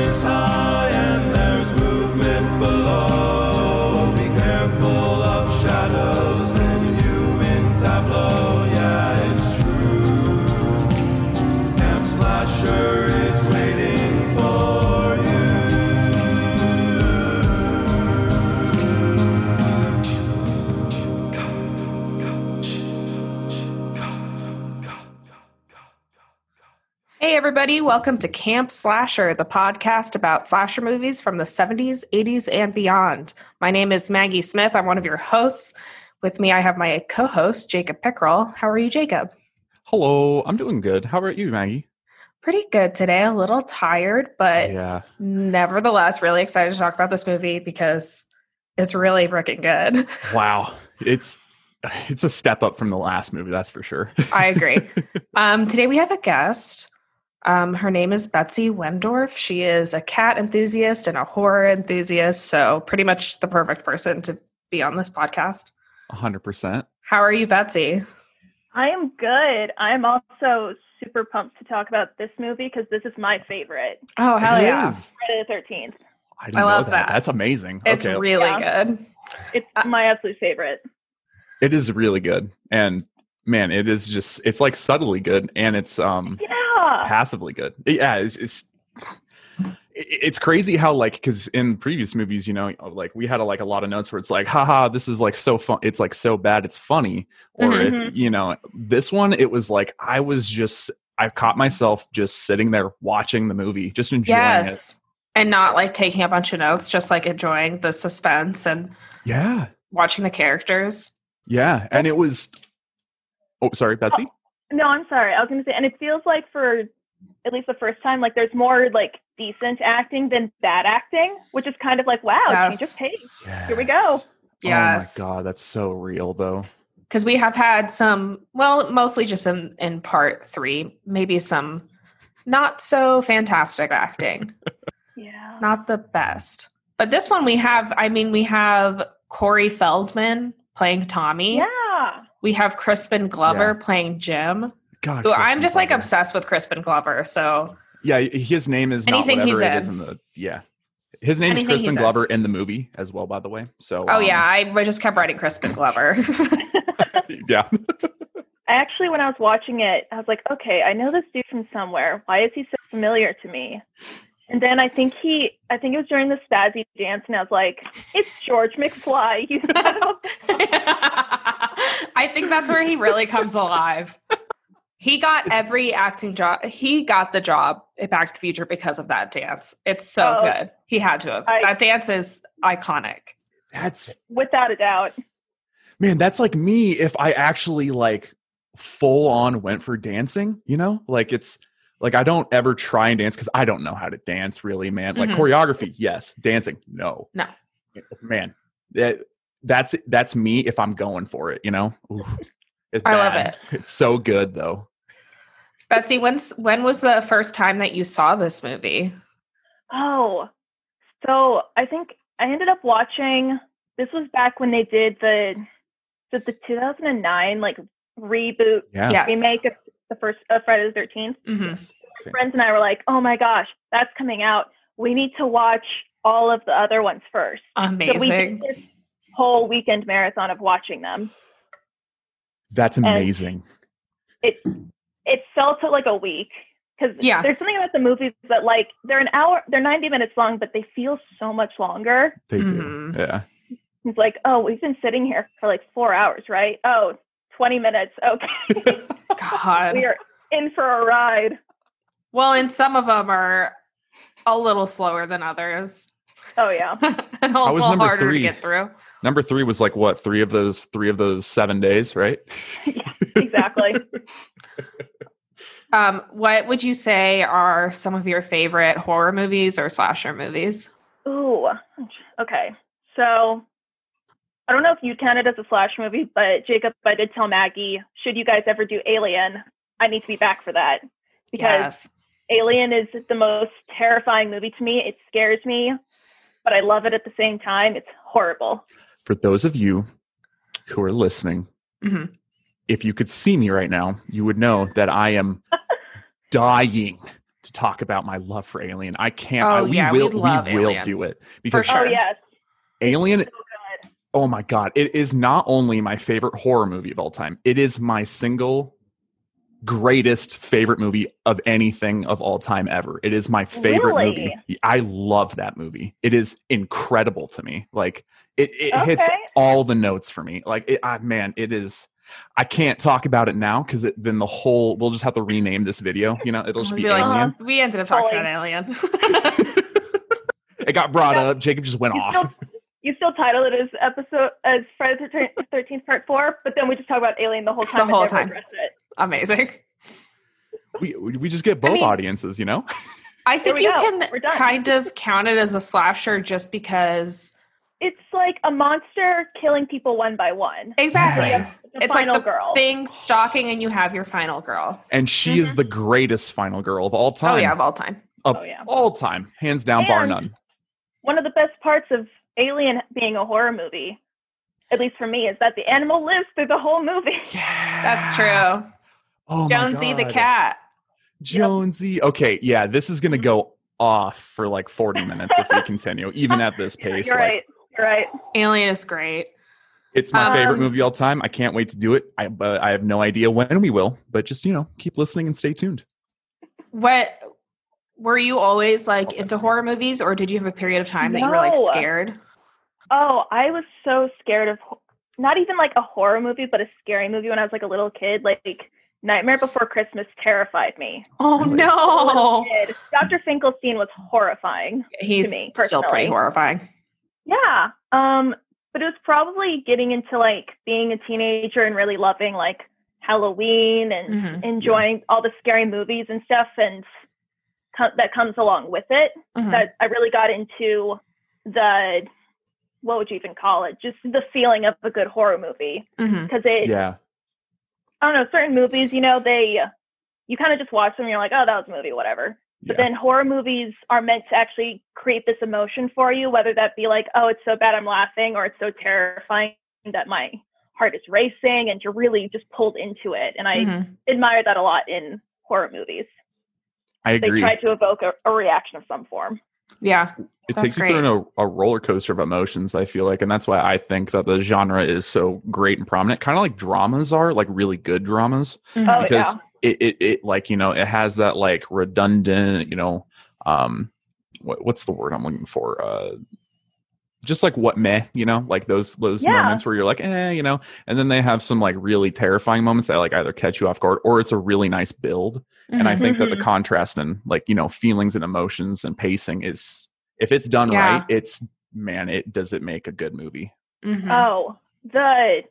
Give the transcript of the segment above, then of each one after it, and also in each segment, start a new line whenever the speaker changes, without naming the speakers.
is high and there's movement below. Be careful of shadows in human tableau. Yeah, it's true. Camp Slasher is waiting for you.
Hey, everybody, welcome to Camp Slasher, the podcast about slasher movies from the 70s, 80s, and beyond. My name is Maggie Smith. I'm one of your hosts. With me, I have my co host, Jacob Pickrell. How are you, Jacob?
Hello, I'm doing good. How about you, Maggie?
Pretty good today, a little tired, but
yeah,
nevertheless, really excited to talk about this movie because it's really freaking good.
wow, it's it's a step up from the last movie, that's for sure.
I agree. um, today we have a guest. Um, her name is Betsy Wendorf. She is a cat enthusiast and a horror enthusiast, so pretty much the perfect person to be on this podcast.
hundred percent.
How are you, Betsy?
I am good. I'm also super pumped to talk about this movie because this is my favorite.
Oh, hell yeah.
Friday the 13th.
I, didn't know
love that.
that. That's amazing.
It's
okay,
really
Yeah.
good.
It's
Uh,
my absolute favorite.
it is really good, and man, it is just it's like subtly good, and it's um
Yeah.
passively good. Yeah, it's, it's it- it's crazy how like because in previous movies, you know, like we had a, like a lot of notes where it's like, haha, this is like so fun. It's like so bad, it's funny. Or if
Mm-hmm.
Mhm.
you know, this one, it was like I was just I caught myself just sitting there watching the movie, just enjoying it.
Yes. And not like taking a bunch of notes, just like enjoying the suspense and
Yeah,
watching the characters.
yeah, and it was. Oh, sorry, Betsy.
No, I'm sorry. I was going to say, and it feels like for at least the first time, like there's more like decent acting than bad acting, which is kind of like, wow,
Yes.
change of pace.
Yes.
Here we go.
Yes.
Oh my god, that's so real though.
because we have had some well mostly just in in part three maybe some not so fantastic acting
Yeah.
not the best but this one we have i mean we have corey feldman playing tommy
Yeah.
we have crispin glover
Yeah.
playing jim
God,
Who
Crispin
i'm just like
Glover.
obsessed with crispin glover so
Yeah, his name is
Anything
not
he's
whatever it is
in.
in the yeah. His name
Anything
is Crispin
he's in.
Glover in the movie as well, by the way. So
oh
um,
yeah i I just kept writing crispin glover
yeah,
I actually, when I was watching it, I was like, okay, I know this dude from somewhere. Why is he so familiar to me? And then I think he, I think it was during the spazzy dance, and I was like, it's George McFly. You know?
I think that's where he really comes alive. He got every acting job. He got the job at Back to the Future because of that dance. It's so
Oh.
good. He had to have.
I-
that dance is iconic.
that's
Without a doubt.
man. That's like me if I actually like full on went for dancing. You know, like it's like I don't ever try and dance because I don't know how to dance really, man. Like
Mhm.
choreography, yes. Dancing, no,
No.
man. That, that's that's me if I'm going for it. You know, Oof. It's
I love
bad. It's so good though.
Betsy, when's when was the first time that you saw this movie?
Oh, so I think I ended up watching. This was back when they did the, the, the 2009 like reboot
Yeah.
Yes.
remake of the first of Friday the 13th.
Mhm.
friends and I were like, "Oh my gosh, that's coming out. We need to watch all of the other ones first. So we did
Amazing.
this whole weekend marathon of watching them.
That's amazing.
It felt to like a week because
Yeah.
there's something about the movies that like they're an hour, they're 90 minutes long, but they feel so much longer.
They
Mhm.
do. Yeah.
It's like, oh, we've been sitting here for like four hours, right? Oh, 20 minutes. Okay, we
God.
are in for a ride.
Well, and some of them are a little slower than others.
Oh yeah,
a little
was number
harder
three?
to get through.
Number three was like what? Three of those. Three of those seven days, right?
exactly.
Um, what would you say are some of your favorite horror movies or slasher movies?
Ooh, okay. So I don't know if you'd count it as a slash movie, but Jacob, I did tell Maggie, should you guys ever do Alien, I need to be back for that because
yes.
Alien is the most terrifying movie to me. It scares me, but I love it at the same time. It's horrible.
For those of you who are listening,
Mhm.
if you could see me right now, you would know that I am dying to talk about my love for Alien. I can't.
Oh,
I, we
yeah, we
will.
love
we will
Alien.
do it because
sure.
Oh yes.
Alien. Oh my god! It is not only my favorite horror movie of all time. It is my single greatest favorite movie of anything of all time ever. It is my favorite
Really?
movie. I love that movie. It is incredible to me. Like it, it hits
Okay.
all the notes for me. Like it, ah, man, it is. I can't talk about it now because then the whole we'll just have to rename this video. You know, it'll just
We'll
be,
be like,
Alien.
we ended up talking
Totally.
about Alien.
It got brought up. Jacob just went
You
off.
still, you still title it as episode as Friday the Thirteenth Part Four, but then we just talk about Alien the whole time. and
whole
never
time.
address it.
Amazing.
we we just get both
mean-
audiences, you know.
I think
we
you
go.
can
We're done.
kind of count it as a slasher just because.
It's like a monster killing people one by one.
Exactly.
Right.
The
It's like
final
the
girl.
thing stalking, and you have your final girl.
And she is the greatest final girl of all time.
Mm-hmm. Oh, yeah, of all time.
Of
Oh, yeah.
all time, hands down, bar
And-
none.
One of the best parts of Alien being a horror movie, at least for me, is that the animal lives through the whole movie.
Yeah,
That's true.
Ah. Oh my
Jonesy the
God.
cat. Mm-hmm.
Jonesy. Okay, yeah, this is gonna go off for like forty minutes if we continue, even at this pace.
You're
like,
right. You're right.
Alien is great.
It's my favorite
Um,
movie of all time. I can't wait to do it. I but I have no idea when we will. But just you know, keep listening and stay tuned.
What were you always like into horror movies, or did you have a period of time that you were like
No.
scared?
Oh, I was so scared of ho- not even like a horror movie, but a scary movie when I was like a little kid. Like Nightmare Before Christmas terrified me.
Oh
Really?
no,
Kid. Dr. Finkelstein was horrifying.
he's
me,
still
personally.
pretty horrifying.
Yeah. Um, but it was probably getting into like being a teenager and really loving like Halloween and
Mhm.
enjoying all the scary movies and stuff and co- that comes along with it.
Mhm.
that I really got into the what would you even call it? Just the feeling of a good horror movie
Mhm.
because it.
Yeah,
I don't know certain movies. You know they you kind of just watch them. and You're like, oh, that was a movie, whatever. But
Yeah.
then horror movies are meant to actually create this emotion for you, whether that be like, oh, it's so bad I'm laughing, or it's so terrifying that my heart is racing, and you're really just pulled into it. And I
Mm-hmm.
Mhm.
admire that a lot in horror movies.
I
They
agree.
try to evoke a, a reaction of some form.
Yeah,
it
That's
takes you through a, a roller coaster of emotions i feel like and that's why i think that the genre is so great and prominent kind of like dramas are like really good dramas
Mhm.
Oh,
Mm-hmm. because it, it, it like you know it has that like redundant you know um what, what's the word i'm looking for uh just like what meh, you know, like those those
Yeah.
moments where you're like, eh, you know, and then they have some like really terrifying moments that like either catch you off guard or it's a really nice build and i
Mhm.
think that the
Mhm.
contrast and like you know feelings and emotions and pacing is if it's done
Yeah.
right it's man it does it make a good movie
Mhm.
Oh, the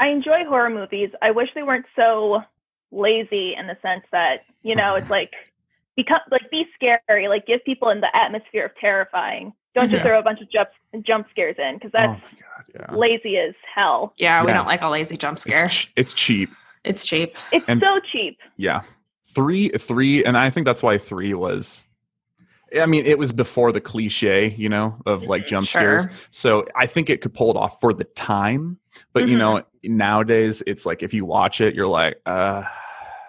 I enjoy horror movies. I wish they weren't so lazy in the sense that you know it's like become like be scary, like give people in the atmosphere of terrifying. Don't just
Mhm.
throw a bunch of jump jump scares in because that's
Oh my god
lazy as hell.
yeah, we
Yeah.
don't like a lazy jump scare.
yeah it's, ch- it's cheap
It's cheap.
It's
And-
so cheap.
yeah three three and i think that's why three was i mean it was before the cliche you know of like jump
Mm-hmm. sure.
scares So I think it could pull it off for the time, but you
Mhm.
know,
Mm-hmm.
nowadays it's like if you watch it, you're like, uh,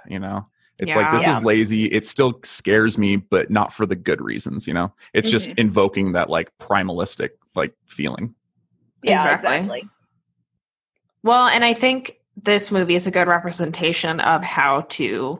you know, it's like
Yeah.
this
Yeah.
is lazy. It still scares me, but not for the good reasons. You know, it's just
Mm-hmm.
Mhm.
invoking that like primalistic like feeling.
Yeah,
Exactly.
exactly.
Well, and I think this movie is a good representation of how to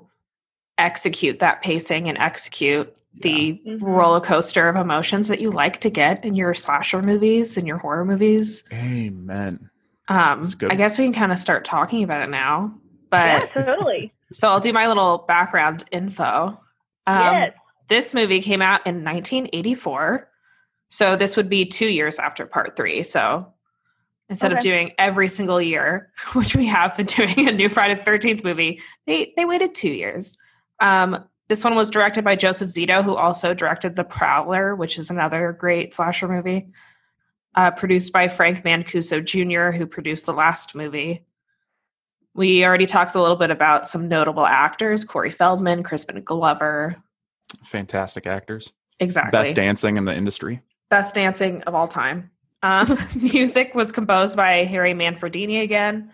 execute that pacing and execute the
Yeah. Mhm.
roller coaster of emotions that you like to get in your slasher movies and your horror movies.
Amen.
Um,
That's good.
I guess we can kind of start talking about it now.
Yeah,
But
totally.
so I'll do my little background info. Um,
yes.
This movie came out in 1984. So this would be two years after part three. So instead of
Okay.
doing every single year, which we have been doing a new Friday the 13th movie, they, they waited two years. Um, this one was directed by Joseph Zito, who also directed The Prowler, which is another great slasher movie. Uh, produced by Frank Mancuso Jr., who produced the last movie. We already talked a little bit about some notable actors Corey Feldman, Crispin Glover,
Fantastic actors.
Exactly.
Best dancing in the industry.
Best dancing of all time. Um, music was composed by Harry Manfredini again.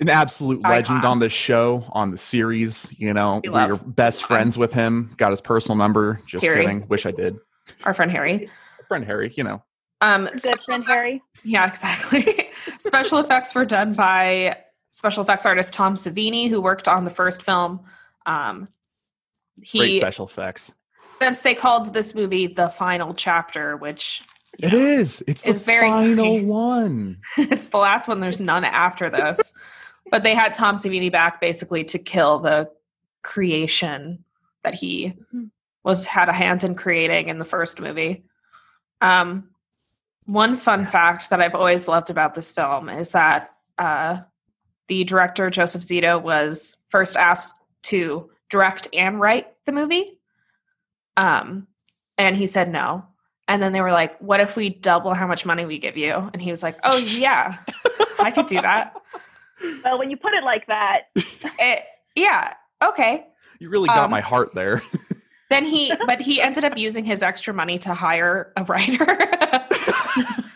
an absolute
Icon.
legend on the show, on the series. You know,
We
we are
love-
best
love
friends with him. Got his personal number. Just
Harry.
kidding. Wish I did.
our friend Harry.
Friend Harry, you know.
Um,
Good friend Harry.
Yeah, exactly. special effects were done by special effects artist Tom Savini, who worked on the first film. Um,
Great
he,
special effects.
since they called this movie the final chapter, which
It is. It's the
It's very
final
great.
one.
it's the last one, there's none after this. but they had Tom Savini back basically to kill the creation that he was had a hand in creating in the first movie. Um, one fun fact that I've always loved about this film is that uh, the director Joseph Zito was first asked to direct and write the movie, um, and he said no. And then they were like, "What if we double how much money we give you?" And he was like, "Oh yeah, I could do that."
Well, when you put it like that,
It, yeah, okay.
You really got
Um,
my heart there.
Then he, but he ended up using his extra money to hire a writer.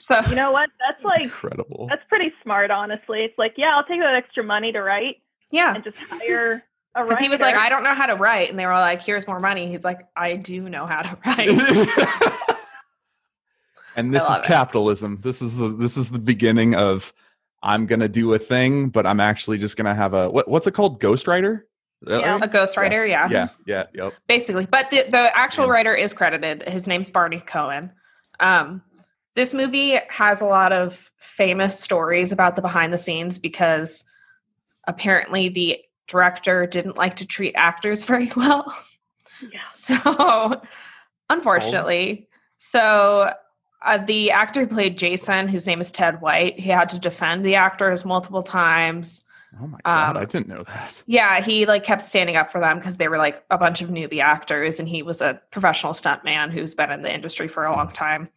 so
you know what? That's like
Incredible.
that's pretty smart, honestly. It's like, yeah, I'll take that extra money to write
yeah,
and just hire a writer.
because he was like, I don't know how to write, and they were like, "Here's more money." He's like, "I do know how to write."
and this
I
is
love it.
capitalism. This is the this is the beginning of I'm gonna do a thing, but I'm actually just gonna have a what, what's it called? Ghostwriter? Is that
Yeah.
a
right?
ghostwriter, yeah.
yeah, yeah, yep.
basically. But the, the actual
Yeah.
writer is credited. His name's Barney Cohen. Um, this movie has a lot of famous stories about the behind the scenes because apparently the director didn't like to treat actors very well.
Yeah.
So, unfortunately, so uh, the actor who played Jason, whose name is Ted White, he had to defend the actors multiple times.
Oh my
Um,
god, I didn't know that.
Yeah, he like kept standing up for them because they were like a bunch of newbie actors, and he was a professional stuntman who's been in the industry for a long time.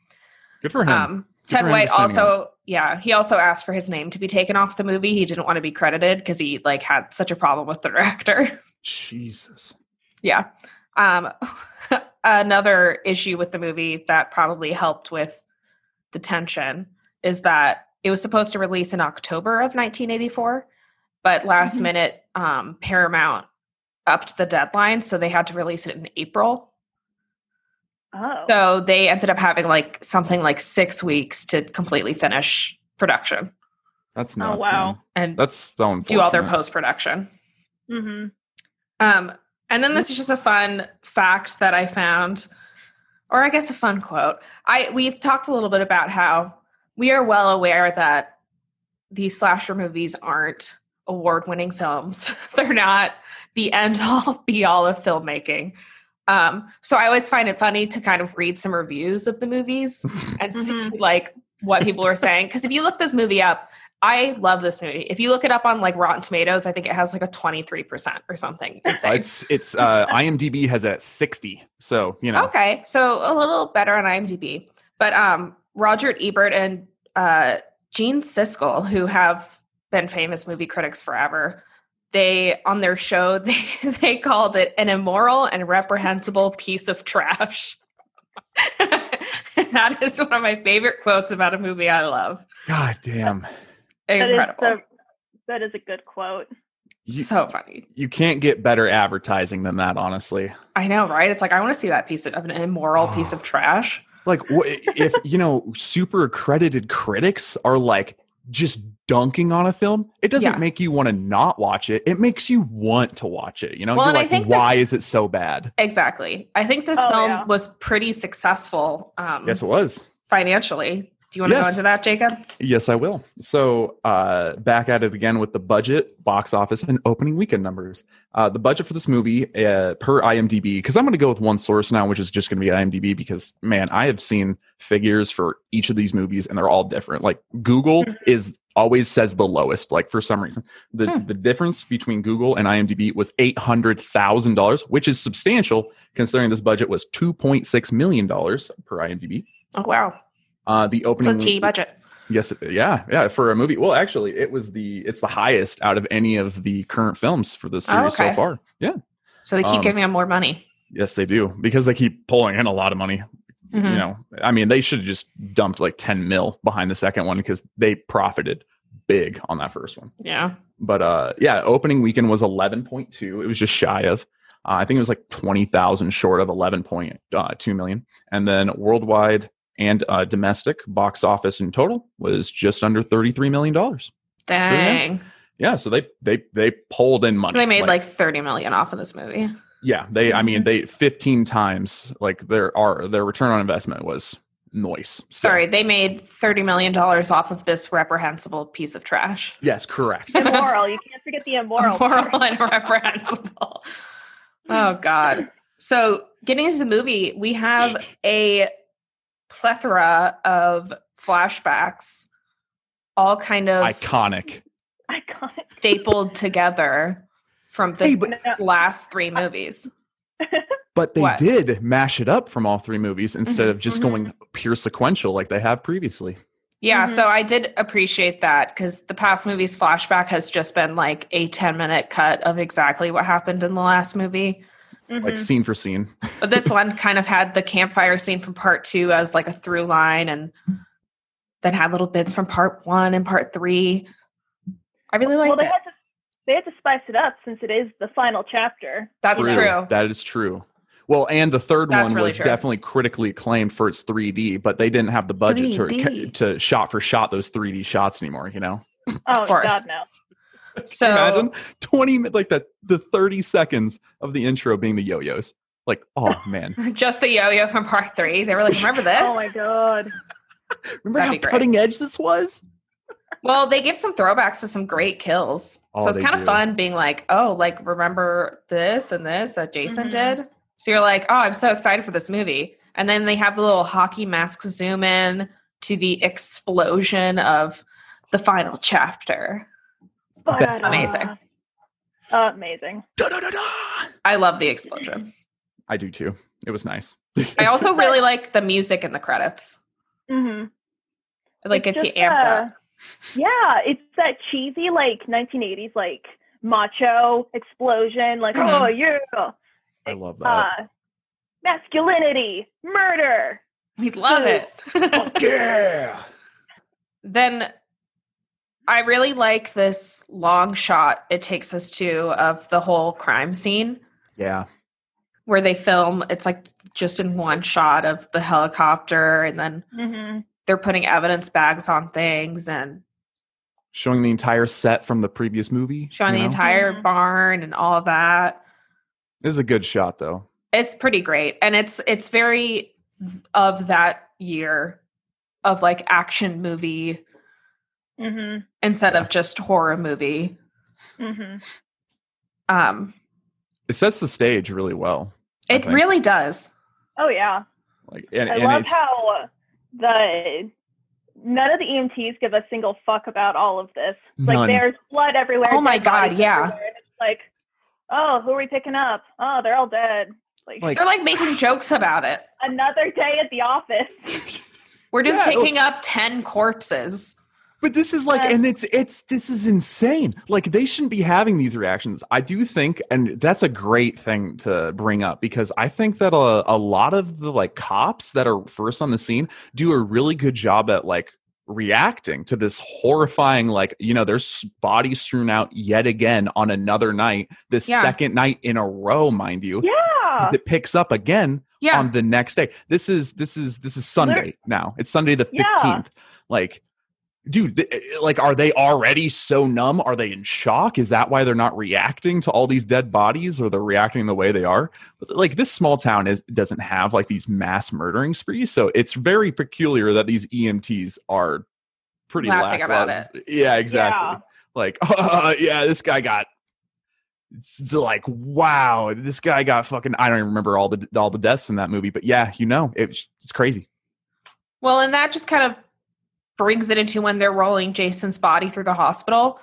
Good for him.
Um,
Good for
Ted
him
White
for standing
also, yeah, he also asked for his name to be taken off the movie. He didn't want to be credited because he like had such a problem with the director.
Jesus.
yeah. Um, another issue with the movie that probably helped with the tension is that it was supposed to release in October of 1984, but last
Mhm.
minute um, Paramount upped the deadline, so they had to release it in April.
oh,
So they ended up having like something like six weeks to completely finish production
That's nuts.
wow.
man.
and
That's so
Oh, do all their
unfortunate.
post production.
hmm
Um, and then this is just a fun fact that I found, or I guess a fun quote. I we've talked a little bit about how we are well aware that these slasher movies aren't award-winning films. They're not the end-all be-all of filmmaking. Um, so I always find it funny to kind of read some reviews of the movies and see like what people are saying. Because if you look this movie up, I love this movie. If you look it up on like Rotten Tomatoes, I think it has like a twenty three percent or something.
Uh,
insane.
It's it's uh IMDb has it at 60. So, you know.
Okay, so a little better on IMDb, but um, Roger Ebert and uh, Gene Siskel, who have been famous movie critics forever, they on their show they they called it an immoral and reprehensible piece of trash. And that is one of my favorite quotes about a movie I love.
God damn.
That is
Incredible,
a- that is a good quote.
You,
so funny.
you can't get better advertising than that, honestly.
I know, right? It's like I want to see that piece of of an immoral piece of trash.
Like wh- if you know super accredited critics are like just dunking on a film, it doesn't
Yeah.
make you want to not watch it. It makes you want to watch it. You know,
Well,
you're
and I
like,
think
why
this-
is it so bad?
Exactly. I think this
Oh,
film
yeah.
was pretty successful. Um,
Yes, it was.
financially. Do you want to
Yes.
go into that, Jacob?
Yes, I will. So, uh, back at it again with the budget, box office, and opening weekend numbers. Uh, the budget for this movie, uh, per IMDb, because I'm going to go with one source now, which is just going to be IMDb, because man, I have seen figures for each of these movies, and they're all different. Like Google
Hmm.
is always says the lowest. Like for some reason, the
Hmm.
the difference between Google and IMDb was eight hundred thousand dollars, which is substantial considering this budget was two point six million dollars per IMDb.
Oh wow,
Uh, the
it's a
opening
T budget.
Yes, it- yeah, yeah. For a movie, well, actually, it was the it's the highest out of any of the current films for this
Oh,
series so
okay.
far. Yeah,
So they keep
Um,
giving him more money.
yes, they do because they keep pulling in a lot of money.
Mhm.
Mm-hmm. You know, I mean, they should have just dumped like ten mil behind the second one because they profited big on that first one.
Yeah.
But uh, yeah, opening weekend was 11.2. It was just shy of. Uh, I think it was like 20,000 short of 11.2 million. And then worldwide and uh, domestic box office in total was just under 33 million dollars.
Dang.
Yeah, so they they they pulled in money.
So they made like, Mhm. 30 million off of this movie.
yeah, they I mean they 15 times like their our their return on investment was noise. So-
Sorry, they made 30 million dollars off of this reprehensible piece of trash.
Yes, correct.
immoral. You can't forget the immoral. part.
Moral and reprehensible. Oh God. So getting into the movie, we have a plethora of flashbacks, all kind of
Iconic.
I can't.
stapled together from the
Hey, but
No.
last three movies.
but they
What?
did mash it up from all three movies instead
Mhm.
of just
Mhm.
going pure sequential like they have previously.
Yeah,
Mhm.
so I did appreciate that because the past movie's flashback has just been like a 10 minute cut of exactly what happened in the last movie.
Mhm.
Mm-hmm.
Like scene for scene.
But this one kind of had the campfire scene from part two as like a through line and then had little bits from part one and part three. I really
well,
liked
they
it.
had to they had to spice it up since it is the final chapter.
That's
you
true.
know?
That is true. Well, and the third
That's
one
really
was
true.
definitely critically acclaimed for its 3D, but they didn't have the budget to
3D.
to shot for shot those 3D shots anymore, you know.
Oh
course.
God, no.
So
Imagine 20 mi- like that the 30 seconds of the intro being the yo-yos. Like, oh man.
just the yo yo from part three. They were like, remember this?
Oh my God.
Remember
That'd
how
be great.
cutting edge this was?
Well, they give some throwbacks to some great kills.
Oh,
so it's
they
kind of
do.
fun being like, oh, like remember this and this that Jason
Mhm.
did? So you're like, oh, I'm so excited for this movie. And then they have the little hockey mask zoom in to the explosion of the final chapter.
But,
Amazing.
uh, amazing.
Da-da-da-da!
I love the explosion.
I do too. It was nice.
I also really like the music in the credits.
hmm
It like gets
It's
you
just,
amped
uh,
up.
Yeah, it's that cheesy like 1980s like macho explosion like
Mhm.
oh yeah,
I love that.
uh, masculinity, murder.
We love it.
yeah.
then I really like this long shot it takes us to of the whole crime scene.
Yeah.
where they film it's like just in one shot of the helicopter and then
Mm-hmm.
they're putting evidence bags on things and
Showing the entire set from the previous movie.
showing
you
the
know?
entire
Mhm.
barn and all that
This is a good shot though.
it's pretty great and it's it's very of that year of like action movie
Mm-hmm.
instead of just horror movie
Mm-hmm.
um
It sets the stage really well. I
it
think.
really does
Oh yeah,
Like and,
I
and
love
it's
how the none of the EMTs give a single fuck about all of this.
None.
Like there's blood everywhere.
Oh my
dead bodies
God, yeah.
everywhere, and it's like, oh, who are we picking up? Oh, they're all dead. Like,
Like-
they're like making jokes about it
another day at the office.
we're just
Yeah, oh.
picking up 10 corpses
But this is like,
Yeah.
and it's it's this is insane. Like they shouldn't be having these reactions. I do think, and that's a great thing to bring up because I think that a, a lot of the like cops that are first on the scene do a really good job at like reacting to this horrifying like you know there's bodies strewn out yet again on another night this
Yeah.
second night in a row mind you
Yeah.
it picks up again
yeah
on the next day. This is this is this is
Lit-
Sunday now. It's Sunday the
Yeah.
fifteenth. Like, dude, th- eh, like, are they already so numb? Are they in shock? Is that why they're not reacting to all these dead bodies, or they're reacting the way they are? But, like, this small town is doesn't have like these mass murdering sprees, so it's very peculiar that these EMTs are pretty
Laughing about
lackluster. Yeah, exactly.
Yeah.
Like, uh, yeah, this guy got it's it's like wow this guy got fucking i don't even remember all the all the deaths in that movie but yeah you know it's it's crazy
Well, and that just kind of brings it into when they're rolling Jason's body through the hospital.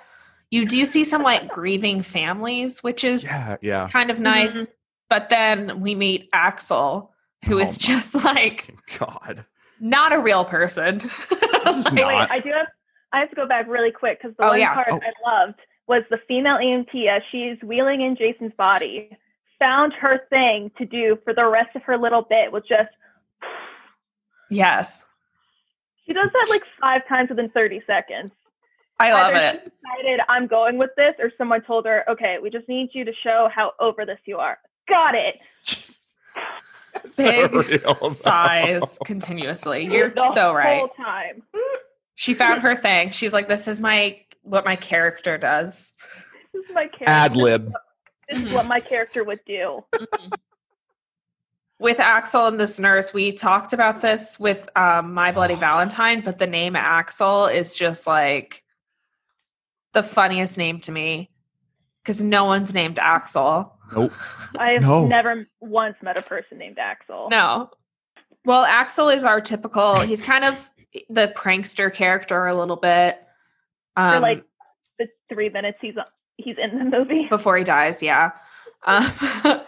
You do see some like grieving families, which is
yeah yeah
kind of nice. But then we meet Axel, who
Oh
is
my
just like
god
not a real person.
This is
Wait,
not-
I do have. I have to go back really quick because the
Oh,
one
yeah.
part
Oh.
I loved was the female EMT as she's wheeling in Jason's body. Found her thing to do for the rest of her little bit was just
yes.
she does that like five times within thirty seconds.
I love
Either
it.
she Decided I'm going with this, or someone told her, "Okay, we just need you to show how over this you are." Got it.
Big
real, though.
Sighs continuously. You're
the
so right.
Whole time.
She found her thing. She's like, this is my what my character does.
This is my character.
Ad lib.
This is what my character would do.
With Axel and this nurse, we talked about this with um, My Bloody Valentine, but the name Axel is just like the funniest name to me because no one's named Axel.
Nope.
I have
No.
never once met a person named Axel.
No. Well, Axel is our typical, he's kind of the prankster character a little bit.
For
Um,
like the three minutes he's he's in the movie.
before he dies, yeah. Um,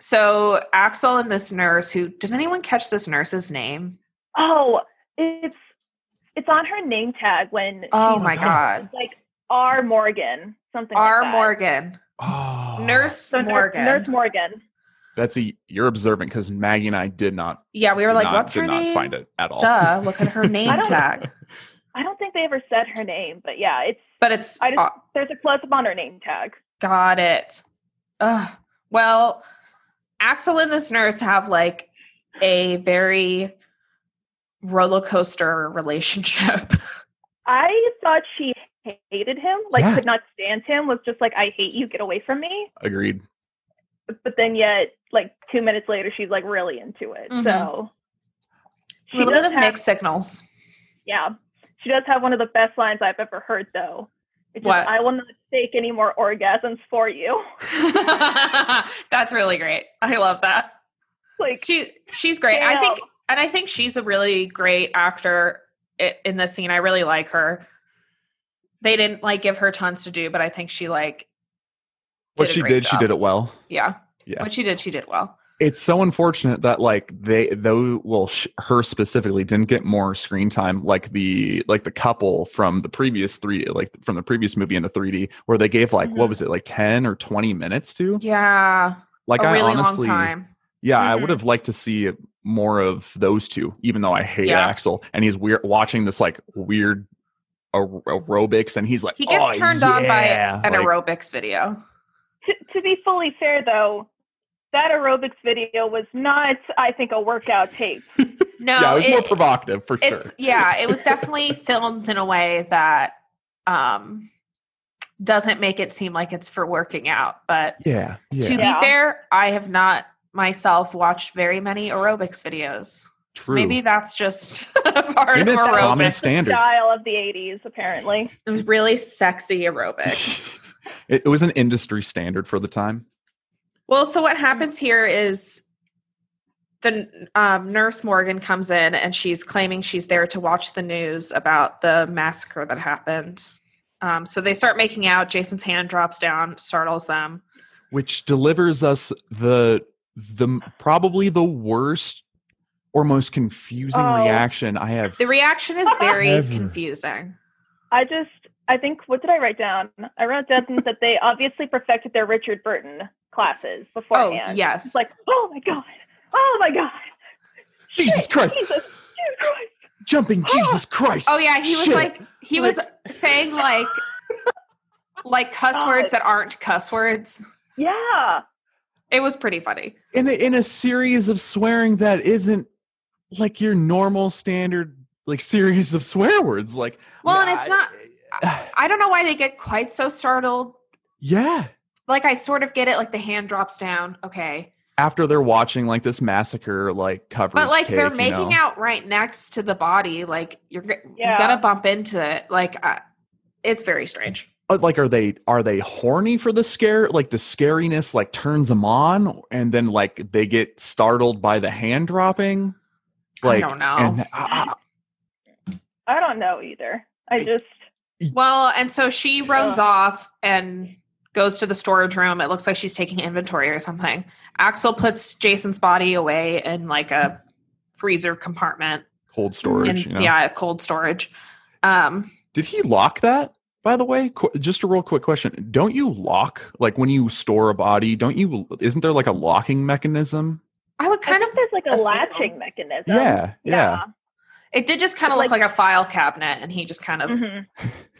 so Axel and this nurse who did anyone catch this nurse's name?
Oh, it's it's on her name tag when
Oh
she's
my god.
like R Morgan something.
R
like that.
Morgan.
Oh,
Nurse
So Nurse-
Morgan.
Nurse, Morgan.
Betsy, you're observant because Maggie and I did not.
yeah, we were
did
like,
not,
what's
did
her
not
name?
find it at all.
Duh, look at her name
don't-
tag.
I don't think they ever said her name, but yeah, it's
But it's
I just-
uh,
there's a close up on her name tag.
got it. Ugh. Well, Axel and this nurse have like a very roller coaster relationship.
I thought she hated him, like
Yeah.
could not stand him, was just like, I hate you, get away from me.
Agreed.
But then yet, like two minutes later, she's like really into it. So
Mm-hmm. a little bit
does
of
have-
mixed signals.
Yeah. She does have one of the best lines I've ever heard though. It's just,
What?
I will not take any more orgasms for you.
That's really great. I love that.
like
She she's great. I
Damn.
think and I think she's a really great actor i- in this scene. I really like her. They didn't like give her tons to do, but I think she like
What
Did a
she
great
did, she
job.
did it well.
yeah.
Yeah.
What she did, she did well.
It's so unfortunate that like they though well sh- her specifically didn't get more screen time like the like the couple from the previous three like from the previous movie into 3D where they gave like
Mm-hmm.
what
Mhm.
was it like 10 or 20 minutes to
Yeah.
like
a
I
really
honestly
long time. Mm-hmm.
yeah I
Mhm.
would have liked to see more of those two even though I hate
Yeah.
Axel and he's weird watching this like weird ar- aerobics and he's like
He gets
"Oh,
turned on by
yeah,"
an
like,
aerobics video.
to, to be fully fair though, that aerobics video was not, I think, a workout tape.
No,
yeah it was more
it-
provocative for sure
it's yeah, it was definitely filmed in a way that um doesn't make it seem like it's for working out, but
yeah yeah
To
Yeah.
be fair, I have not myself watched very many aerobics videos. So
true
Maybe that's just part
Maybe
of
it's common
aerobics.
standard
Style of the 80s, apparently.
It was really sexy aerobics.
it, it was an industry standard for the time.
well, so
Mm-hmm.
what happens here is the um, nurse Morgan comes in and she's claiming she's there to watch the news about the massacre that happened. Um, so they start making out. Jason's hand drops down, startles them.
Which delivers us the the probably the worst or most confusing
Oh.
reaction I have.
The reaction is very
Ever.
confusing.
I just, I think, what did I write down? I wrote down that they obviously perfected their Richard Burton classes
Oh,
beforehand.
yes.
It's like, oh my God. Oh my God.
Jesus
Shit,
Christ.
Jesus, Jesus Christ.
Jumping Jesus Christ.
Oh yeah, he was
Shit.
like he was saying like like cuss
God.
words that aren't cuss words.
Yeah.
It was pretty funny.
In a, in a series of swearing that isn't like your normal standard like series of swear words like
Well, and it's
I-
I don't know why they get quite so startled.
yeah
Like I sort of get it like the hand drops down. Okay.
after they're watching like this massacre like coverage
But like they're
take, you
making
know.
out right next to the body like you're, g-
Yeah.
going to bump into it. Like I, it's very strange.
Uh, like are they are they horny for the scare like the scariness like turns them on and then like they get startled by the hand dropping
I
like
don't know.
and, ah, I- I-
I don't know either. I just,
Well, and so she runs
Ugh.
off and goes to the storage room. It looks like she's taking inventory or something. Axel puts Jason's body away in like a freezer compartment
cold
in
storage you know
yeah, cold storage. Um,
did he lock that by the way Qu- just a real quick question don't you lock like when you store a body don't you isn't there like a locking mechanism
I would
kind
kind
I
of
think there's like a
assume.
latching mechanism.
yeah yeah
It did just kind of look like,
Like-
a file cabinet, and he just kind of
Mhm.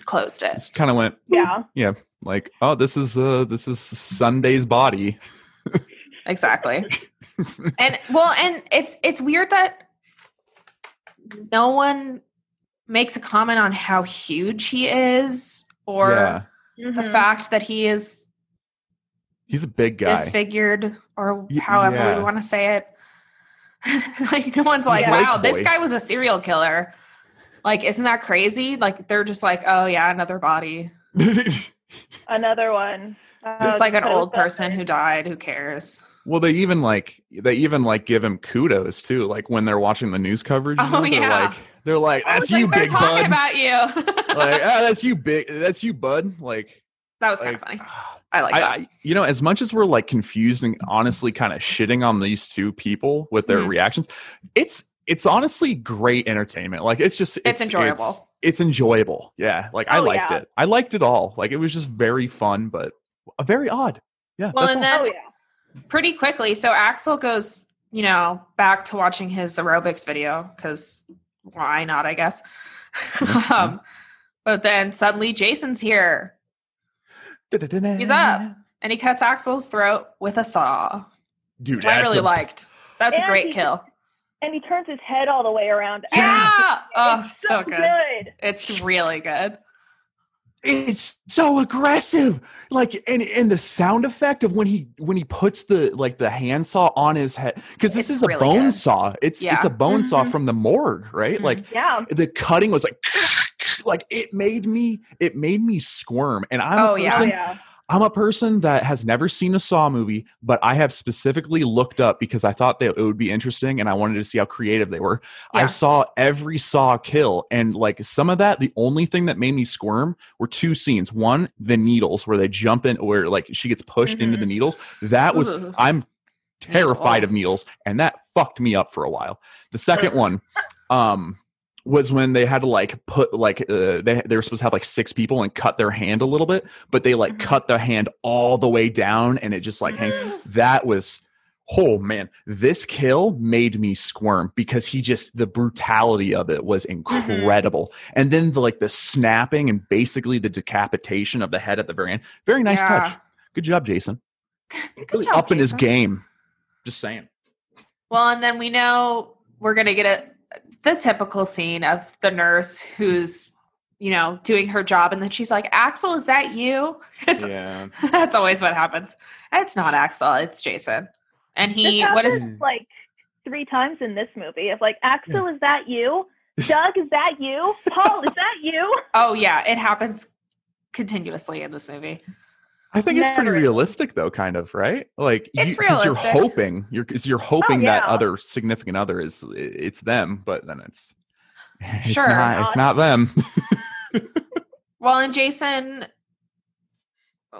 closed it.
Just kind of went
Yeah.
like, oh, this is uh this is Sunday's body.
Exactly. and well, and it's it's weird that no one makes a comment on how huge he is or
yeah,
the
Mhm.
fact that he is
he's a big guy.
disfigured or
Y-
however
yeah.
we want to say it. like no one's like,
like
wow, this
boy."
guy was a serial killer. Like, isn't that crazy? Like they're just like, oh yeah, another body.
Another one. Uh,
Just like an
that was
old
that-
person who died. Who cares?
well, they even like they even like give him kudos too. Like when they're watching the news coverage, you
Oh,
know, they're
yeah.
like they're like,
I
that's
was like,
you,
they're
big
talking
bud.
about you.
like, ah, that's you, big. That's you, bud. Like,
that was kind
like,
of funny. I like uh
I,
that.
I, you know, as much as we're like confused and honestly kind of shitting on these two people with their
Mhm.
reactions, it's it's honestly great entertainment. Like it's just
It's enjoyable.
It's, it's enjoyable. Yeah, like I
Oh,
liked
yeah.
it. I liked it all. Like it was just very fun, but very odd. Yeah.
well,
that's
and
all.
then
Oh yeah.
pretty quickly. So Axel goes, you know, back to watching his aerobics video because why not? I guess. um, but then suddenly Jason's here
Da-da-da-da.
he's up. and he cuts Axel's throat with a saw.
dude.
Which I
that's
really
a-
liked. That's a
And
great
he-
kill.
And he turns his head all the way around. Ah,
Yeah. Oh,
It's
so good. It's really good.
It's so aggressive. Like and and the sound effect of when he when he puts the like the handsaw on his head because this
It's
is a
really
bone
good.
saw. It's it's
Yeah. Mm-hmm.
a bone saw
Mhm.
from the morgue, right?
Mhm.
Like
Yeah.
the cutting was like like it made me it made me squirm and i'm
Oh,
a
yeah.
Oh
person,
yeah.
i'm a person that has never seen a saw movie but i have specifically looked up because i thought that it would be interesting and i wanted to see how creative they were i
Yeah.
saw every saw kill and like some of that the only thing that made me squirm were two scenes one the needles where they jump in where like she gets pushed into
Mhm.
the needles that was
Ooh.
I'm terrified of
Needles.
needles, and that fucked me up for a while. The second one, um, was when they had to like put like uh, they they were supposed to have like six people and cut their hand a little bit, but they like
Mhm.
cut the hand all the way down, and it just like hangs. That was. Oh man, this kill made me squirm because he just the brutality of it was incredible. And then the like the snapping and basically the decapitation of the head at the very end. Very nice
Yeah.
touch. Good job, Jason
Good
really
job,
up in his
Jason.
game. Just saying.
Well, and then we know we're going to get a, the typical scene of the nurse who's, you know, doing her job. And then she's like, Axel, is that you? It's,
Yeah.
That's always what happens. It's not Axel, it's Jason. And he,
this
what is,
Mm.
happens, like three times in this movie of like Axel, is that you? Doug, is that you? Paul, is that you?
oh, yeah, it happens continuously in this movie.
I think it's pretty
Never.
realistic though, kind of, right? Like
It's
'cause you're
realistic. Oh,
hoping you're cause you're hoping that
yeah.
other significant other is it's them, but then it's it's
Sure.
not, it's not them.
Well, and Jason,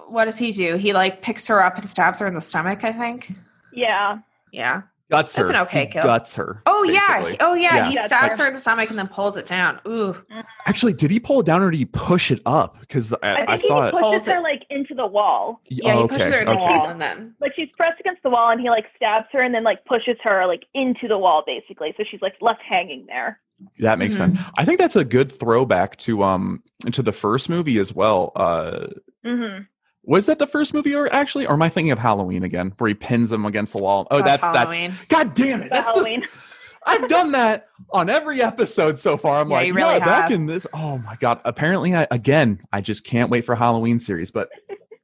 what does he do? He like picks her up and stabs her in the stomach, I think.
Yeah.
Yeah.
Guts her.
That's an okay
He
kill.
Guts her.
Oh, yeah.
basically.
He- Oh, yeah.
Yeah.
He
Yeah,
stabs
that's-
her in the stomach and then pulls it down. Ooh.
Actually, did he pull it down or did he push it up? Because I,
I
I,
think he
thought.
Pulls
pushes
it.
her like into the wall.
Yeah,
oh,
he pushes her in the
okay.
wall and then
Like she's pressed against the wall and he like stabs her and then like pushes her like into the wall basically. So she's like left hanging there.
That makes
Mhm.
sense. I think that's a good throwback to um to the first movie as well. Uh
Mm-hmm.
was that the first movie or actually or am I thinking of Halloween again where he pins him against the wall? Oh, that's that's
Halloween.
God damn it.
The
That's the,
Halloween.
I've done that on every episode so far. I'm
Yeah,
like,
you really
yeah, back
have.
in this. Oh my God. Apparently, I, again, I just can't wait for Halloween series, but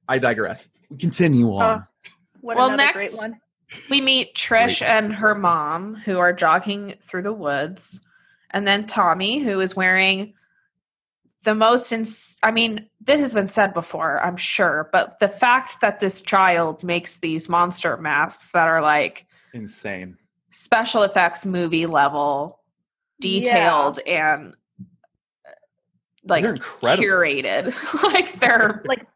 I digress. We continue
Uh,
on.
What
Well,
another
next-
great one.
We meet Trish
Great
and
episode.
her mom who are jogging through the woods, and then Tommy who is wearing the most. Ins- I mean, this has been said before, I'm sure, but the fact that this child makes these monster masks that are like
Insane.
special effects movie level, detailed and uh, like
They're incredible.
curated, like they're
Like,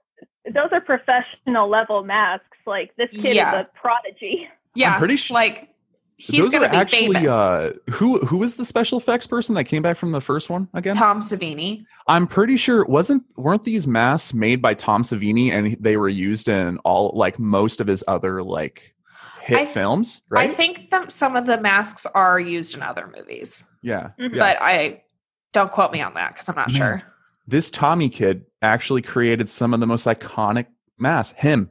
Those are professional level masks. Like this kid
Yeah.
is a prodigy.
yeah,
pretty sh-
like he's
Those
going
are
to be
actually
famous.
uh who who was the special effects person that came back from the first one again?
Tom Savini.
I'm pretty sure it wasn't weren't these masks made by Tom Savini and they were used in all like most of his other like hit
I-
films, right?
I think th- some of the masks are used in other movies,
yeah,
Mhm.
yeah.
Mm-hmm. but I don't quote me on that because I'm not
Man.
sure.
this Tommy kid actually created some of the most iconic masks. Him,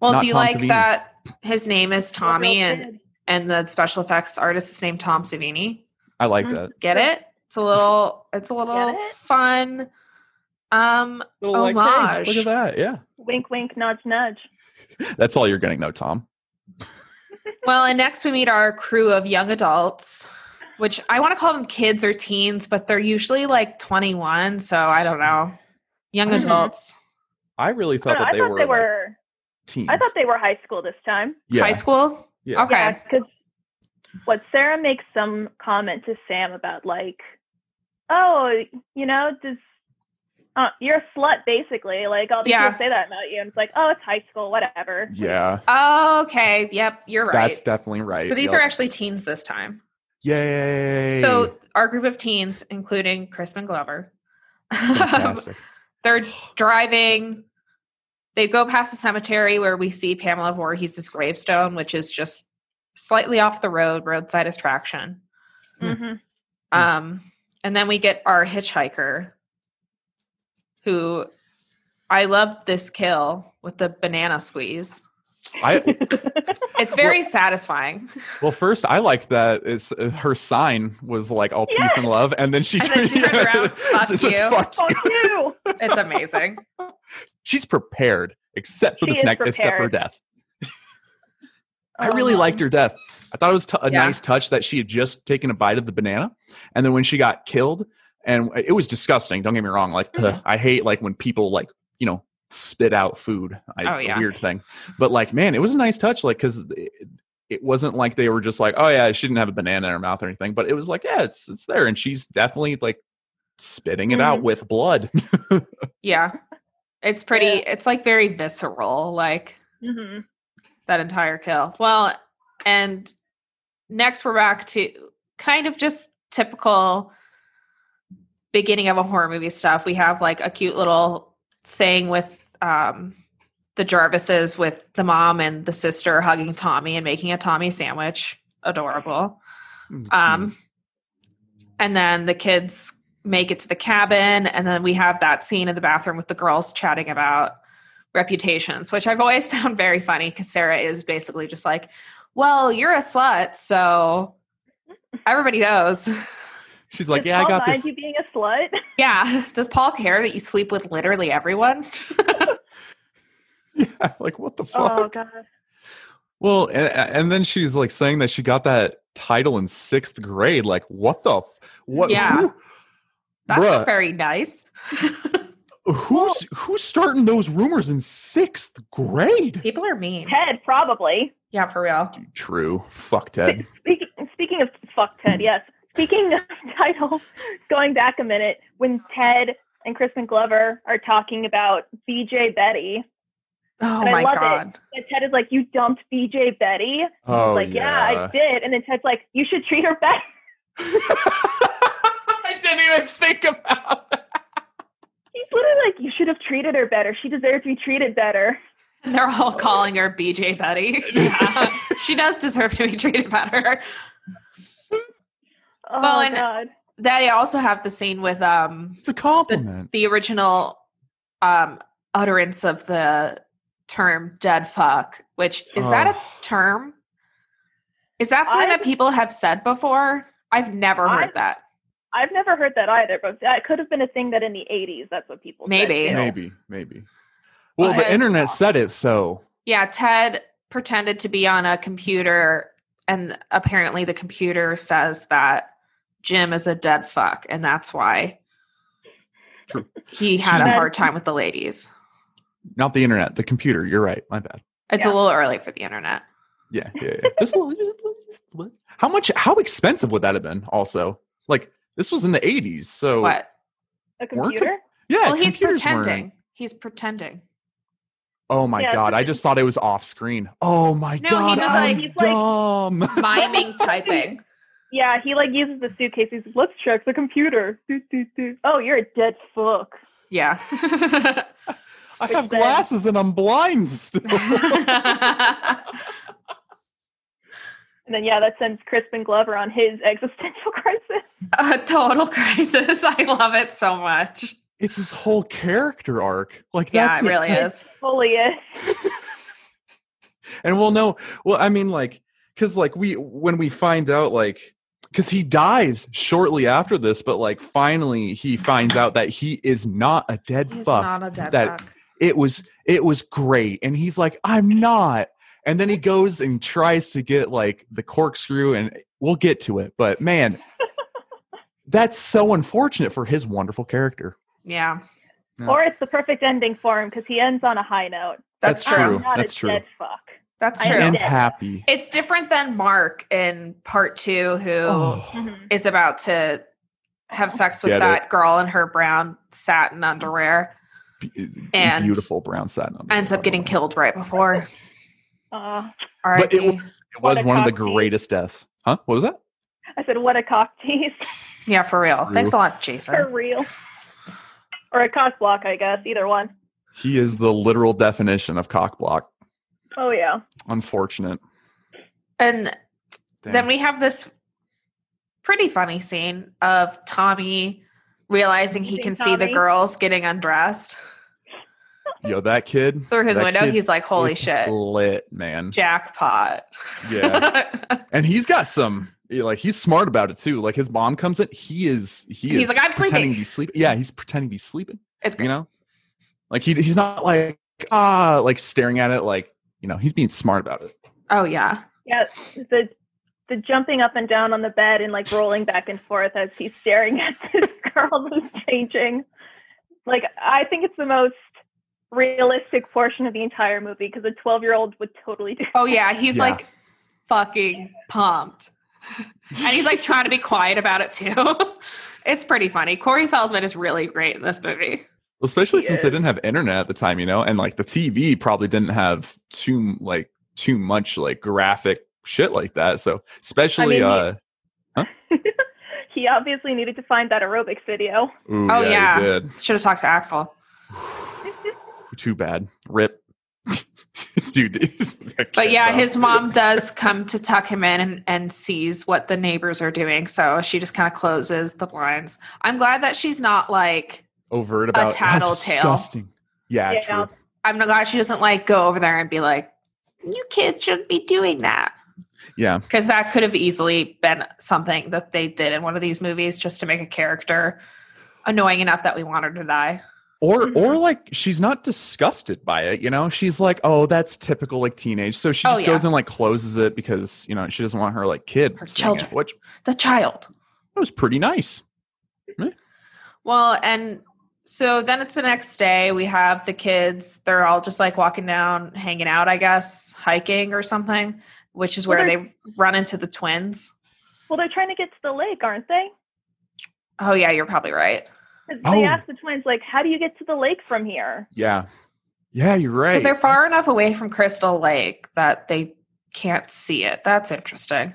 Well,
Not
do you
Tom
like
Savini.
that his name is Tommy
Real
and
good.
and the special effects artist is named Tom Savini?
I like
Mm-hmm.
Mhm.
that.
Get it? It's a little it's a little
Get it?
fun. Um
Little like, hey,
Homage.
look at that. Yeah,
wink, wink, nudge, nudge.
that's all you're getting though, Tom.
well, and next we meet our crew of young adults, which I want to call them kids or teens, but they're usually like 21, so I don't know. Young
Mhm.
adults,
I
Oh,
really
I,
thought
don't know,
that
I
they,
thought
were,
they
like,
were.
teens.
I thought they were high school this time.
yeah,
high school.
Yeah.
Okay.
Yeah, because what Sarah makes some comment to Sam about like, oh, you know, does uh, you're a slut basically? Like all these
Yeah.
people say that about you, and it's like, oh, it's high school, whatever.
yeah,
Oh, okay. Yep, you're right.
that's definitely right.
So these
Yep.
are actually teens this time.
yay.
So our group of teens, including Crispin Glover, um,
Fantastic.
they're driving. They go past the cemetery where we see Pamela Voorhees' gravestone, which is just slightly off the road, roadside attraction.
hmm
Um, and then we get our hitchhiker, who I love this kill with the banana squeeze.
I
It's very satisfying.
well, first I liked that it's, uh, her sign was like all peace and love, and then she
And then she turns around, "Fuck
It says,
you."
"Fuck
Fuck
you."
you.
It's amazing.
She's prepared, except for
She
the
is
snack, except for
prepared.
death. I really liked her death. I thought it was t- a
Um, Yeah.
nice touch that she had just taken a bite of the banana, and then when she got killed, and it was disgusting. Don't get me wrong. Like
Mm-hmm.
ugh, I hate like when people like you know spit out food. It's
Oh, yeah.
a weird thing, but like man, it was a nice touch. Like because it, it wasn't like they were just like oh yeah, she didn't have a banana in her mouth or anything, but it was like yeah, it's it's there, and she's definitely like spitting it out
Mm-hmm.
Mhm.
with blood.
Yeah. It's pretty, it's like very visceral, like
hmm
that entire kill. Well, and next we're back to kind of just typical beginning of a horror movie stuff. We have like a cute little thing with um the Jarvises with the mom and the sister hugging Tommy and making a Tommy sandwich. Adorable.
Hmm.
Um, and then the kids make it to the cabin, and then we have that scene in the bathroom with the girls chatting about reputations, which I've always found very funny because Sarah is basically just like, "Well, you're a slut, so everybody knows."
she's like yeah, I got this.
you being a slut.
yeah, does Paul care that you sleep with literally everyone?
yeah, like what the fuck.
oh god.
Well, and, and then she's like saying that she got that title in sixth grade. Like, what the? f- What?
Yeah.
Who,
That's
Bruh.
not very nice.
who's who's starting those rumors in sixth grade?
People are mean.
Ted probably.
Yeah, for real.
True. Fuck Ted.
Speaking, speaking of fuck Ted, yes. Speaking of titles, going back a minute, when Ted and Crispin Glover are talking about BJ Betty,
Oh
And I
my
love it.
god.
and Ted is like, "You dumped BJ Betty." And he's
Oh,
like, yeah.
yeah.
I did. And then Ted's like, "You should treat her better."
I didn't even think about. That.
He's literally like, "You should have treated her better. She deserves to be treated better."
And they're all calling her BJ Betty. Yeah. she does deserve to be treated better.
Oh
Well, and-
God.
They also have the scene with um
It's a compliment.
the original um utterance of the term dead fuck, which is that
Oh.
a term? Is that something that
I've-
people have said before? I've never heard
I've-
that.
I've never heard that either, but that could have been a thing that in the '80s, that's what people said,
Maybe.
too.
Maybe, maybe. Well, the
Because-
internet said it, so
Yeah, Ted pretended to be on a computer and apparently the computer says that Jim is a dead fuck and that's why
True.
he had a
She's-
hard time with the ladies.
not the internet, the computer. You're right. My bad.
It's a
Yeah.
little early for the internet.
Yeah, yeah. yeah. Just a little, just a little- just a little. How much? How expensive would that have been? Also, like this was in the '80s, so
What?
A
We're
computer.
yeah.
well, he's
computers weren't-
pretending. He's pretending.
Oh my
Yeah,
god! I
pretend-
just thought it was off screen. Oh my
No, he
god!
was
I'm
like- he's
like-
dumb.
Miming typing.
Yeah, he like uses the suitcase. He's like, let's check the computer. Doot, doot, doot. Oh, you're a dead fuck.
Yeah.
I have
then-
glasses and I'm blind still.
And then yeah, that sends Crispin Glover on his existential crisis.
A total crisis. I love it so much.
It's his whole character arc. Like
Yeah,
that's
it really
is.
is.
Holy is.
and we'll know well i mean like because like we when we find out like because he dies shortly after this but like finally he finds out that he is not a dead
He's
fuck
not a dead
that-
fuck.
it was it was great and he's like i'm not and then he goes and tries to get like the corkscrew and we'll get to it but man that's so unfortunate for his wonderful character
Yeah,
Yeah.
Or it's the perfect ending for him because he ends on a high note.
that's,
That's
true.
I'm not
That's
a
true.
dead fuck.
That's
I
true.
he ends
Yeah.
happy
It's different than Mark in part two, who is
oh,
Mhm.
about to have sex with
Get
that girl in her brown satin underwear,
be-
And-
beautiful brown satin on the
ends up
bottom.
getting killed right before.
Aw.
But it
R.I.P.
It
What
was
a
one of the
cocky-
greatest deaths. Huh? What was that?
I said, what a cock tease.
Yeah, for real.
True.
Thanks a lot,
For
Jason.
real. Or a cock block, I guess. Either one.
He is the literal definition of cock block.
Oh, yeah.
Unfortunate.
And
Damn.
Then we have this pretty funny scene of Tommy realizing he
Seeing
can see the
Tommy.
girls getting undressed
Yo, that kid.
through his
that
window.
kid
He's like, holy
is
shit,
Lit, man.
jackpot.
Yeah. And he's got some eh, like he's smart about it too. Like his mom comes in, he is he
He's
is
like, "I'm
pretending
sleeping."
to be sleeping. Yeah, he's pretending to be sleeping,
it's
you
great.
know? Like he he's not like ah like staring at it like you know, he's being smart about it.
Oh, yeah.
Yeah. The the jumping up and down on the bed and like rolling back and forth as he's staring at this girl who's changing. Like I think it's the most realistic portion of the entire movie because a twelve year old would totally do
Oh, yeah. He's
Yeah.
like fucking pumped. And he's like trying to be quiet about it too. it's pretty funny. Corey Feldman is really great in this movie.
Especially
He
since they didn't have internet at the time, you know, and like the TV probably didn't have too like too much like graphic shit like that. So especially
mean,
uh
he obviously needed to find that aerobics video.
ooh,
Oh,
yeah, he did.
Should have talked to Axel.
too bad. Rip. Dude. that
But
kid,
yeah,
though.
his mom does come to tuck him in and, and sees what the neighbors are doing. So she just kind of closes the blinds. I'm glad that she's not like,
overt about "How
tattletale.
disgusting. Yeah,
Yeah.
true.
I'm glad she doesn't like go over there and be like, you kids shouldn't be doing that.
Yeah.
Because that could have easily been something that they did in one of these movies just to make a character annoying enough that we want her to die.
Or
Mm-hmm.
or like she's not disgusted by it, you know? She's like, "Oh, that's typical like teenage." So she
Oh,
just
yeah.
goes and like closes it because, you know, she doesn't want her like kid
Her
seeing it,
children.
which
The child.
that was pretty nice.
Well, and so then it's the next day. We have the kids. They're all just like walking down, hanging out, I guess, hiking or something, which is where
Well,
they run into the twins.
Well, they're trying to get to the lake, aren't they?
Oh, yeah, you're probably right.
'Cause
Oh.
They asked the twins, like, how do you get to the lake from here?
Yeah. Yeah, you're right.
So they're far
That's-
enough away from Crystal Lake that they can't see it. That's interesting.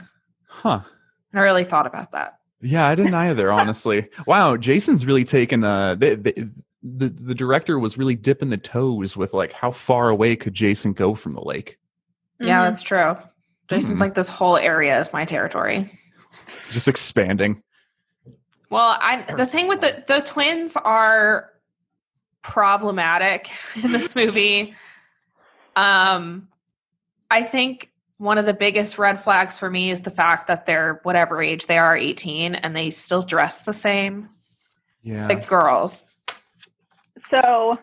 Huh.
I never really thought about that.
Yeah, I didn't either, honestly. Wow, Jason's really taken uh the, the the the director was really dipping the toes with like how far away could Jason go from the lake?
Yeah,
Mhm.
that's true. Jason's
Hmm.
like, this whole area is my territory.
Just expanding.
Well, I the thing with the the twins are problematic in this movie. Um I think one of the biggest red flags for me is the fact that they're whatever age they are 18 and they still dress the same.
Yeah.
Like girls.
Mm-hmm. So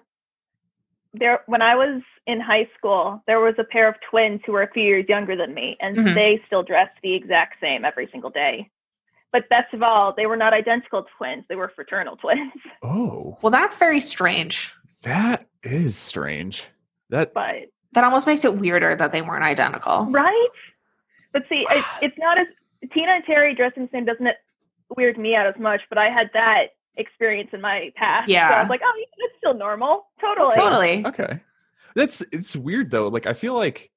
there when I was in high school, there was a pair of twins who were a few years younger than me and
Mhm.
they still dressed the exact same every single day. But best of all, they were not identical twins, they were fraternal twins.
oh,
Well, that's very strange.
that is strange. That
But
That almost makes it weirder that they weren't identical.
right? But see, it, it's not as Tina and Terry dressing the same doesn't it weird me out as much, but I had that experience in my past. So
Yeah.
I was like, oh, yeah, that's still normal. Totally.
Totally.
okay. That's it's weird though. Like I feel like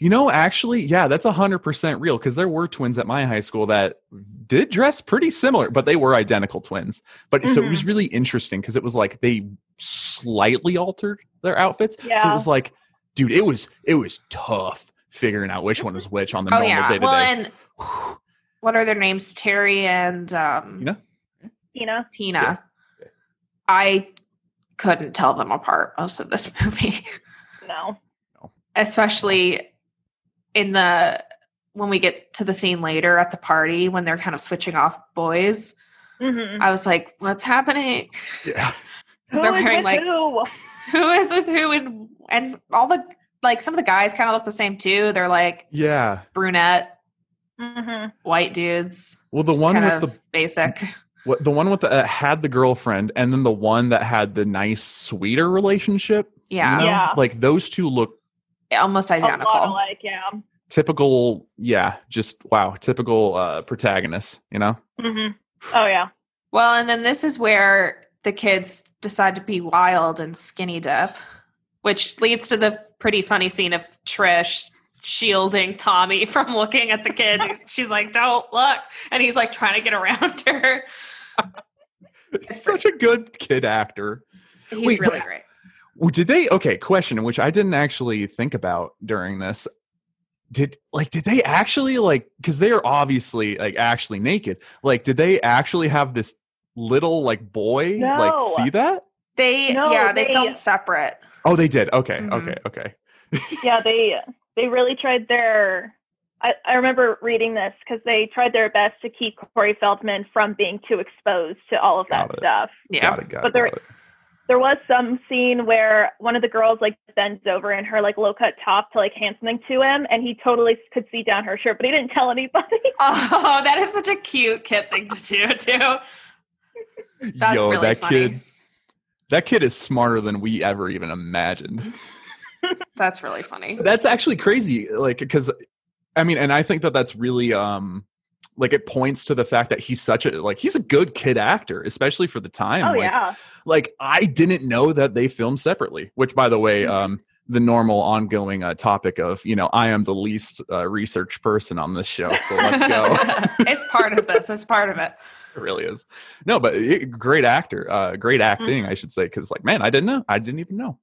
you know, actually, yeah, that's hundred percent real because there were twins at my high school that did dress pretty similar, but they were identical twins. But so it
Mm-hmm.
was really interesting because it was like they slightly altered their outfits. So
Yeah.
it was like, dude, it was it was tough figuring out which one is which on the
Oh
normal
yeah.
day to
Well,
day.
and what are their names? Terry and um,
Tina?
You know,
Tina.
Yeah.
I couldn't tell them apart most of this movie,
no.
especially in the when we get to the scene later at the party when they're kind of switching off boys.
Mm-hmm.
I was like, "What's happening?"
Yeah.
Because they're wearing like who is with who and and all the like some of the guys kind of look the same too. They're like
Yeah.
brunette,
hmm
white dudes.
Well, the
just
one
kind
with
of
the
basic.
what, the one with the uh, had the girlfriend, and then the one that had the nice, sweeter relationship. you
Yeah.
know?
Yeah.
Like those two look
Almost
A lot
identical.
alike, yeah.
typical. Yeah. Just wow. Typical uh, protagonists. You know.
hmm Oh yeah.
Well, and then this is where the kids decide to be wild and skinny dip, which leads to the pretty funny scene of Trish shielding Tommy from looking at the kids. He's- She's like, "Don't look," and he's like trying to get around her.
Such a good kid actor.
He's
Wait,
really
but-
great.
Well, did they? Okay, question which I didn't actually think about during this. Did like did they actually like because they are obviously like actually naked? Like, did they actually have this little like boy
No.
like see that?
They
No,
yeah, they,
they-
filmed separate.
Oh, they did. Okay,
Mm-hmm.
Mhm.
okay, okay.
yeah they they really tried their i, I remember reading this because they tried their best to keep corey feldman from being too exposed to all of that
Got it.
stuff
Yeah,
Got it, got
But
it,
they're-
got it.
there was some scene where one of the girls like bends over in her like low cut top to like hand something to him and he totally could see down her shirt but he didn't tell anybody
Oh, that is such a cute kid thing to do too. That's
Yo,
really
that
funny.
kid. That kid is smarter than we ever even imagined.
That's really funny.
that's actually crazy like because i mean and i think that that's really um like it points to the fact that he's such a like he's a good kid actor especially for the time
oh
like,
yeah
like i didn't know that they filmed separately which by the way
Mm-hmm.
um the normal ongoing uh, topic of you know i am the least uh, research person on this show so let's go
it's part of this. It's part of it.
it really is no but it, great actor uh great
Mm-hmm.
acting i should say because like man i didn't know i didn't even know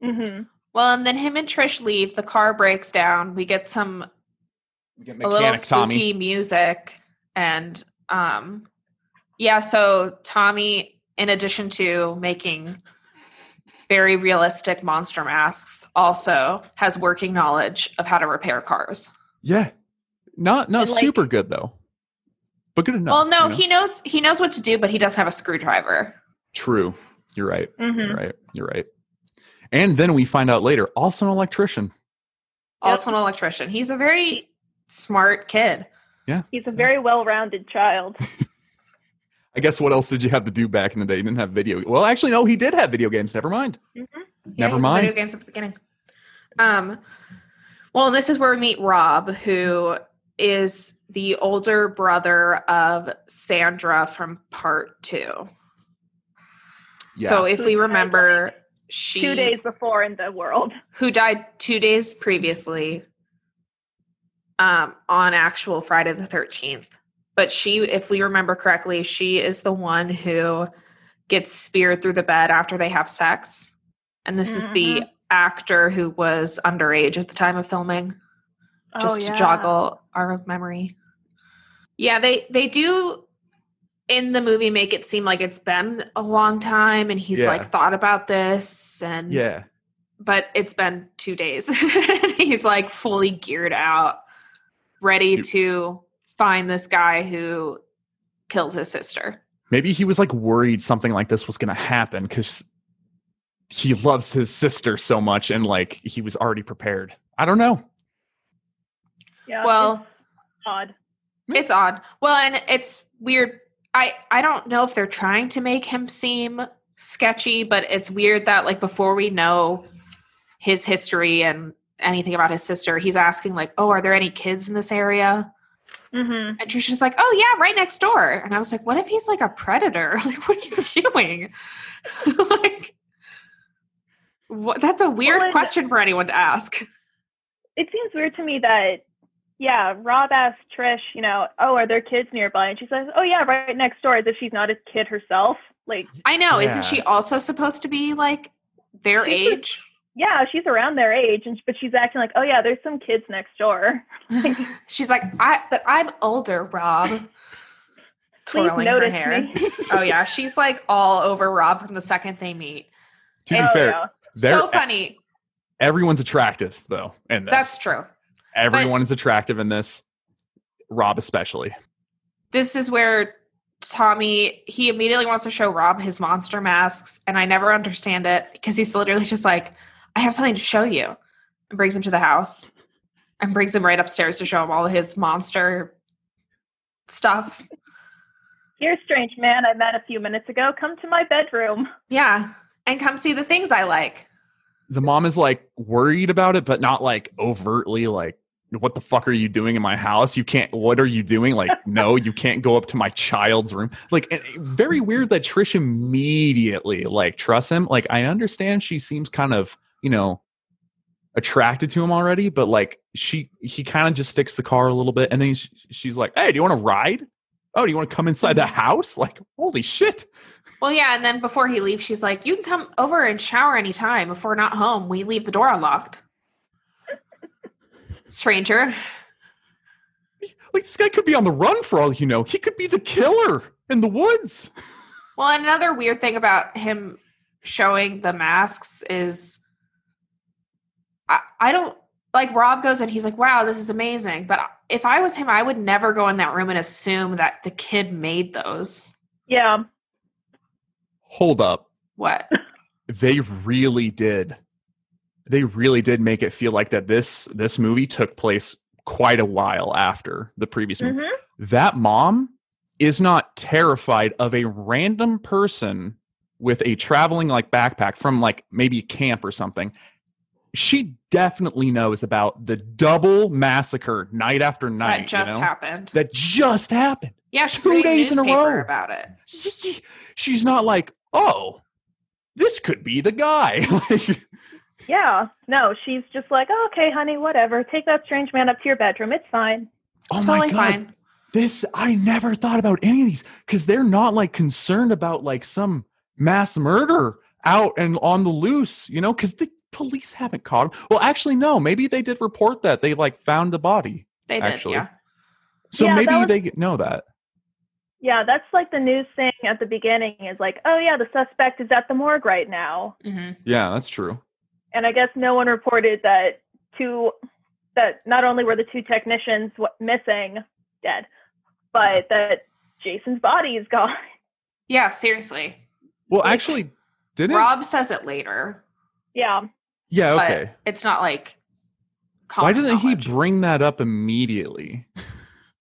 hmm
Well, and then him and Trish leave. The car breaks down. We get some
we get
a little
mechanic
spooky
tommy
music, and um, yeah. So Tommy, in addition to making very realistic monster masks, also has working knowledge of how to repair cars.
Yeah. Not not
And, like-
super good though. But good enough.
well, no,
you know?
he knows he knows what to do, but he doesn't have a screwdriver.
True. You're right.
hmm
You're right. You're right. And then we find out later, also an electrician.
Yep.
Also, an electrician. He's a very smart kid.
he's a very well-rounded child
I guess what else did you have to do back in the day? You didn't have video. Well, actually, no, he did have video games. Never mind.
Yeah,
Never
he was
mind.
Video games at the beginning. Um, well, this is where we meet Rob, who is the older brother of Sandra from part two. So, if we remember, she
two days before in the world
who died two days previously, um, on actual Friday the thirteenth. But she, if we remember correctly, she is the one who gets speared through the bed after they have sex, and this is
Mm-hmm.
the actor who was underage at the time of filming just
Oh,
to
yeah.
joggle our memory. Yeah, they they do in the movie make it seem like it's been a long time and he's
Yeah.
like thought about this and
yeah.
but it's been 2 days. he's like fully geared out ready
You-
to find this guy who killed his sister.
Maybe he was like worried something like this was gonna happen because he loves his sister so much and like he was already prepared. I don't know.
yeah,
well,
it's odd
Yeah.
It's odd. Well, and it's weird. I I don't know if they're trying to make him seem sketchy, but it's weird that like before we know his history and anything about his sister, he's asking like, "Oh, are there any kids in this area?"
hmm
And Trisha's like, "Oh yeah, right next door." And I was like, "What if he's like a predator? Like, what are you doing?" like, what, that's a weird
Well, and-
question for anyone to ask.
it seems weird to me that yeah rob asked trish you know oh are there kids nearby and she says oh yeah right next door as if she's not a kid herself like
I know. Isn't
Yeah.
she also supposed to be like their
She's a-
age?
yeah, she's around their age, and but she's acting like, oh yeah, there's some kids next door.
She's like, I but I'm older, Rob.
Please
Twirling her
notice
hair.
me.
Oh yeah, she's like all over Rob from the second they meet.
To be
It's-
Oh,
fair,
yeah.
they're-
so funny.
everyone's attractive though in this.
That's true.
Everyone is attractive in this. Rob especially.
This is where Tommy he immediately wants to show Rob his monster masks, and I never understand it because he's literally just like, I have something to show you, and brings him to the house, and brings him right upstairs to show him all his monster stuff.
You're a strange man I met a few minutes ago. Come to my bedroom.
Yeah. And come see the things I like.
The mom is like worried about it, but not like overtly like, what the fuck are you doing in my house? You can't. What are you doing? Like, no, you can't go up to my child's room. Like, and it- very weird that Trish immediately like trusts him. Like, I understand she seems kind of you know attracted to him already, but like she he kind of just fixed the car a little bit, and then she, she's like, hey, do you want to ride? Oh, do you want to come inside the house? Like, holy shit.
Well, yeah. And then before he leaves, she's like, You can come over and shower anytime. If we're not home, we leave the door unlocked. Stranger.
Like this guy could be on the run for all you know. He could be the killer in the woods.
Well, and another weird thing about him showing the masks is I, I don't like Rob goes and he's like, wow, this is amazing. But if I was him, I would never go in that room and assume that the kid made those.
Yeah,
Hold up.
What?
They really did. They really did make it feel like that this this movie took place quite a while after the previous movie.
Mhm.
Mm-hmm.
That mom is not terrified of a random person with a traveling like backpack from like maybe camp or something. She definitely knows about the double massacre night after night.
that
you
just
know?
happened.
That just happened.
yeah, she's
two
reading
days in a
newspaper
row.
about it.
she's not like, oh, this could be the guy. like,
yeah. No, she's just like, oh, okay, honey, whatever. Take that strange man up to your bedroom. It's fine.
oh my
Totally
god,
fine.
this I never thought about any of these because they're not like concerned about like some mass murder out and on the loose, you know, because the police haven't caught him. Well, actually, no, maybe they did report that they like found the body.
They did,
actually.
yeah.
So
Yeah, that
maybe
was-
they know that.
Yeah, that's like the news thing at the beginning is like, oh yeah, the suspect is at the morgue right now.
hmm
Yeah, that's true.
And I guess no one reported that two that not only were the two technicians w- missing dead, but that Jason's body is gone.
Yeah, seriously.
Well, actually, didn't
Rob says it later.
yeah.
yeah.
but
Okay,
It's not like.
why
common
doesn't
knowledge.
he bring that up immediately?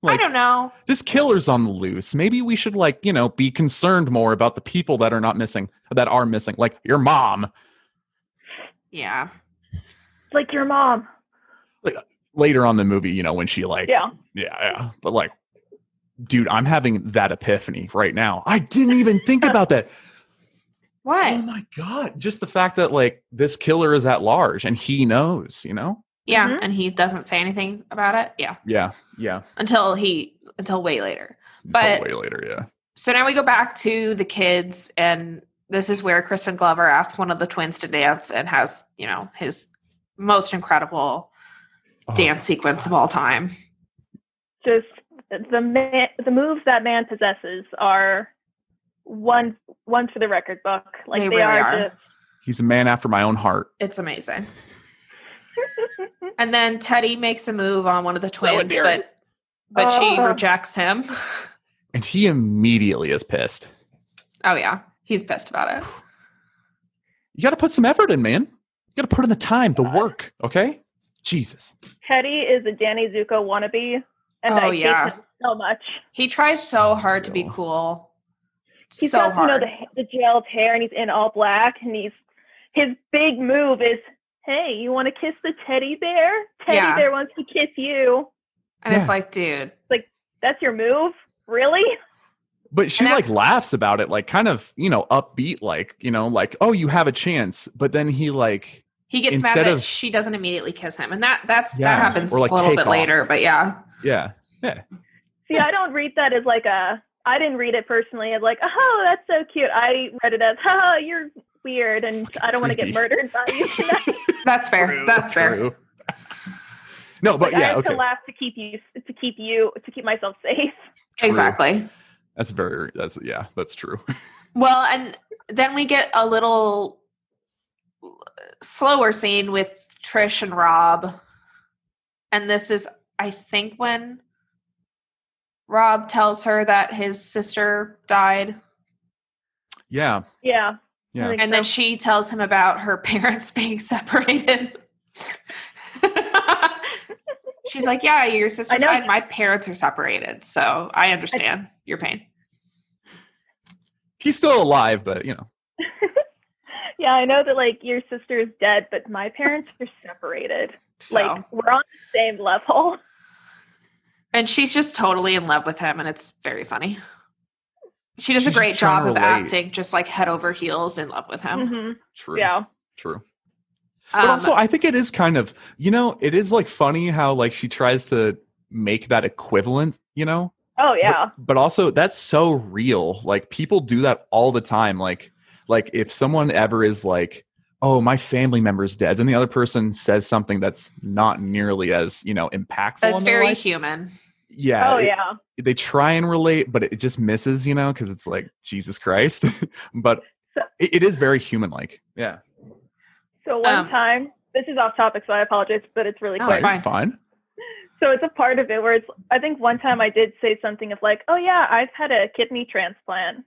I don't know.
this killer's on the loose. Maybe we should like, you know, be concerned more about the people that are not missing, that are missing, like your mom.
Yeah.
It's like your mom.
Later on in the movie, you know, when she like
Yeah.
yeah, yeah. But like dude, I'm having that epiphany right now. I didn't even think about that. Oh
What?
my god, just the fact that like this killer is at large and he knows, you know?
Yeah,
Mhm.
and he doesn't say anything about it. Yeah,
Yeah. Yeah.
until he until way later. But-
way later, yeah.
So now we go back to the kids, and this is where Crispin Glover asks one of the twins to dance and has you know his most incredible
Oh,
dance sequence of all time.
just the man, the moves that man possesses are one one for the record book. Like
They
they,
really
are,
are.
just
He's a man after my own heart.
It's amazing. and then Teddy makes a move on one of the twins,
endearing.
but but she
Oh.
rejects him.
And he immediately is pissed.
Oh yeah, he's pissed about it.
You got to put some effort in, man. You got to put in the time, the work. Okay. Jesus.
Teddy is a Danny Zuko wannabe, and
Oh,
I
yeah.
hate him so much.
He tries so hard to be cool.
He's
so
got you
hard.
know the the gelled hair, and he's in all black, and he's his big move is, "Hey, you want to kiss the teddy bear? Teddy
Yeah.
bear wants to kiss you.
and
Yeah.
it's like, dude,
That's your move, really?
But she
And
like
that's-
laughs about it, like kind of, you know, upbeat, like, you know, like, oh, you have a chance. But then he like,
he gets
Instead
mad that
of-
she doesn't immediately kiss him, and that that's
Yeah,
that happens
or, like,
a little
take
bit
off.
later. But yeah,
yeah.
See, I don't read that as like a. I didn't read it personally as like, oh, that's so cute. I read it as, oh, you're weird, and I don't want to get
creepy.
murdered by you tonight.
That's fair. That's fair.
True. no, but
Like, I
yeah,
have
okay.
to laugh to keep you to keep you to keep myself safe.
True.
Exactly.
That's very. That's yeah. That's true.
Well, and then we get a little slower scene with Trish and Rob. And this is, I think, when Rob tells her that his sister died.
Yeah.
Yeah.
Yeah.
I think
And then
so.
she tells him about her parents being separated. She's like, Yeah, your sister
I know.
died. My parents are separated. So I understand your pain.
He's still alive, but you know.
yeah, I know that like your sister is dead, but my parents are separated.
So.
Like we're on the same level.
And she's just totally in love with him, and it's very funny. She does
She's
a great
just trying
job
to
of
relate.
acting, just like head over heels in love with him.
Mhm.
True.
Yeah.
True.
Um,
But also, I think it is kind of you know it is like funny how like she tries to make that equivalent. You know,
Oh yeah.
but also that's so real like people do that all the time like like if someone ever is like oh my family member's dead then the other person says something that's not nearly as you know impactful
that's
on their
very
life.
human.
yeah
oh
it-
yeah.
they try and relate but it just misses you know because it's like jesus christ but
So-
it, it is very human like yeah
So one
Um,
time, this is off topic, so I apologize, but it's really
No,
quick.
Oh, it's fine.
So it's a part of it where it's, I think one time I did say something of like, oh yeah, I've had a kidney transplant.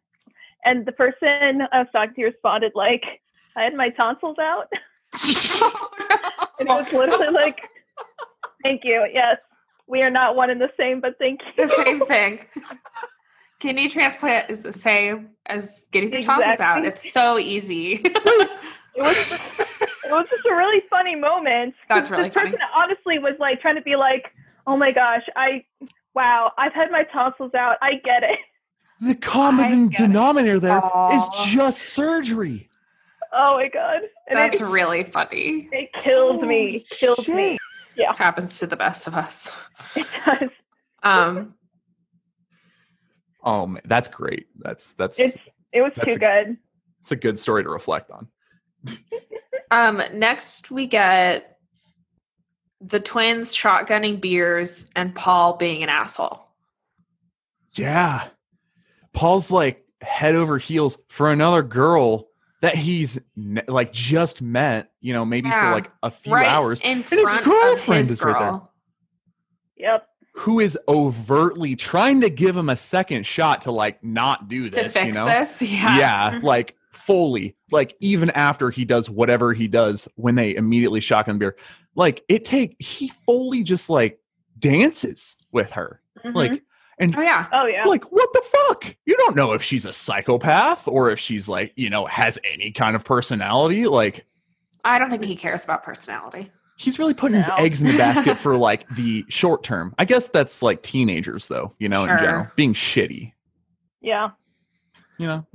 And the person I was talking to responded like, I had my tonsils out. And it was literally like, thank you. Yes, we are not one and the same, but thank you.
the same thing. Kidney transplant is the same as getting your tonsils out.
Exactly.
It's so easy.
It was, it was just a really funny moment.
That's really
this person honestly was like trying to be like, oh my gosh, I, wow, I've had my tonsils out. I get it.
the
I
common
get it.
denominator there is
Aw.
just surgery
Oh my God. And
That's
it,
really funny.
It killed me.
Holy
Killed me.
shit.
Happens to the best of us.
It does.
Um,
oh man, that's great that's that's
It's it was
That's
too good.
it's a good story to reflect on
Um, next we get the twins shotgunning beers and Paul being an asshole.
Yeah. Paul's like head over heels for another girl that he's ne- like just met, you know, maybe
Yeah.
for like a few
right
hours,
in
his
front of
girlfriend
his
is
girl.
right there.
Yep.
who is overtly trying to give him a second shot to like not do
To
this,
fix
you know?
this, yeah. Mm-hmm.
Yeah,
Mhm.
like fully, like even after he does whatever he does when they immediately shotgun the beer, like it take he fully just like dances with her.
Mhm.
Like and
Oh yeah,
oh yeah.
Like, what the fuck? You don't know if she's a psychopath or if she's like, you know, has any kind of personality. Like,
I don't think he cares about personality.
he's really putting his
No.
eggs in the basket for like the short term. I guess that's like teenagers, though, you know,
Sure.
in general, being shitty,
yeah.
you know?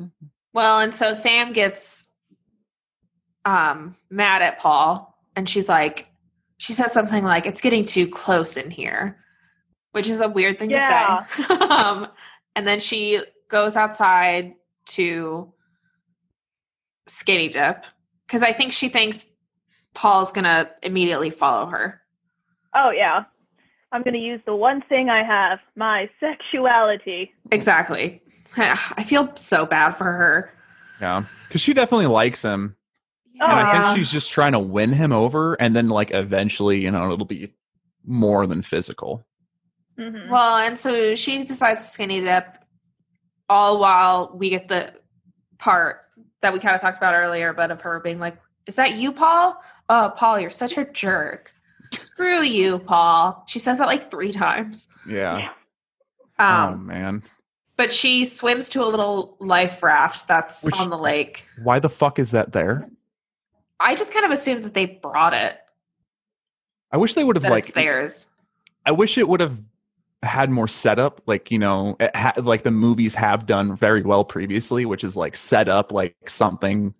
Well, and so Sam gets um mad at Paul and she's like she says something like it's getting too close in here, which is a weird thing
Yeah.
to say. um and then she goes outside to skinny dip cuz I think she thinks Paul's going to immediately follow her.
Oh yeah. I'm gonna use the one thing I have, my sexuality.
Exactly. I feel so bad for her.
Yeah. Cause she definitely likes him. And I
Yeah.
think she's just trying to win him over. And then, like, eventually, you know, it'll be more than physical. Mm-hmm.
Mhm.
Well, and so she decides to skinny dip, all while we get the part that we kind of talked about earlier, but of her being like, "Is that you, Paul? Oh, Paul, you're such a jerk. Screw you, Paul." She says that like three times.
Yeah. oh,
Um,
man.
but she swims to a little life raft that's
Which-
on the lake.
Why the fuck is that there?
I just kind of assumed that they brought it,
I wish they would have,
that
like,
it's theirs.
I wish it would have had more setup, like you know, it ha- like the movies have done very well previously, which is like set up like something,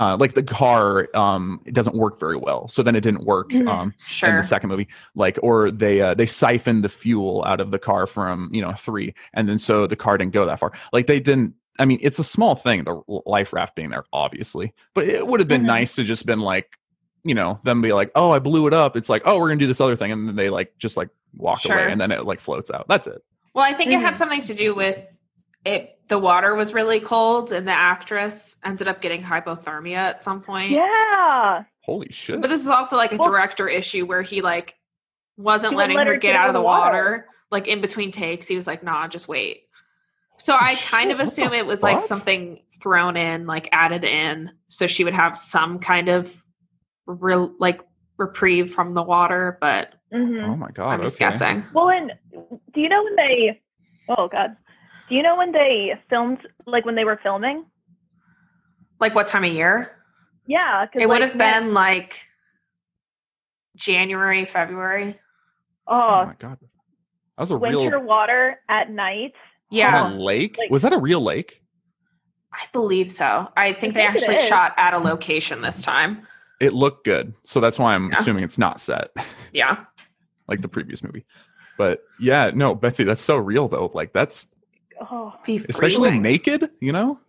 uh, like the car um, it doesn't work very well, so then it didn't work
Mhm.
um, in
Sure.
the second movie, like or they uh, they siphoned the fuel out of the car from you know three, and then so the car didn't go that far, like they didn't I mean, it's a small thing, the life raft being there, obviously, but it would have been
Mm-hmm.
Mhm.
nice to just been like, you know, them be like, oh, I blew it up. It's like, oh, we're gonna do this other thing, and then they like just like walk
Sure.
away, and then it like floats out. That's it.
Well, I think it
Mhm.
had something to do with it. The water was really cold, and the actress ended up getting hypothermia at some point.
Yeah.
Holy shit!
But this is also like a
Well-
director issue where he like wasn't
He would
letting
let
her,
her
get out of the water.
water.
Like in between takes, he was like, "Nah, just wait." So I kind
Shit,
of
what the
assume it was like
fuck?
something thrown in, like added in, so she would have some kind of real like reprieve from the water. But
hmm
oh my god!
I'm just
okay.
guessing.
Well, and do you know when they? Oh God. Do you know when they filmed? Like when they were filming?
Like what time of year?
Yeah. 'cause,
It would
like,
have been like January, February.
Oh
Oh,
my god! That was Oh, a
winter
real
water at night.
Yeah,
on a lake.
Like-
was that a real lake?
I believe so. I think they
think it
actually
is.
shot at a location this time.
It looked good, so that's why I'm
Yeah.
assuming it's not set
Yeah.
like the previous movie. But yeah, no, Betsy, that's so real though. Like that's
Oh.
Be
especially
freezing.
naked. You know,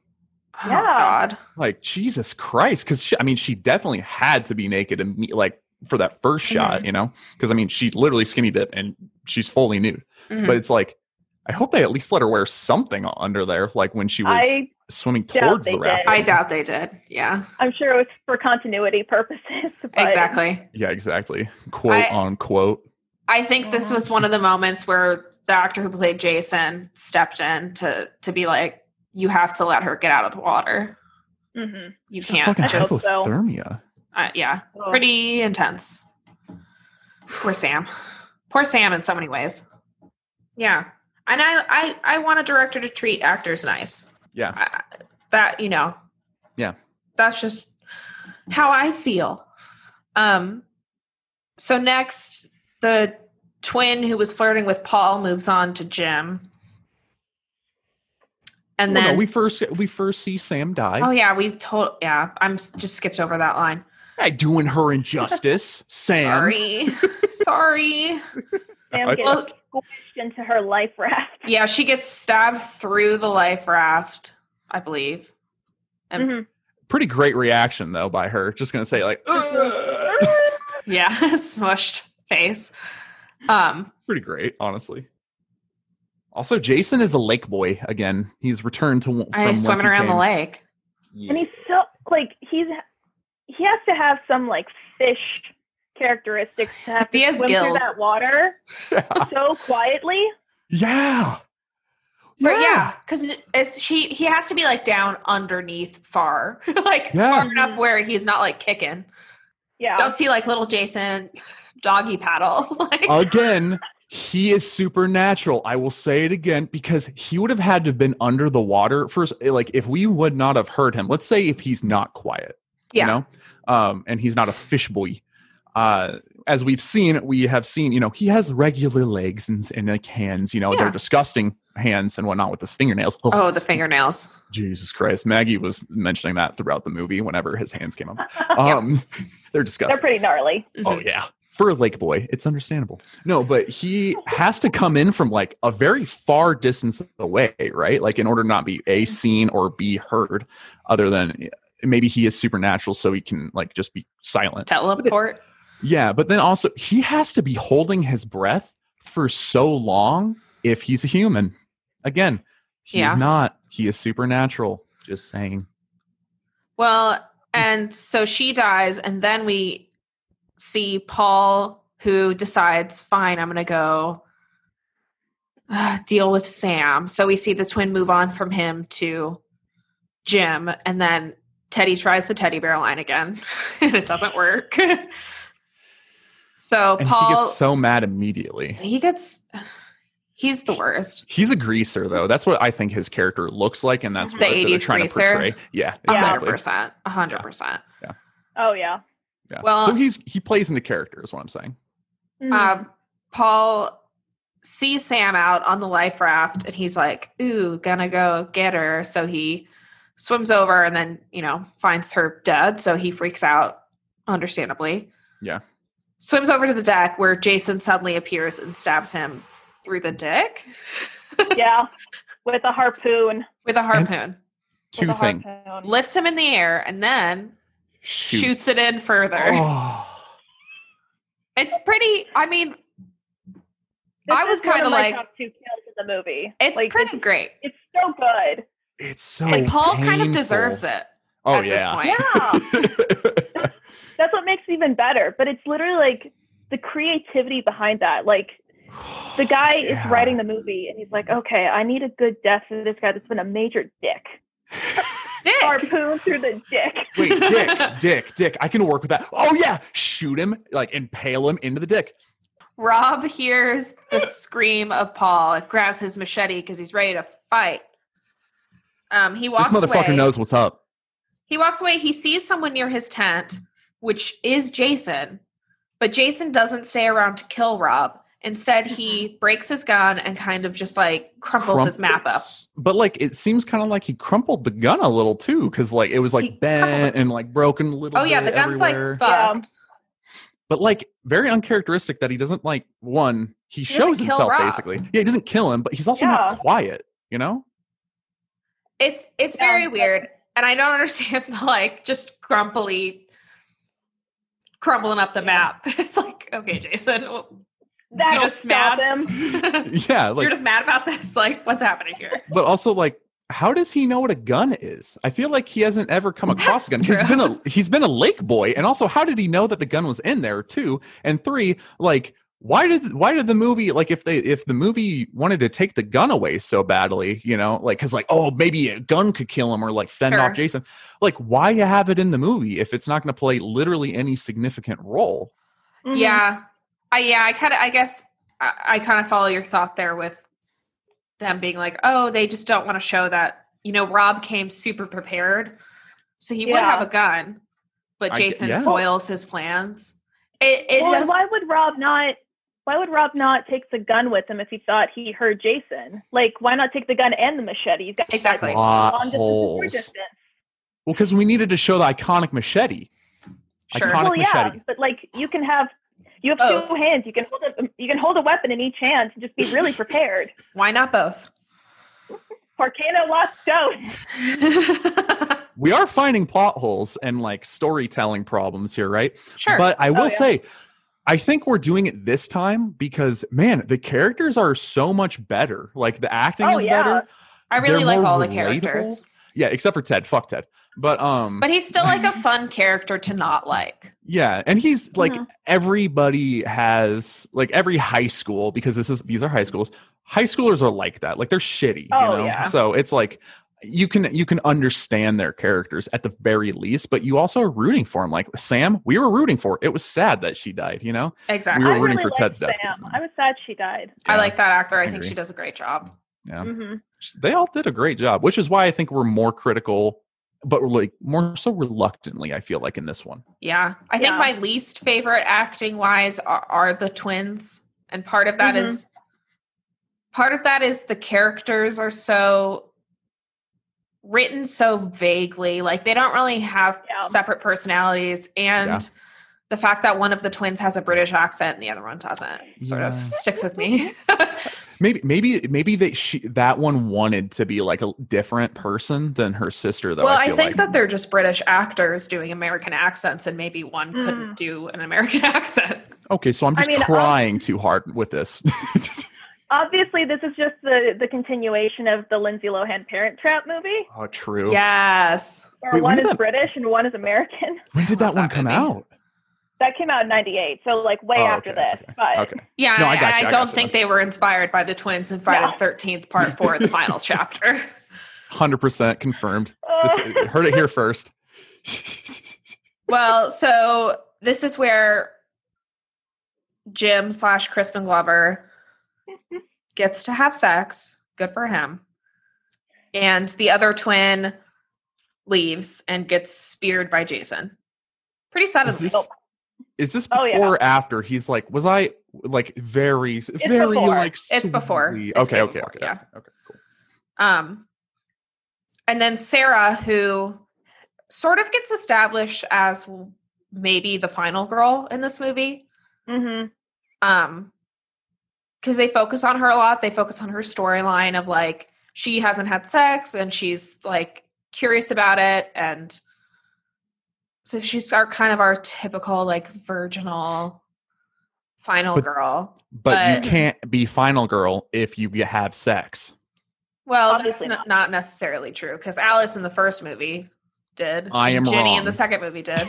Oh
Yeah.
God.
like Jesus Christ, because I mean, she definitely had to be naked and me- like for that 1st shot, you know, because I mean, she's literally skinny dip and she's fully nude.
Mhm.
But it's like, I hope they at least let her wear something under there, like when she was
I
swimming
doubt
towards
they
the raft. or
I
something.
doubt they did. Yeah.
I'm sure it was for continuity purposes. But
exactly.
Yeah, exactly. Quote
I-
unquote.
I think this was one of the moments where the actor who played Jason stepped in to to be like, "You have to let her get out of the water.
Mhm.
You
She had
can't."
fucking
just- I hope so.
hypothermia.
uh, yeah.
Oh.
Pretty intense. Poor Sam. Poor Sam in so many ways. Yeah. And I I I want a director to treat actors nice.
Yeah.
I, that you know
Yeah.
that's just how i feel um so next the twin who was flirting with paul moves on to jim and
Well, no,
then
we first we first see Sam die.
oh yeah we told yeah i'm s- just skipped over that line
I doing her injustice, Sam.
sorry sorry
Sam
I-
gets
well
squished into her life raft.
yeah she gets stabbed through the life raft i believe and-
Mhm.
Pretty great reaction though by her. Just gonna say like, "Ugh."
yeah smushed face um
pretty great, honestly. Also, Jason is a lake boy again. He's returned to from
I
once
swimming
he
around the
came.
lake.
And he's so like he's he has to have some like fish characteristics to have
He
to
has
swim through
gills.
that water so quietly.
Yeah.
But yeah, because it's she. He has to be like down underneath, far, like
Yeah.
far enough where he's not like kicking.
Yeah.
Don't see like little Jason doggy paddle. like
Oh, Again, he is supernatural. I will say it again because he would have had to have been under the water first. Like if we would not have heard him, let's say if he's not quiet,
Yeah.
you know, um, and he's not a fish boy. Uh, as we've seen, we have seen, you know, he has regular legs and, and like hands, you know,
Yeah.
they're disgusting hands and whatnot with his fingernails. Ugh.
oh, the fingernails.
Jesus Christ. Maggie was mentioning that throughout the movie whenever his hands came up.
Yeah.
Um, They're
They're
disgusting.
pretty gnarly.
Mm-hmm.
oh, yeah. For a lake boy, it's understandable. No, but he has to come in from like a very far distance away, right? Like in order to not be
Mm-hmm.
A, seen or B, heard, other than eh, maybe he is supernatural so he can like just be silent.
Teleport.
Yeah. But then also, he has to be holding his breath for so long if he's a human. Again, he's
Yeah.
not. He is supernatural. Just saying.
Well, and so she dies, and then we see Paul, who decides, fine, I'm going to go uh, deal with Sam. So we see the twin move on from him to Jim, and then Teddy tries the teddy bear line again, and it doesn't work. so
And
Paul,
he gets so mad immediately.
he gets, he's the worst.
He's a greaser, though. That's what I think his character looks like, and that's
The
what they're
80s
trying
Mm-hmm. greaser.
to portray. Yeah,
A
exactly.
100%. a 100%.
Oh yeah.
Yeah.
Well-
so he's he plays into character, is what I'm saying.
Mhm.
Mm-hmm.
um, Paul sees Sam out on the life raft and he's like, ooh, gonna go get her. So he swims over and then, you know, finds her dead. So he freaks out, understandably.
Yeah.
Swims over to the deck where Jason suddenly appears and stabs him through the dick.
yeah. with a harpoon.
with a harpoon.
Two
with a
thing.
harpoon.
lifts him in the air and then shoots, it in further.
Oh.
It's pretty. I mean,
This
I was
is one
kinda
of my
like-
top two kills in the movie.
it's
Like,
pretty great,
It's, it's so good.
It's so.
and Paul kind of
Oh, painful.
deserves it.
Oh
at this
yeah.
point.
Yeah, that's what makes it even better. But it's literally like the creativity behind that. Like the guy
Yeah.
is writing the movie, and he's like, "Okay, I need a good death for this guy that's been a major dick.
Dick.
Harpoon through the dick.
Wait, Dick, Dick, Dick. I can work with that. Oh yeah, shoot him, like impale him into the dick.
Rob hears the scream of Paul and grabs his machete because he's ready to fight. Um, he walks
this motherfucker
away.
knows what's up.
He walks away. He sees someone near his tent, which is Jason, but Jason doesn't stay around to kill Rob. Instead, he breaks his gun and kind of just like crumples his map up.
But like, it seems kind of like he crumpled the gun a little too, because like it was like
He crumpled
bent and like broken a little.
Oh yeah, the
bit
gun's
everywhere.
like fucked.
but like very uncharacteristic that he doesn't like one he,
doesn't
shows
kill
himself
Rob.
basically yeah he doesn't kill him but he's also
Yeah.
not quiet you know
It's it's
Yeah,
very
but-
weird, and I don't understand the like just crumply crumbling up the
Yeah.
map. It's like okay, Jason, well,
That'll
just
stop
mad?
him.
yeah like
you're just mad about this. Like what's happening here?
but also like how does he know what a gun is i feel like he hasn't ever come across a gun
That's
'Cause he's
true.
been a he's been a lake boy and also how did he know that the gun was in there too and three like why did why did the movie like if they if the movie wanted to take the gun away so badly you know like because like oh maybe a gun could kill him or like fend
Sure.
off jason like why you have it in the movie if it's not going to play literally any significant role
Mhm.
Yeah, I yeah, I kind of I guess I, I kind of follow your thought there with them being like, oh, they just don't want to show that. You know, Rob came super prepared, so he would
Yeah.
have a gun, but
I g-
Jason
yeah.
foils his plans. It it
well, and
just
why would Rob not? Why would Rob not take the gun with him if he thought he heard Jason? Like, why not take the gun and the machete? He's got
Exactly. Like,
Plot
long distance and short
holes.
distance.
well because we needed to show the iconic machete
sure.
Iconic
Well, yeah,
machete.
but like you can have you have
Both.
two hands. You can hold a you can hold a weapon in each hand and just be really prepared.
Why not both?
Volcano lost dose.
sure.
we are finding plot holes and like storytelling problems here right But I will
yeah.
say, I think we're doing it this time because man, the characters are so much better. Like the acting
Oh,
is
yeah.
better.
I really
They're
like
more
all the
relatable.
characters.
Yeah, except for Ted. Fuck Ted. But um
But he's still like a fun character to not like.
yeah, and he's like
Mm-hmm.
Mhm.
everybody has like every high school because this is these are high schools. High schoolers are like that. Like they're shitty,
Oh,
you know.
yeah.
So it's like you can you can understand their characters at the very least, but you also are rooting for them. Like Sam, we were rooting for. It was sad that she died, you know.
Exactly.
We were
I
rooting
really
for
liked
Ted's death
Sam.
this time.
I was sad she died.
I
Yeah.
like that actor. I,
I
think
agree.
she does a great job.
Yeah.
hmm
they all did a great job, which is why I think we're more critical, but we're like more so reluctantly. I feel like in this one,
Yeah. I think
Yeah.
my least favorite acting wise are, are the twins. And part of
Mm-hmm.
that is part of that is the characters are so written so vaguely. Like they don't really have
Yeah.
separate personalities. And
Yeah.
the fact that one of the twins has a British accent and the other one doesn't sort
Yeah.
of sticks with me.
maybe, maybe, maybe they she, that one wanted to be like a different person than her sister. Though
well,
I,
I,
feel
think
like.
that they're just British actors doing American accents, and maybe one
Mm.
couldn't do an American accent.
okay, so I'm
I
just
mean, I'll-
trying too hard with this.
Obviously, this is just the the continuation of the Lindsay Lohan Parent Trap movie,
oh, true.
Yes.
where
Wait, when
one
did
is
that-
British and one is American.
When did that
Love
one
that
come
movie.
out?
That came out in '98, so like way
Oh,
after
okay,
this. But
Okay,
Yeah,
No,
and
I
I,
gotcha,
and I
I
don't
gotcha.
think they were inspired by the twins in Friday
No.
the 13th, part four, the final chapter.
hundred percent confirmed.
uh,
This, heard it here first.
Well, so this is where Jim slash Crispin Glover gets to have sex. Good for him. And the other twin leaves and gets speared by Jason. Pretty
Is
suddenly.
this, is this before
Oh, yeah.
or after? He's like, was I like very, very
before.
like?
It's before.
sweet-
It's
okay,
way
okay,
before,
okay,
yeah.
okay, okay, cool.
Um, and then Sarah, who sort of gets established as maybe the final girl in this movie,
hmm
um, because they focus on her a lot. They focus on her storyline of like she hasn't had sex and she's like curious about it and so she's our kind of our typical like virginal final
But-
girl.
But
But-
you can't be final girl if you have sex.
Well,
Obviously
that's not, not necessarily true because Alice in the first movie did.
I am
Ginny
wrong.
in the second movie did.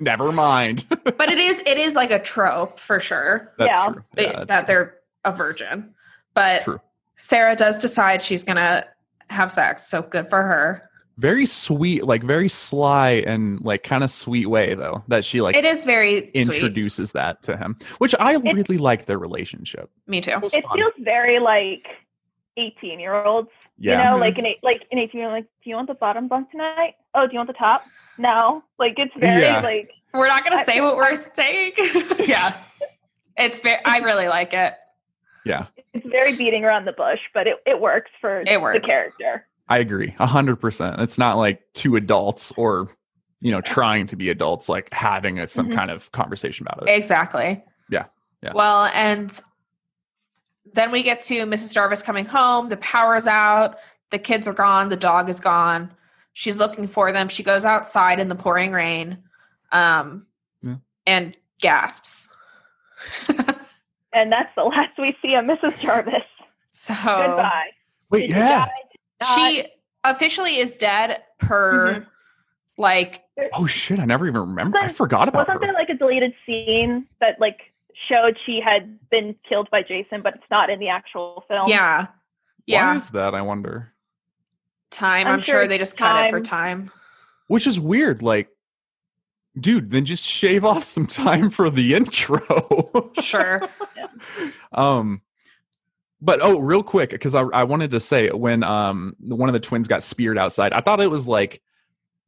Never mind.
but it is it is like a trope for sure
That's
Yeah.
true.
that-
Yeah, that's
that
true.
they're a virgin. But
True.
Sarah does decide she's gonna have sex, so good for her.
very sweet, like very sly and like kind of sweet way though that she like
it is very sweet.
introduces that to him, which I really like their relationship.
Me too.
was
It
fun.
feels very like 18 year olds.
yeah. Mm-hmm.
You know,
Mhm.
like an eight, like an 18 year old, like, do you want the bottom bunk tonight? Oh, do you want the top? No. Like it's very
Yeah.
like
We're not gonna
I-
say what we're saying. yeah, it's very. I really like it.
it's very beating around the bush, but it, it works for
It works.
the character.
I agree, a hundred percent. It's not like two adults or you know trying to be adults like having a, some
Mhm.
kind of conversation about it.
Exactly.
Yeah, yeah.
Well, and then we get to Mrs. Jarvis coming home. The power's out. The kids are gone. The dog is gone. She's looking for them. She goes outside in the pouring rain, um,
Yeah.
and gasps.
And that's the last we see of Mrs. Jarvis.
So
Goodbye.
Wait,
Did you
yeah.
guys
Oh. she officially is dead per
Mhm.
like
Oh shit, I never even remember. I
Wasn't-
forgot about
Wasn't
her.
there like a deleted scene that like showed she had been killed by Jason, but it's not in the actual film?
yeah yeah
Why is that? I wonder.
time i'm,
I'm
sure,
sure
they just cut it for
time-
time
Which is weird. Like, dude, then just shave off some time for the intro.
sure
um but oh real quick because I, I wanted to say when um one of the twins got speared outside i thought it was like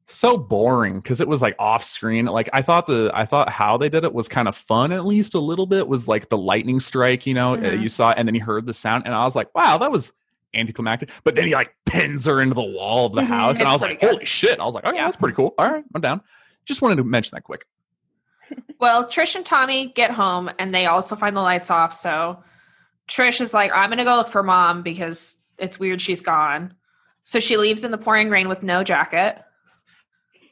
so boring because it was like off screen like i thought the i thought how they did it was kind of fun at least a little bit was like the lightning strike you know uh,
Mhm.
you saw it, and then you heard the sound and i was like wow that was anticlimactic but then he like pins her into the wall of the
Mhm.
house and i
It's
was like
pretty good.
holy shit i was like okay
Yeah.
that's pretty cool all right i'm down just wanted to mention that quick
Well, Trish and Tommy get home and they also find the lights off. So Trish is like, I'm going to go look for mom because it's weird she's gone. So she leaves in the pouring rain with no jacket.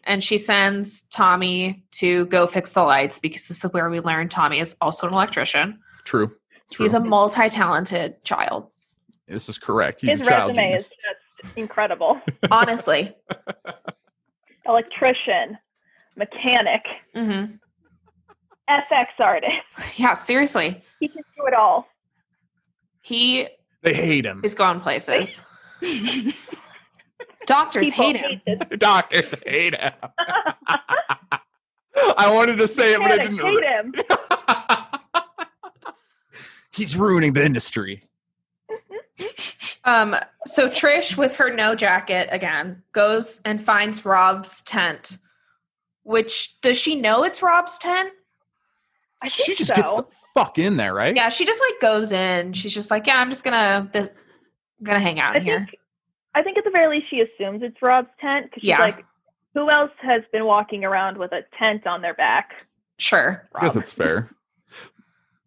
And she sends Tommy to go fix the lights because this is where we learn Tommy is also an electrician.
true true
He's a multi talented child,
this is correct He's
His
a child
resume
genius.
is just incredible.
honestly.
Electrician, mechanic,
hmm
FX artist.
Yeah, seriously.
He can do it all.
He
they hate him
is going places. Doctors
People
hate him.
this.
Doctors hate him. I wanted to say it, but I
Mechanics
didn't.
hate him.
He's ruining the industry.
Um, so Trish, with her no jacket again, goes and finds Rob's tent. Which does she know it's Rob's tent?
I think
She just
so.
gets the fuck in there, right?
Yeah, she just like goes in. She's just like, yeah, I'm just gonna this, I'm gonna hang out
I
in here.
think, I think at the very least she assumes it's Rob's tent because she's
Yeah.
like, who else has been walking around with a tent on their back?
Sure.
I guess
Rob.
it's fair.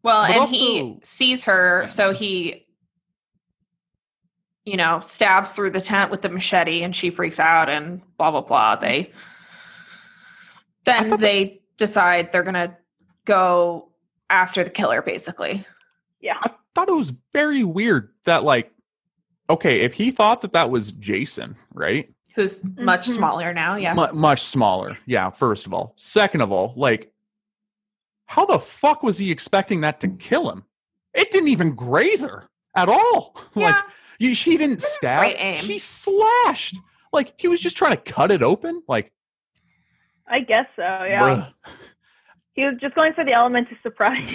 Well,
But
and
also-
he sees her, so he, you know, stabs through the tent with the machete, and she freaks out, and blah blah blah. They
I
then
thought
they decide they're gonna go after the killer, basically.
Yeah.
I thought it was very weird that, like, okay, if he thought that that was Jason, right?
who's much
Mhm.
smaller now. Yes.
Mu- much smaller. Yeah, first of all. Second of all, like, how the fuck was he expecting that to kill him? It didn't even graze her at all. Like,
yeah.
You, she didn't stab.
great aim.
She slashed. Like he was just trying to cut it open. Like,
I guess so, yeah.
bruh.
He was just going for the element of surprise.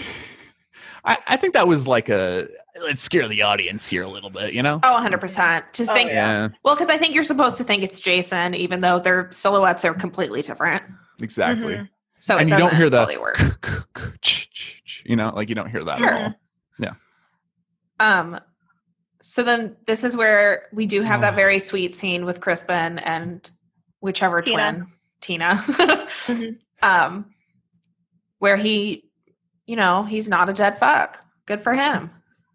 I, I think that was like a let's scare the audience here a little bit. You know?
Oh, 100%. Just
Oh,
think,
yeah,
well, because I think you're supposed to think it's Jason, even though their silhouettes are completely different.
exactly.
Mhm.
So
And
it
you
doesn't
don't hear the
fully work.
You know, like you don't hear that
Sure.
at all.
Um, so then this is where we do have that
Ugh.
very sweet scene with Crispin and whichever
Tina.
twin, Tina, um, where he, you know, he's not a dead fuck. Good for him.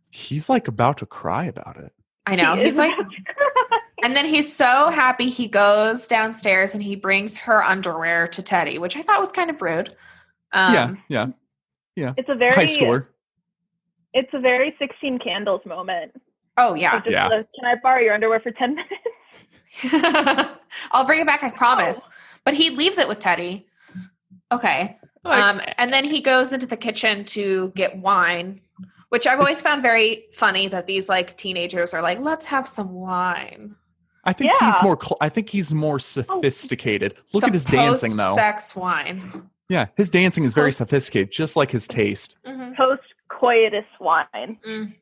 He's like about to cry about it.
I know.
He
He's
is
like,
about to cry.
and then he's so happy he goes downstairs and he brings her underwear to Teddy, which I thought was kind of rude. Um,
yeah, yeah.
It's a very
High schooler.
It's a very sixteen candles moment.
Oh, yeah.
Like, just
Yeah.
the, Can I borrow your underwear for ten minutes?
I'll bring it back, I promise. But he leaves it with Teddy. Okay.
Oh,
Um, and then he goes into the kitchen to get wine, which I've always found very funny that these like teenagers are like, let's have some wine.
I think
yeah.
he's more. Cl- I think he's more sophisticated. Look
Some
at his dancing, though.
Sex wine.
Yeah, his dancing is very sophisticated, just like his taste.
Mhm.
Post coitus wine.
Mm.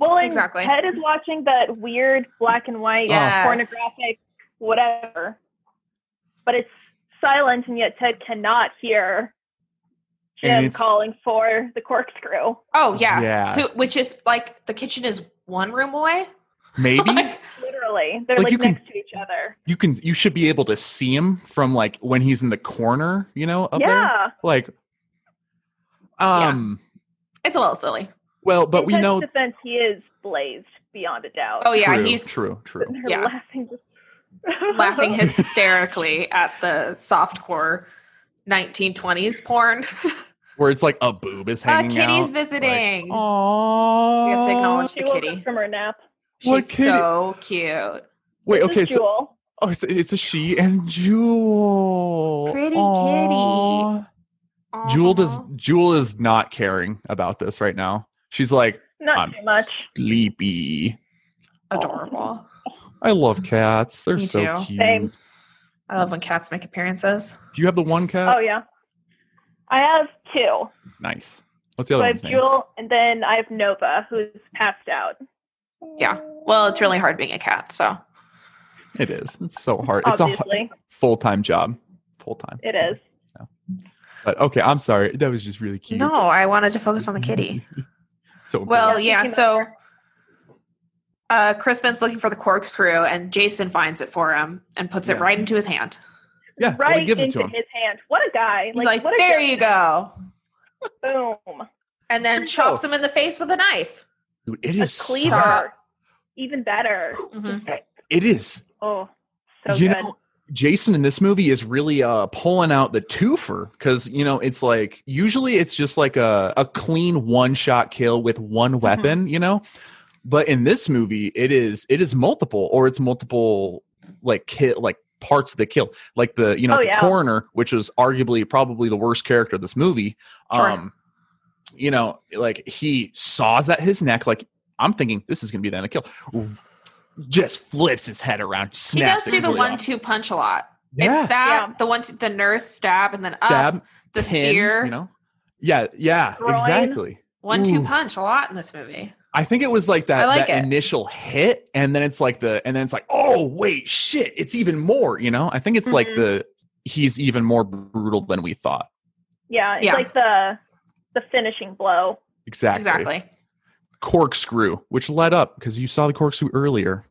Well, and
Exactly.
Ted is watching that weird black and white
Yes.
pornographic whatever, but it's silent, and yet Ted cannot hear
And
Jim
it's-
calling for the corkscrew.
Oh, yeah.
Yeah.
Who- which is like the kitchen is one room away.
Maybe
Like,
Literally, they're
Like,
like,
you can-
next to each other.
you can. You should be able to see him from like when he's in the corner. You know, up there.
yeah,
Like, um.
it's a little silly.
Well, but
In
we
Ted's
know.
defense he is blazed beyond a doubt.
Oh, yeah.
true,
he's
true. True.
They're
yeah.
laughing,
laughing hysterically at the softcore 1920s porn.
Where it's like a boob is
Uh,
hanging
kitty's
out.
visiting.
Aww.
We have to acknowledge
She
the
woke
kitty.
up from her nap.
She's
What kitty?
so cute.
Wait.
This is
Okay. So
Jewel.
Oh, it's, it's a she and Jewel.
Pretty kitty.
kitty. Jewel does
Aw.
Jewel is not caring about this right now. She's like
not
I'm
too much.
sleepy.
adorable.
I love cats. They're
Mm. Me
so
too.
cute.
Same.
I love when cats make appearances.
Do you have the one cat?
Oh yeah, I have two.
Nice. What's the
So
other
I have
one's name?
Jewel, and then I have Nova, who's passed out.
Ah,
Yeah. Well, it's really hard being a cat, so
It is. It's so hard. It's a
Obviously,
full time job. Full time.
it is.
But okay, I'm sorry. That was just really cute. Mm-hmm.
no, I wanted to focus on the kitty.
So
Well,
great.
yeah,
Came
so
over.
uh Crispin's looking for the corkscrew and Jason finds it for him and puts it
Yeah.
right into his hand.
yeah, well,
right
he gives it
into
to him.
his hand. What a guy!
He's like,
what a
there
guy.
you go.
Boom.
And then chops him in the face with a knife.
Dude, it
A
is so,
cleaver. Even better.
Mm-hmm.
Mhm.
it is
Oh, so
you
good.
know jason in this movie is really uh pulling out the twofer because you know it's like usually it's just like a, a clean one shot kill with
Mm-hmm.
one weapon you know but in this movie it is it is multiple or it's multiple like kill like parts of the kill like the you know
Oh,
the
yeah.
coroner which is arguably probably the worst character of this movie
Sure.
um you know like he saws at his neck like i'm thinking this is gonna be the end of the kill just flips his head around
He
snaps
does
it
do the
completely
one
off.
two punch a lot.
Yeah.
It's that
Yeah.
the one two, the nurse stab and then up
stab
the
pin,
spear.
you know yeah yeah
Groin.
exactly
One two
Ooh.
punch a lot in this movie.
i think it was like that
I like
that
it.
initial hit and then it's like the and then it's like oh wait shit it's even more you know i think it's like
Mhm.
Mm-hmm.
the he's even more brutal than we thought
yeah, it's
Yeah.
like the the finishing blow.
exactly
Exactly.
corkscrew which led up because you saw the corkscrew earlier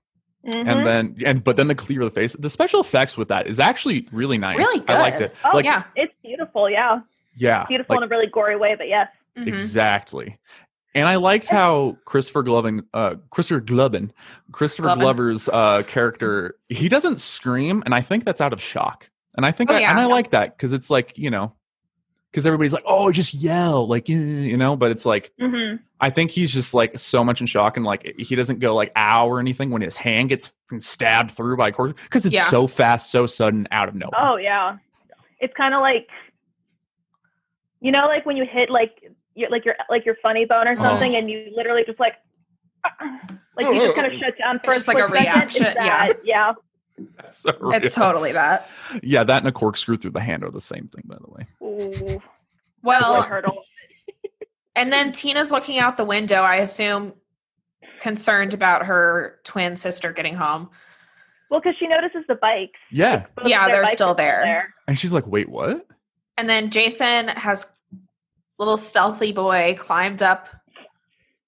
Mhm.
Mm-hmm.
and then and but then the clear of the face the special effects with that is actually really nice
Really
i liked
good.
it
oh
like
yeah.
it's beautiful. Yeah,
yeah
beautiful
like-
in a really gory way, but yes.
Mhm.
Exactly. And I liked how Christopher Glovin, uh, Christopher Glovin, Christopher
Glovin.
Glover's uh, character, he doesn't scream, and I think that's out of shock. And I think,
Oh,
I,
yeah.
and I like that because it's like you know, because everybody's like, oh, just yell, like eh, you know, but it's like
hmm
I think he's just like so much in shock, and like he doesn't go like ow or anything when his hand gets f***ing stabbed through by a cord because it's
Yeah.
so fast, so sudden, out of nowhere.
Oh yeah, it's kind of like you know, like when you hit like you're like your like your funny bone or
Oh.
something, and you literally just like like you just kind of shut down for
just like
split
a
second.
reaction,
It's that, yeah.
That's so real.
Oh, It's totally that.
yeah, that and a corkscrew through the hand are the same thing, by the way.
Ooh,
Well,
like hurdle.
and then Tina's looking out the window, I assume concerned about her twin sister getting home.
Well, because she notices the bikes.
Yeah,
Both
Yeah,
their
they're
bikes
still
are
there.
and she's like, wait, what?
And then Jason has little stealthy boy climbed up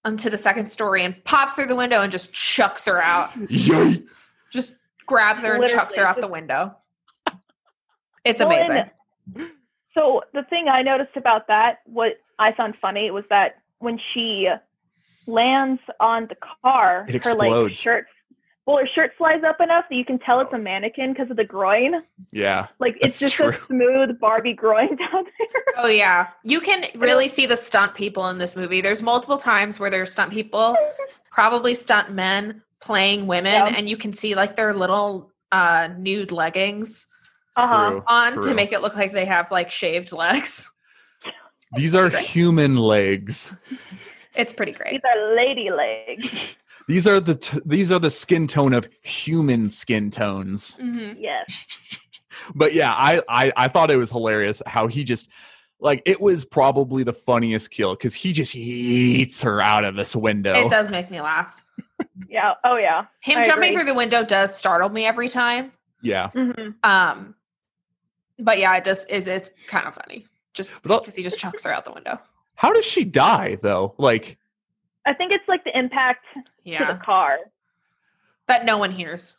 onto the second story and pops through the window and just chucks her out.
Yay!
Just grabs her and
Literally,
chucks her out the
just-
window. It's
Well, and-
amazing.
So the thing I noticed about that, what I found funny, was that when she lands on the car,
It
her like
explodes.
shirt. Well, her shirt flies up enough that you can tell it's a mannequin because of the groin.
Yeah.
Like it's
That's
just a
true.
smooth Barbie groin down there.
Oh yeah, you can really see the stunt people in this movie. There's multiple times where there's stunt people, probably stunt men playing women,
Yeah.
and you can see like their little uh, nude leggings
Uh-huh.
True.
on
For
to
real.
make it look like they have like shaved legs.
These are human legs.
It's pretty great.
These are lady legs.
These are the t- these are the skin tone of human skin tones.
hmm
Yes.
But yeah, I I, I thought it was hilarious how he just like it was probably the funniest kill because he just yeets her out of this window.
It does make me laugh.
Yeah. Oh yeah.
Him
I
jumping
agree.
through the window does startle me every time.
Yeah.
hmm
Um, but yeah, it just is. It's kind of funny, just
But I'll-
because he just chucks her out the window.
How does she die though? Like
I think it's like the impact to
Yeah,
the car.
that no one hears.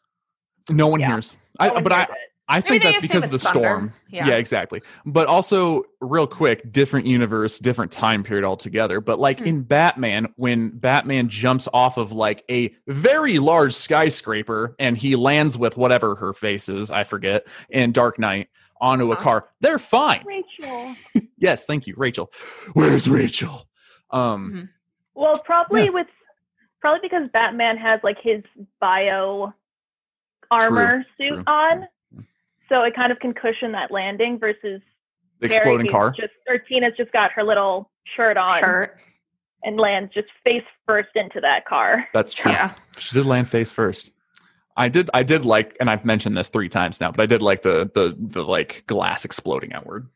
no one
Yeah.
hears. I,
No one
but I,
knows it.
I
Maybe
think
they
that's
assume
because of the
it's thunder.
storm.
Yeah.
exactly. But also, real quick, different universe, different time period altogether. But like
Hmm.
in Batman, when Batman jumps off of like a very large skyscraper and he lands with whatever her face is, I forget, in Dark Knight onto a
Uh-huh.
car, they're fine.
Rachel.
Yes, thank you, Rachel. Where's Rachel?
Mm-hmm.
Um,
Well, probably
Yeah.
with probably because Batman has like his bio armor suit
true, Mm.
on, so it kind of can cushion that landing versus
the exploding
Barry who's
car.
Just or Tina's just got her little shirt on
Shirt.
and lands just face first into that car.
That's true.
Yeah.
She did land face first. I did. I did like, and I've mentioned this three times now, but I did like the the the like glass exploding outward.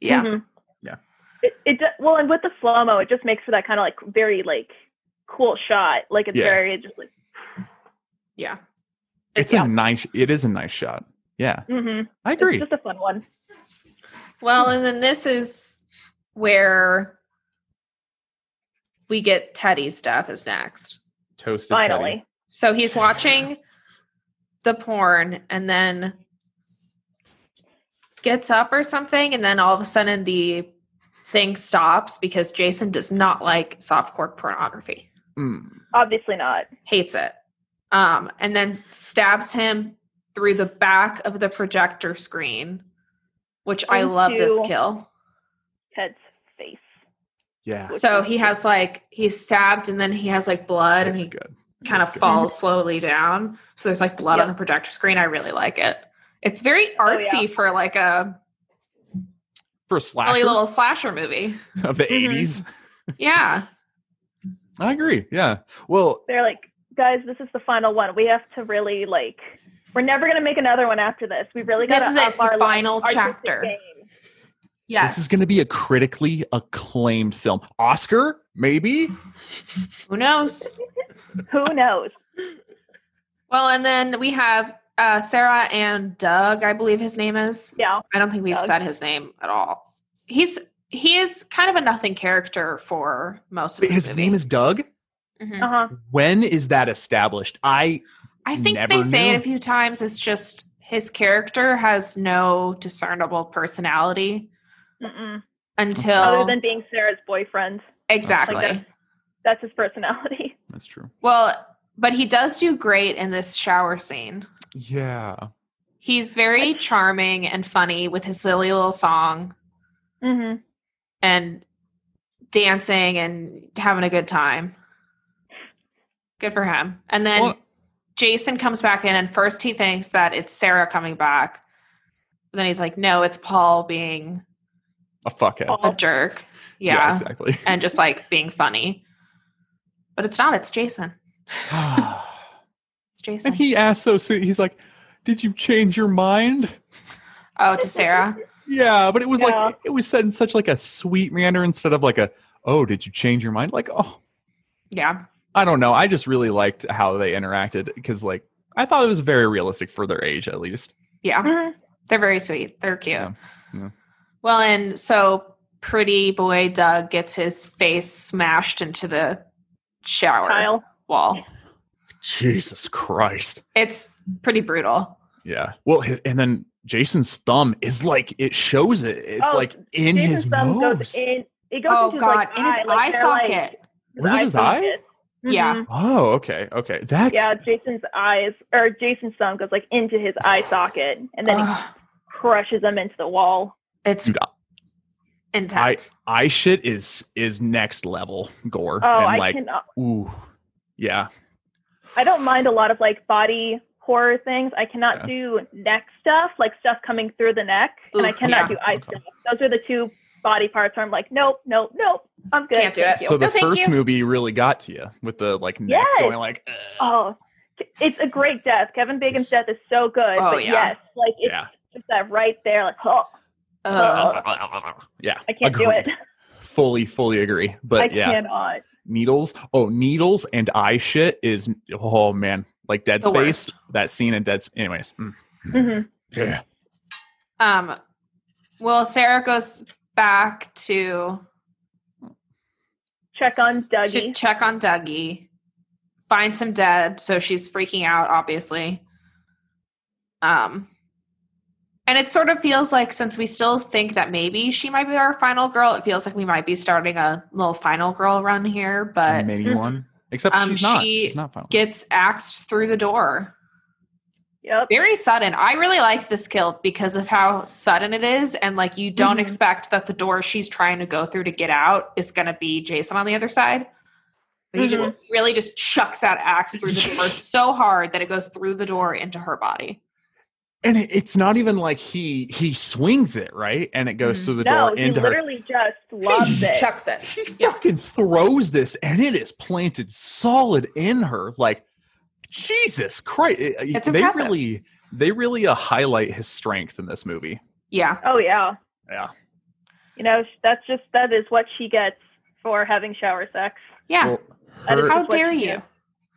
Yeah.
Mhm.
Yeah.
It, it do- well, and with the slow mo, it just makes for that kind of like very like cool shot. Like it's
Yeah.
very just like.
Yeah.
It's a nice. It is a nice shot. Yeah,
hmm
I agree.
It's just a fun one.
Well, and then this is where we get Teddy's death is next.
Toasted. Teddy.
Finally,
So he's watching the porn and then gets up or something, and then all of a sudden the thing stops because Jason does not like softcore pornography.
Mm.
obviously not.
Hates it. Um, and then stabs him through the back of the projector screen, which I love this
Into-
kill.
Ted's face.
Yeah,
So he has like he's stabbed and then he has like blood and
it's
he
good.
kind
That's
of
good.
falls slowly down. So there's like blood on
Yeah. Oh,
the projector screen. I really like it. It's very artsy
yeah.
for like a
for a
silly
slasher
little slasher movie.
of the
Mhm.
80s
Yeah.
I agree. Yeah. Well,
They're like, guys, this is the final one. We have to really like. We're never gonna make another one after this. We really got to
This is
up
its
our like,
final
artistic
chapter.
game.
Yes.
this is going to be a critically acclaimed film. Oscar, maybe.
Who knows?
Who knows?
Well, and then we have uh Sarah and Doug, I believe his name is.
Yeah,
I don't think we've
Doug.
said his name at all. He's he is kind of a nothing character for most of
But
this
his
movie.
name is Doug.
Mhm.
uh huh.
When is that established? I
I think they
never
say it
knew.
a few times. It's just his character has no discernible personality
Mm-mm.
until
Other than being Sarah's boyfriend,
exactly.
Like that. that's his personality.
That's true.
well, but he does do great in this shower scene.
Yeah.
He's very charming and funny with his silly little song
hmm
and dancing and having a good time. Good for him. And then
Well-
Jason comes back in, and first he thinks that it's Sarah coming back. Then he's like, no, it's Paul being
A fuckhead.
Paul.
a jerk. Yeah.
exactly.
And just like being funny. But it's not, it's Jason. It's Jason.
and he asked so soon, he's like, Did you change your mind?
oh, to Sarah.
Yeah, but it was
Yeah.
like it was said in such like a sweet manner instead of like a oh, did you change your mind? Like, oh,
Yeah.
I don't know. I just really liked how they interacted because like I thought it was very realistic for their age at least.
Yeah.
hmm
They're very sweet. They're cute.
Yeah. Yeah.
Well, and so pretty boy Doug gets his face smashed into the shower
Kyle.
wall.
Jesus Christ.
It's pretty brutal.
Yeah. Well, hi- and then Jason's thumb is like it shows it. It's
Oh,
like in
Jason's
his
thumb
nose.
goes in. It goes
Oh
into
God.
his, like,
In his
eye,
eye
like, they're, like-
socket.
Was it his eye?
socket.
Yeah.
Mhm.
Oh, okay, okay. That's
Yeah, Jason's eyes or Jason's thumb goes like into his eye socket and then he
Ah,
crushes them into the wall.
It's
Dude,
intense.
eye shit is is next level gore.
Oh,
and
I
like,
can
ooh, yeah.
I don't mind a lot of like body horror things. I cannot
Yeah.
do neck stuff, like stuff coming through the neck, and I
Oof,
cannot
yeah.
do eye
Okay.
stuff. Those are the two body parts where I'm like, nope, nope, nope. I'm good.
Can't do
thank
it.
you.
So the
No, thank
first
you.
movie really got to you with the like neck
Yes.
going like, "Ugh."
Oh, it's a great death. Kevin Bacon's death is so good.
Oh,
but
yeah.
yes, like it's
yeah,
just that right there. Like, oh,
Uh,
yeah.
I can't do
Agreed.
it.
Fully, fully agree. But
I
yeah,
cannot.
needles. Oh, needles and eye shit is oh man, like Dead
The
Space. That scene in Dead. Sp- Anyways, mm.
hmm
yeah.
um, well, Sarah goes back to
Check on
s-
Dougie.
to check on Dougie. Find some dead, so she's freaking out, obviously. Um, and it sort of feels like since we still think that maybe she might be our final girl, it feels like we might be starting a little final girl run here. But
mini one. Except
Um,
she's not.
she
she's not final.
gets axed through the door.
yep.
Very sudden. I really like this kill because of how sudden it is, and like you don't
Mhm.
expect that the door she's trying to go through to get out is going to be Jason on the other side. But he just
Mm-hmm.
really just chucks that axe through the door so hard that it goes through the door into her body.
and it, it's not even like he he swings it right, and it goes
Mhm.
through the
Mm. No,
door
he
into her.
literally just loves it.
Chucks it.
He
Yeah.
fucking throws this, and it is planted solid in her. Like Jesus Christ! It-
It's
they
impressive.
really they really uh, highlight his strength in this movie.
Yeah.
Oh yeah.
Yeah.
You know, sh- that's just that is what she gets for having shower sex.
Yeah.
Well,
That is
her-
how
what she
dare
did.
you?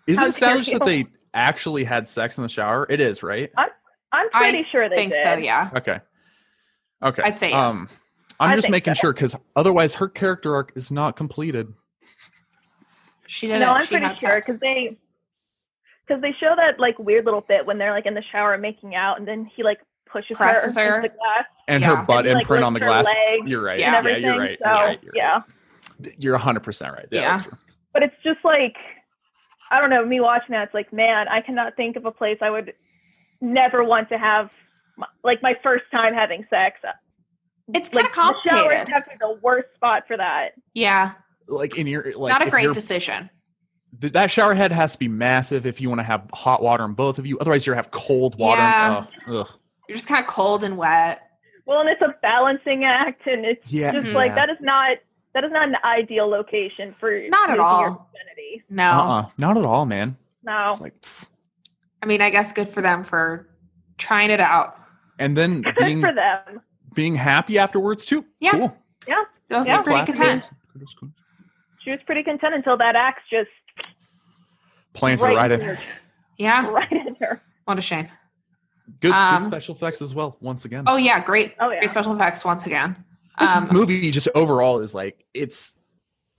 is
how
it established that they
scary.
actually had sex in the shower? It is right.
I'm
I
pretty sure they
think
did.
so. Yeah.
Okay. Okay. Um,
I'd say yes.
I'm
I
just
think
making sure because otherwise her character arc is not completed.
She did
No,
it.
I'm
she
pretty
had
sure
sex.
because they because they show that like weird little bit when they're like in the shower making out, and then he like pushes her,
Presses
into
her.
the glass.
And
Yeah.
her butt
and he, like,
imprint on the
licks
glass.
Her leg
You're right.
Yeah.
Yeah,
and everything.
you're right.
So,
you're right. You're
yeah,
right. You're 100% right. Yeah. that's true.
but it's just like I don't know. Me watching that, it's like man, I cannot think of a place I would never want to have my, like my first time having sex.
It's kind
Like
of
the shower is
complicated.
definitely the worst spot for that.
Yeah.
Like in your like
Not a
if
great
you're-
decision.
th- that shower head has to be massive if you want to have hot water in both of you. Otherwise, you're gonna have cold water.
Yeah.
And, ugh, ugh.
You're just kind of cold and wet.
Well, and it's a balancing act, and it's
Yeah.
just
Mhm.
like that is not that is not an ideal location for
Not at
losing your
all.
virginity.
No.
Uh-uh. Not at all, man.
No,
It's like, pfft.
I mean, I guess good for them for trying it out.
and then
good
being
for them.
being happy afterwards too.
Yeah.
Cool.
Those
Yeah,
are pretty
Clap.
content.
Kudos, kudos.
She was pretty content until that axe just
Plants
right,
are right
in
in.
Yeah.
her, right in her.
What a shame.
Good,
Um,
good special effects as well. Once again.
Oh yeah, great.
Oh, yeah.
Great special effects once again.
this
Um,
movie just overall is like it's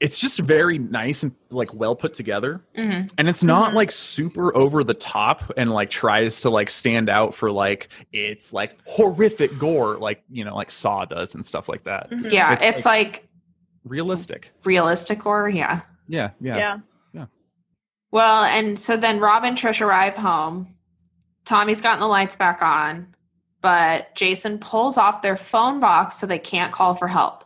it's just very nice and like well put together
mhm.
and it's not
Mhm.
like super over the top and like tries to like stand out for like it's like horrific gore like you know like saw does and stuff like that
Mhm.
Yeah, it's,
It's
like,
realistic
realistic or yeah.
yeah yeah,
yeah.
Well, and so then Rob and Trish arrive home. Tommy's gotten the lights back on, but Jason pulls off their phone box so they can't call for help.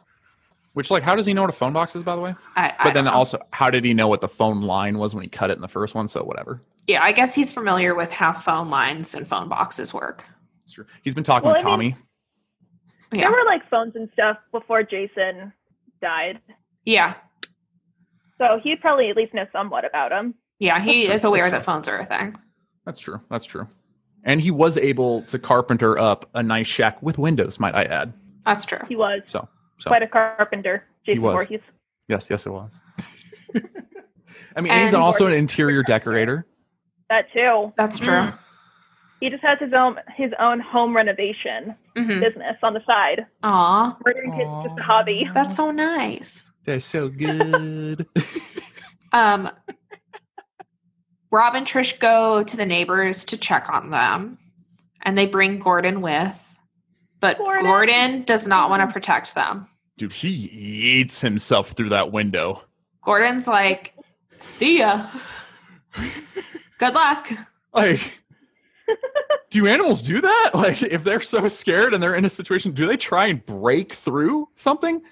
which like how does he know what a phone box is by the way
I, I
but then
don't know.
also how did he know what the phone line was when he cut it in the first one so whatever
yeah, I guess he's familiar with how phone lines and phone boxes work.
It's true. he's been talking
Well,
to
I mean-
tommy
Yeah,
There were like phones and stuff before Jason died,
yeah,
so he probably at least knows somewhat about him.
yeah. He
That's true.
is aware
That's
that phones are a thing.
that's true that's true and he was able to carpenter up a nice shack with windows might i add
That's true.
He was
so so
quite a carpenter, Jason
was.
Voorhees.
Yes, yes, it was. I mean, and he's
And-
also an interior decorator.
That too.
That's true.
He just has his own his own home renovation
hmm
business on the side.
Aw,
Murdering kids is just a
Aw.
hobby.
that's so nice.
They're so good.
Um, Rob and Trish go to the neighbors to check on them, and they bring Gordon with, but Gordon,
Gordon.
does not want to protect them.
Dude, he yeets himself through that window.
Gordon's like, See ya. Good luck.
Like, do animals do that? Like, if they're so scared and they're in a situation, do they try and break through something?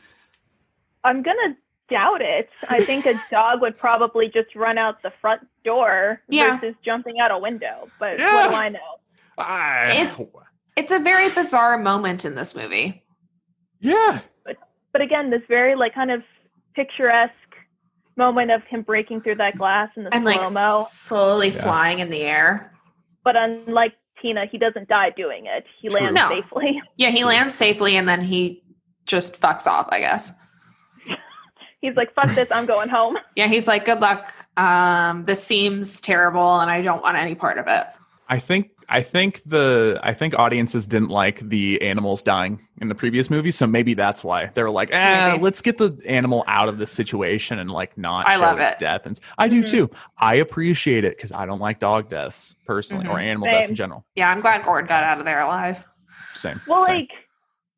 I'm gonna doubt it. I think a dog would probably just run out the front door
Yeah.
versus jumping out a window. But
Yeah.
what do I know?
I,
It's- It's a very bizarre moment in this movie.
yeah.
But again, this very like kind of picturesque moment of him breaking through that glass in the
And like
slow mo.
slowly
Yeah.
flying in the air.
But unlike Tina, he doesn't die doing it. He
True.
lands
No.
safely.
Yeah, he lands safely and then he just fucks off, I guess.
He's like, "Fuck this! I'm going home."
Yeah, he's like, good luck. Um, this seems terrible and I don't want any part of it.
I think I think the I think audiences didn't like the animals dying in the previous movie, so maybe that's why they were like, "Ah,
Maybe.
let's get the animal out of this situation and like not
I
show
love
its
it. Mm-hmm.
death." And s- I do
Mhm.
too. I appreciate it because I don't like dog deaths personally
Mm-hmm.
or animal deaths in
Same.
general.
Yeah, I'm glad Gordon got out of there alive.
Same.
Well,
same.
like,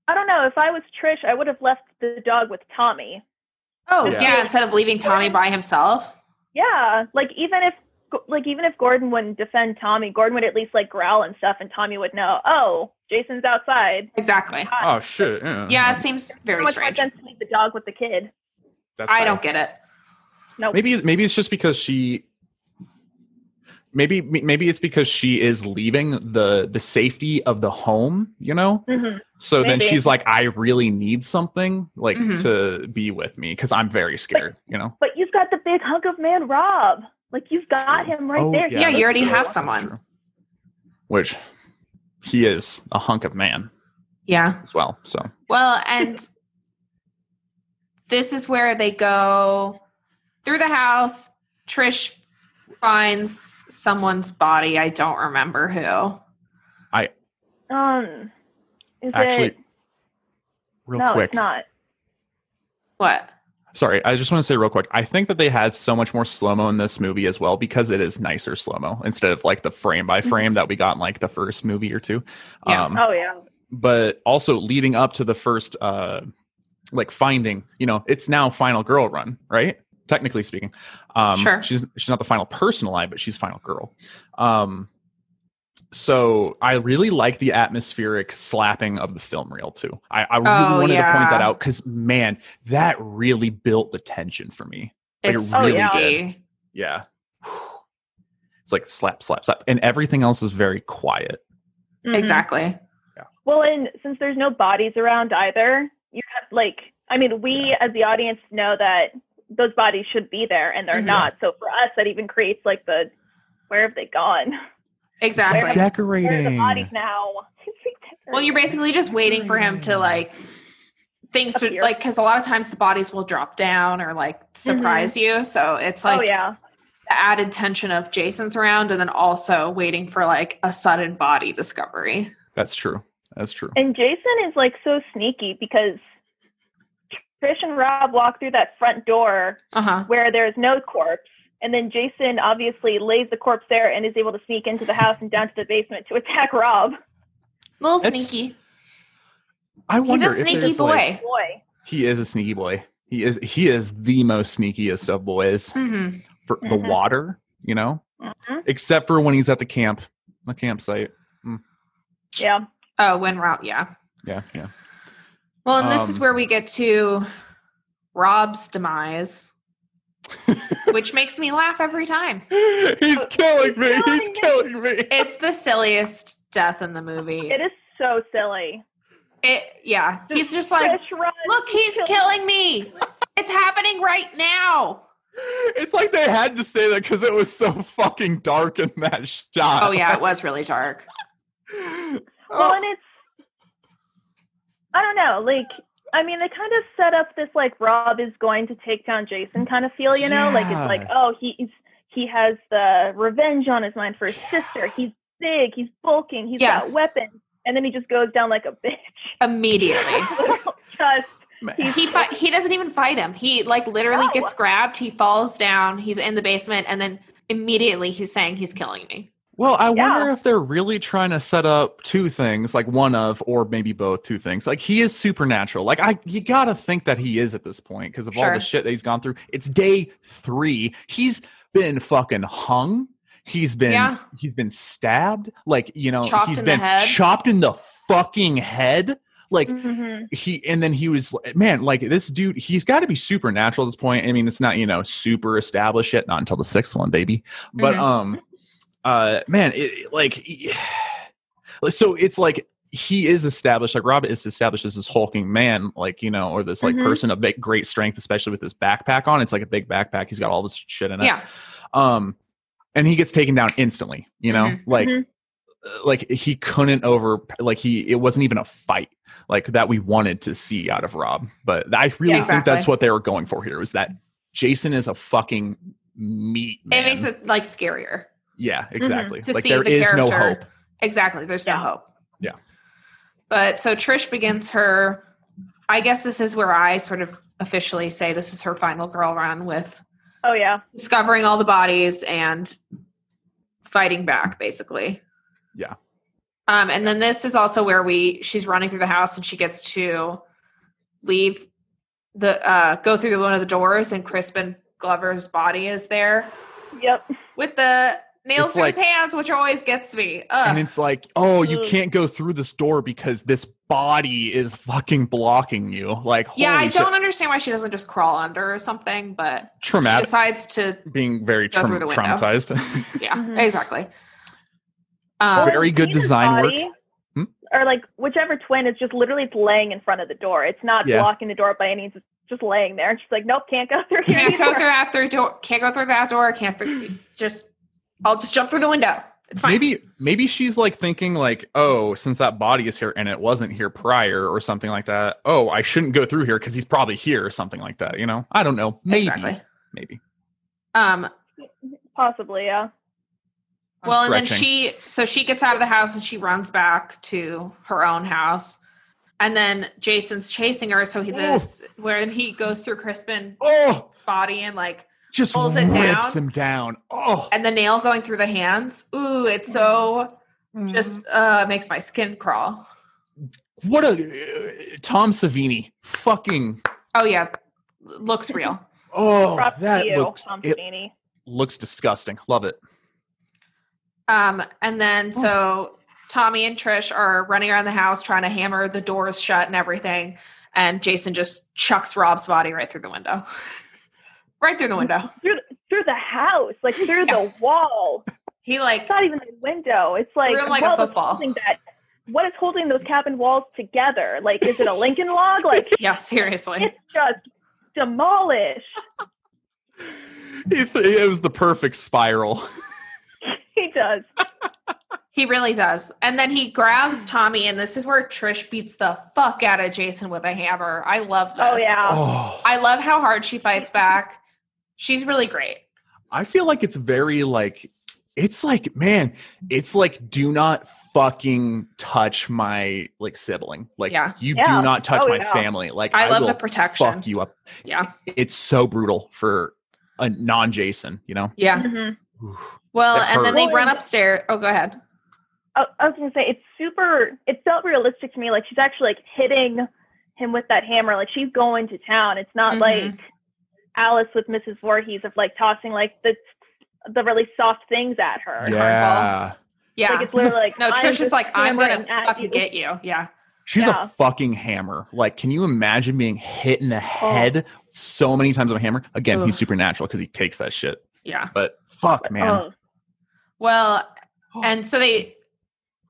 I don't know. If I was Trish, I would have left the dog with Tommy.
Oh, yeah.
Yeah.
instead of leaving Tommy by himself.
Yeah, like even if like even if Gordon wouldn't defend Tommy, Gordon would at least like growl and stuff, and Tommy would know. Oh, Jason's outside.
Exactly.
oh shit. Yeah,
Yeah, it seems very
much more
strange.
sense to leave the dog with the kid.
That's
I
fair.
don't get it.
No,
Maybe maybe it's just because she maybe maybe it's because she is leaving the the safety of the home, you know?
Mhm.
So then
Maybe. Mm-hmm.
she's like, I really need something like
Mhm.
to be with me because I'm very scared, you know?
but you've got the big hunk of man, Rob. Like you've got him right
Oh,
there.
Yeah, you
that's
already
true.
have
That's
someone.
true. Which he is a hunk of man
Yeah.
as well. So
Well, and this is where they go through the house. Trish finds someone's body. I don't remember who.
Um, is
Actually,
it?
real
no,
quick.
it's not.
What?
Sorry, I just want to say real quick. I think that they had so much more slow mo in this movie as well because it is nicer slow mo instead of like the frame by frame that we got in like the first movie or two.
Yeah.
Um,
Oh Mm-hmm. yeah.
but also leading up to the first, uh, like finding, you know, it's now final girl run, right? Technically speaking, um,
Sure.
She's she's not the final person alive, but she's final girl. Um, so I really like the atmospheric slapping of the film reel too. I, I really
Oh,
wanted to point
yeah.
that out because man, that really built the tension for me. Like, it
It's
really
really
did. Yeah. It's like slap, slap, slap. And everything else is very quiet.
Mhm.
Exactly.
Well, and since there's no bodies around either, you have like I mean, we as the audience know that those bodies should be there and they're
Mhm.
not. So for us that even creates like the where have they gone?
Exactly.
Where- Where are the
decorating.
bodies now? It's like
Well, you're basically just waiting for him to like things to
Appear.
like because a lot of times the bodies will drop down or like surprise you. So it's like
oh yeah.
the added tension of Jason's around and then also waiting for like a sudden body discovery.
That's true. That's true.
And Jason is like so sneaky because Trish and Rob walk through that front door
Uh huh.
where there is no corpse. And then Jason obviously lays the corpse there and is able to sneak into the house and down to the basement to attack Rob.
Little
It's-
sneaky.
I
He's
wonder
a
if
sneaky
there's,
boy.
like-
Boy.
he is a sneaky boy. He is he is the most sneakiest of boys
hmm
for the
Mhm.
water, you know?
Mhm.
Except for when he's at the camp, the campsite.
Yeah.
Oh, when Rob, yeah.
Yeah, yeah.
Well, and this is
Um,
where we get to Rob's demise, which makes me laugh every time.
he's killing me. He's
killing me.
killing me.
It's the silliest death in the movie.
It is so silly.
It, yeah. He's just like,
Trish, run.
look, he's killing me. It's happening right now.
It's like they had to say that because it was so fucking dark in that shot.
Oh yeah, it was really dark. oh.
Well, and it's I don't know, like I mean, they kind of set up this like Rob is going to take down Jason kind of feel, you know? Like
Yeah.
it's like, oh, he he's, he has the revenge on his mind for his sister. He's big, he's bulking, he's
Yes.
got weapons, and then he just goes down like a bitch.
Immediately.
just
he fight, he doesn't even fight him. He like literally
No.
gets grabbed. He falls down. He's in the basement, and then immediately he's saying he's killing me.
Well, I
Yeah.
wonder if they're really trying to set up two things, like one of, or maybe both, two things. Like he is supernatural. Like I, you gotta think that he is at this point because of all
Sure.
the shit that he's gone through. It's day three. He's been fucking hung. He's been
Yeah.
he's been stabbed. Like you know,
Chopped
he's
in the
been
head.
chopped in the fucking head. Like
hmm
Mm-hmm.
he and then he was man like this dude he's got to be supernatural at this point i mean it's not you know super established yet not until the sixth one baby but
Mhm.
um uh man it, like so it's like he is established like rob is established as this hulking man like you know or this like
Mhm.
person of big, great strength especially with this backpack on it's like a big backpack he's got all this shit in it
Yeah.
um and he gets taken down instantly you know
Mhm.
like
Mhm.
uh, like he couldn't over like he it wasn't even a fight like that we wanted to see out of rob but i really
Yeah,
think that's
exactly.
what they were going for here was that jason is a fucking meat man.
It makes it like scarier
yeah exactly
to
like
see
there
the
is
character.
no hope
Exactly. There's no
Yeah.
hope.
Yeah.
But so Trish begins her. I guess this is where I sort of officially say this is her final girl run with
Oh yeah.
discovering all the bodies and fighting back, basically.
Yeah.
Um, and then this is also where we she's running through the house and she gets to leave the uh, go through one of the doors and Crispin Glover's body is there
Yep.
with the nails
It's
through his
like-
hands, which always gets me. Ugh.
and it's like oh you
Ugh.
can't go through this door because this body is fucking blocking you like holy
Yeah, I
shit.
don't understand why she doesn't just crawl under or something, but she
traumatic
decides to.
being very
Go through
traum-
the window.
traumatized
Yeah,
Mhm.
exactly. Um,
Very good
Peter's
design work. Hmm?
Or like whichever twin is just literally it's laying in front of the door. It's not
Yeah.
blocking the door by any means. It's just laying there. She's like, nope, can't go through here.
can't go
either.
through that through door. Can't go through that door. Can't through. Just, I'll just jump through the window. It's fine.
Maybe maybe she's like thinking like, oh, since that body is here and it wasn't here prior or something like that. Oh, I shouldn't go through here because he's probably here or something like that. You know, I don't know. Maybe
Exactly.
maybe.
Um.
Possibly, yeah.
I'm
well, and then
stretching.
she, so she gets out of the house and she runs back to her own house, and then Jason's chasing her. So he
Ooh.
this where he goes through Crispin's
oh
body and like
just
pulls it
rips
down.
him down. Oh,
and the nail going through the hands. Ooh, it's so
mm.
just uh makes my skin crawl.
what a uh, Tom Savini fucking.
Oh yeah, l- looks real.
Oh,
Props
that
to you,
looks
Tom
it
Savini.
looks disgusting. Love it.
Um, and then
Oh.
so Tommy and Trish are running around the house trying to hammer the doors shut and everything, and Jason just chucks Rob's body right through the window. right through the window.
Through the house, like through
Yeah.
the wall.
He like
It's not even the window. It's like,
Threw him like a
what was
football.
holding that? What is holding those cabin walls together? Like, is it a Lincoln log? Like,
yeah, seriously.
it's just demolished.
It, it was the perfect spiral.
He does.
He really does. And then he grabs Tommy, and this is where Trish beats the fuck out of Jason with a hammer. I love this.
Oh yeah.
Oh,
I love how hard she fights back. She's really great.
I feel like it's very like it's like man, it's like do not fucking touch my like sibling. Like
Yeah.
you
Yeah.
do not touch
Oh,
my
yeah.
family. Like
I love the
will
protection.
Fuck you up.
Yeah.
It's so brutal for a non-Jason. You know.
Yeah. Mm-hmm.
Mhm.
Oof.
Well,
That
and then
hurt.
they run upstairs. Oh, go ahead.
I, I was gonna say it's super. It felt realistic to me. Like she's actually like hitting him with that hammer. Like she's going to town. It's not
Mhm.
like Alice with Mrs. Voorhees of like tossing like the the really soft things at her.
Yeah.
Yeah.
Like it's literally like
no,
I'm
Trish is
just
like, I'm gonna
hammering at
fucking
you."
get you. Yeah. Oh.
She's
Yeah.
a fucking hammer. Like, can you imagine being hit in the head so many times with a hammer? Again,
Ugh.
he's supernatural because he takes that shit.
Yeah.
But fuck, man.
Oh,
Well,
Oh.
and so they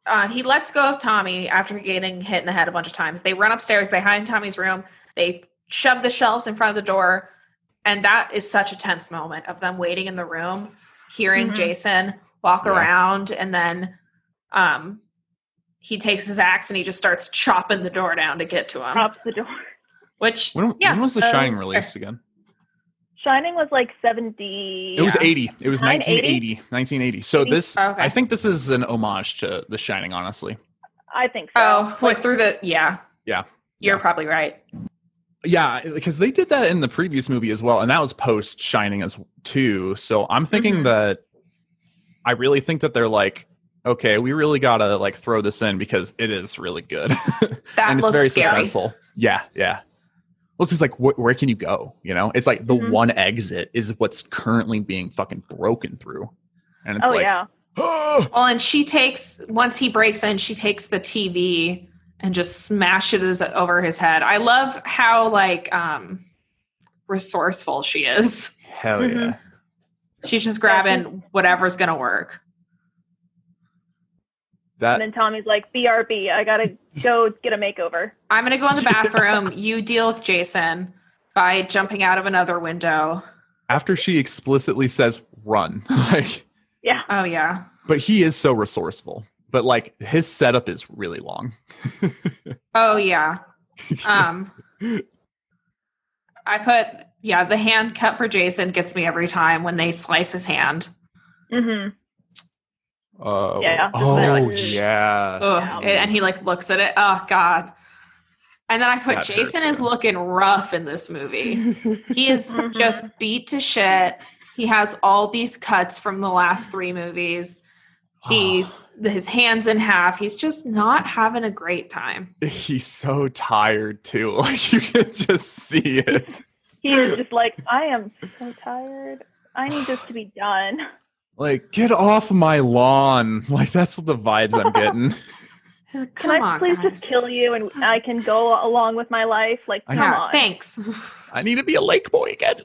uh, he lets go of Tommy after getting hit in the head a bunch of times. They run upstairs, they hide in Tommy's room, they shove the shelves in front of the door, and that is such a tense moment of them waiting in the room, hearing
Mhm.
Jason walk
Mm-hmm. Yeah.
around, and then um he takes his axe and he just starts chopping the door down to get to him.
props the door.
Which
when,
yeah,
when was The
uh,
Shining
sure.
released again?
Shining was like seventy.
It was 80. It was
980?
1980. 1980. So this,
Okay.
I think this is an homage to The Shining, honestly.
I think so.
Oh, went through the yeah.
Yeah.
You're
Yeah.
probably right.
Yeah, because they did that in the
Mm-hmm.
previous movie as well, and that was post Shining as too. So I'm thinking
Mhm.
that I really think that they're like, okay, we really gotta like throw this in because it is really good
That
and it's
looks
very
scary.
suspenseful. Yeah, yeah. Well, it's just like wh- where can you go? You know, it's like the
Mm-hmm.
Mhm.
one exit is what's currently being fucking broken through, and it's
oh
like, uh,
yeah.
Well, and she takes once he breaks in, she takes the TV and just smashes it over his head. I love how like um resourceful she is.
hell
Mm-hmm.
Mhm.
yeah.
She's just grabbing whatever's gonna work.
That
And then Tommy's like, "BRB, I gotta go get a makeover."
I'm gonna go in the bathroom. You deal with Jason by jumping out of another window.
after she explicitly says run, like,
Yeah.
Oh yeah.
but he is so resourceful. But like his setup is really long.
Oh yeah. Um I put yeah, the hand cut for Jason gets me every time when they slice his hand.
Mm-hmm.
Oh,
Yeah, just
oh
like-
yeah.
Ugh.
Yeah.
And he like looks at it. Oh God. And then I put
That
Jason
hurts,
is
yeah.
looking rough in this movie. He is
Mhm.
just beat to shit. He has all these cuts from the last three movies. He's his hands in half. He's just not having a great time.
He's so tired too. Like you can just see it.
He is just like, "I am so tired. I need this to be done."
Like, get off my lawn. Like that's the vibes I'm getting.
Come
Can I
on,
please
guys.
just kill you and I can go along with my life? Like,
I
come
yeah,
on.
thanks.
I need to be a lake boy again.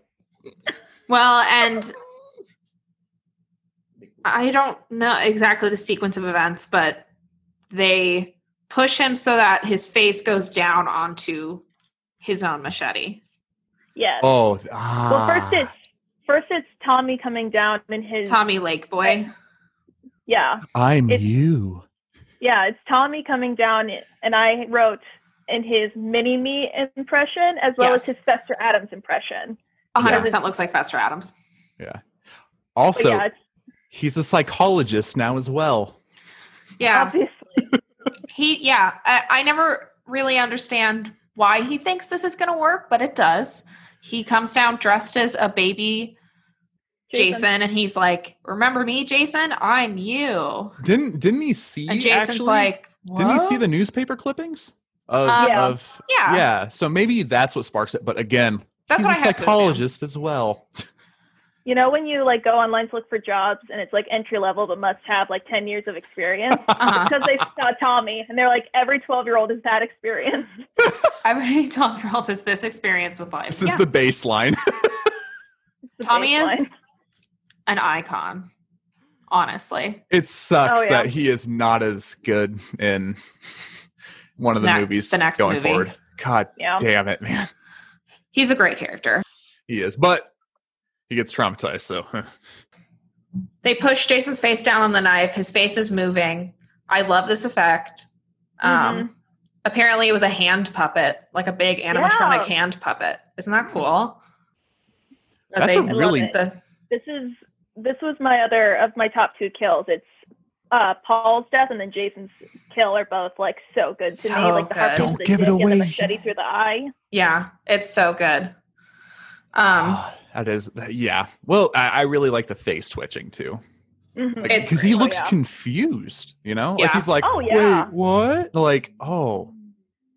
Well, and I don't know exactly the sequence of events, but they push him so that his face goes down onto his own machete.
Yes.
Oh, th-
Well,
ah.
first it's first it's Tommy coming down in his
Tommy Lake boy.
yeah
I'm
it's-
you.
yeah it's Tommy coming down and I wrote in his mini me impression as well
Yes.
as his Fester Adams impression.
100% looks like Fester Adams.
But
Also,
yeah, it's
he's a psychologist now as well.
Yeah.
obviously
He, yeah. I, I never really understand why he thinks this is going to work, but it does. He comes down dressed as a baby Jason and he's like, Remember me, Jason? I'm you.
Didn't didn't he see
And Jason's
actually-
like,
Didn't he see
"What?"
the newspaper clippings of
Um,
Yeah.
of
Yeah.
So maybe that's what sparks it. But again,
That's
he's
what I
a
have to assume.
psychologist as well.
You know when you like go online to look for jobs and it's like entry level but must have like ten years of experience
Uh-huh.
because they saw Tommy and they're like every twelve year old has that experience.
Every twelve year old has this experience with life.
This is
Yeah.
the baseline.
It's the
Tommy
baseline.
is an icon, honestly.
It sucks
Oh, yeah.
that he is not as good in one of the
Ne-
movies
the next
going
movie.
forward. God
yeah
damn it, man.
He's a great character.
He is. But he gets traumatized, so huh.
They push Jason's face down on the knife. His face is moving. I love this effect.
Mm-hmm.
Um, apparently, it was a hand puppet, like a big animatronic
Yeah.
hand puppet. Isn't that cool? That
That's
they
a
put
really-
the-
this is this was my other of my top two kills. It's uh, Paul's death and then Jason's kill are both like so good to
So
me. Like the
good.
harpoons
Don't
they
give it
did and
away.
The machete through the eye.
yeah, it's so good. Um,
Ah, that is yeah. Well, I, I really like the face twitching too.
Mhm.
It's
Because he
great.
looks
Oh, yeah.
confused, you know? Like
Yeah.
he's like,
Oh, yeah.
wait, what? Like, oh,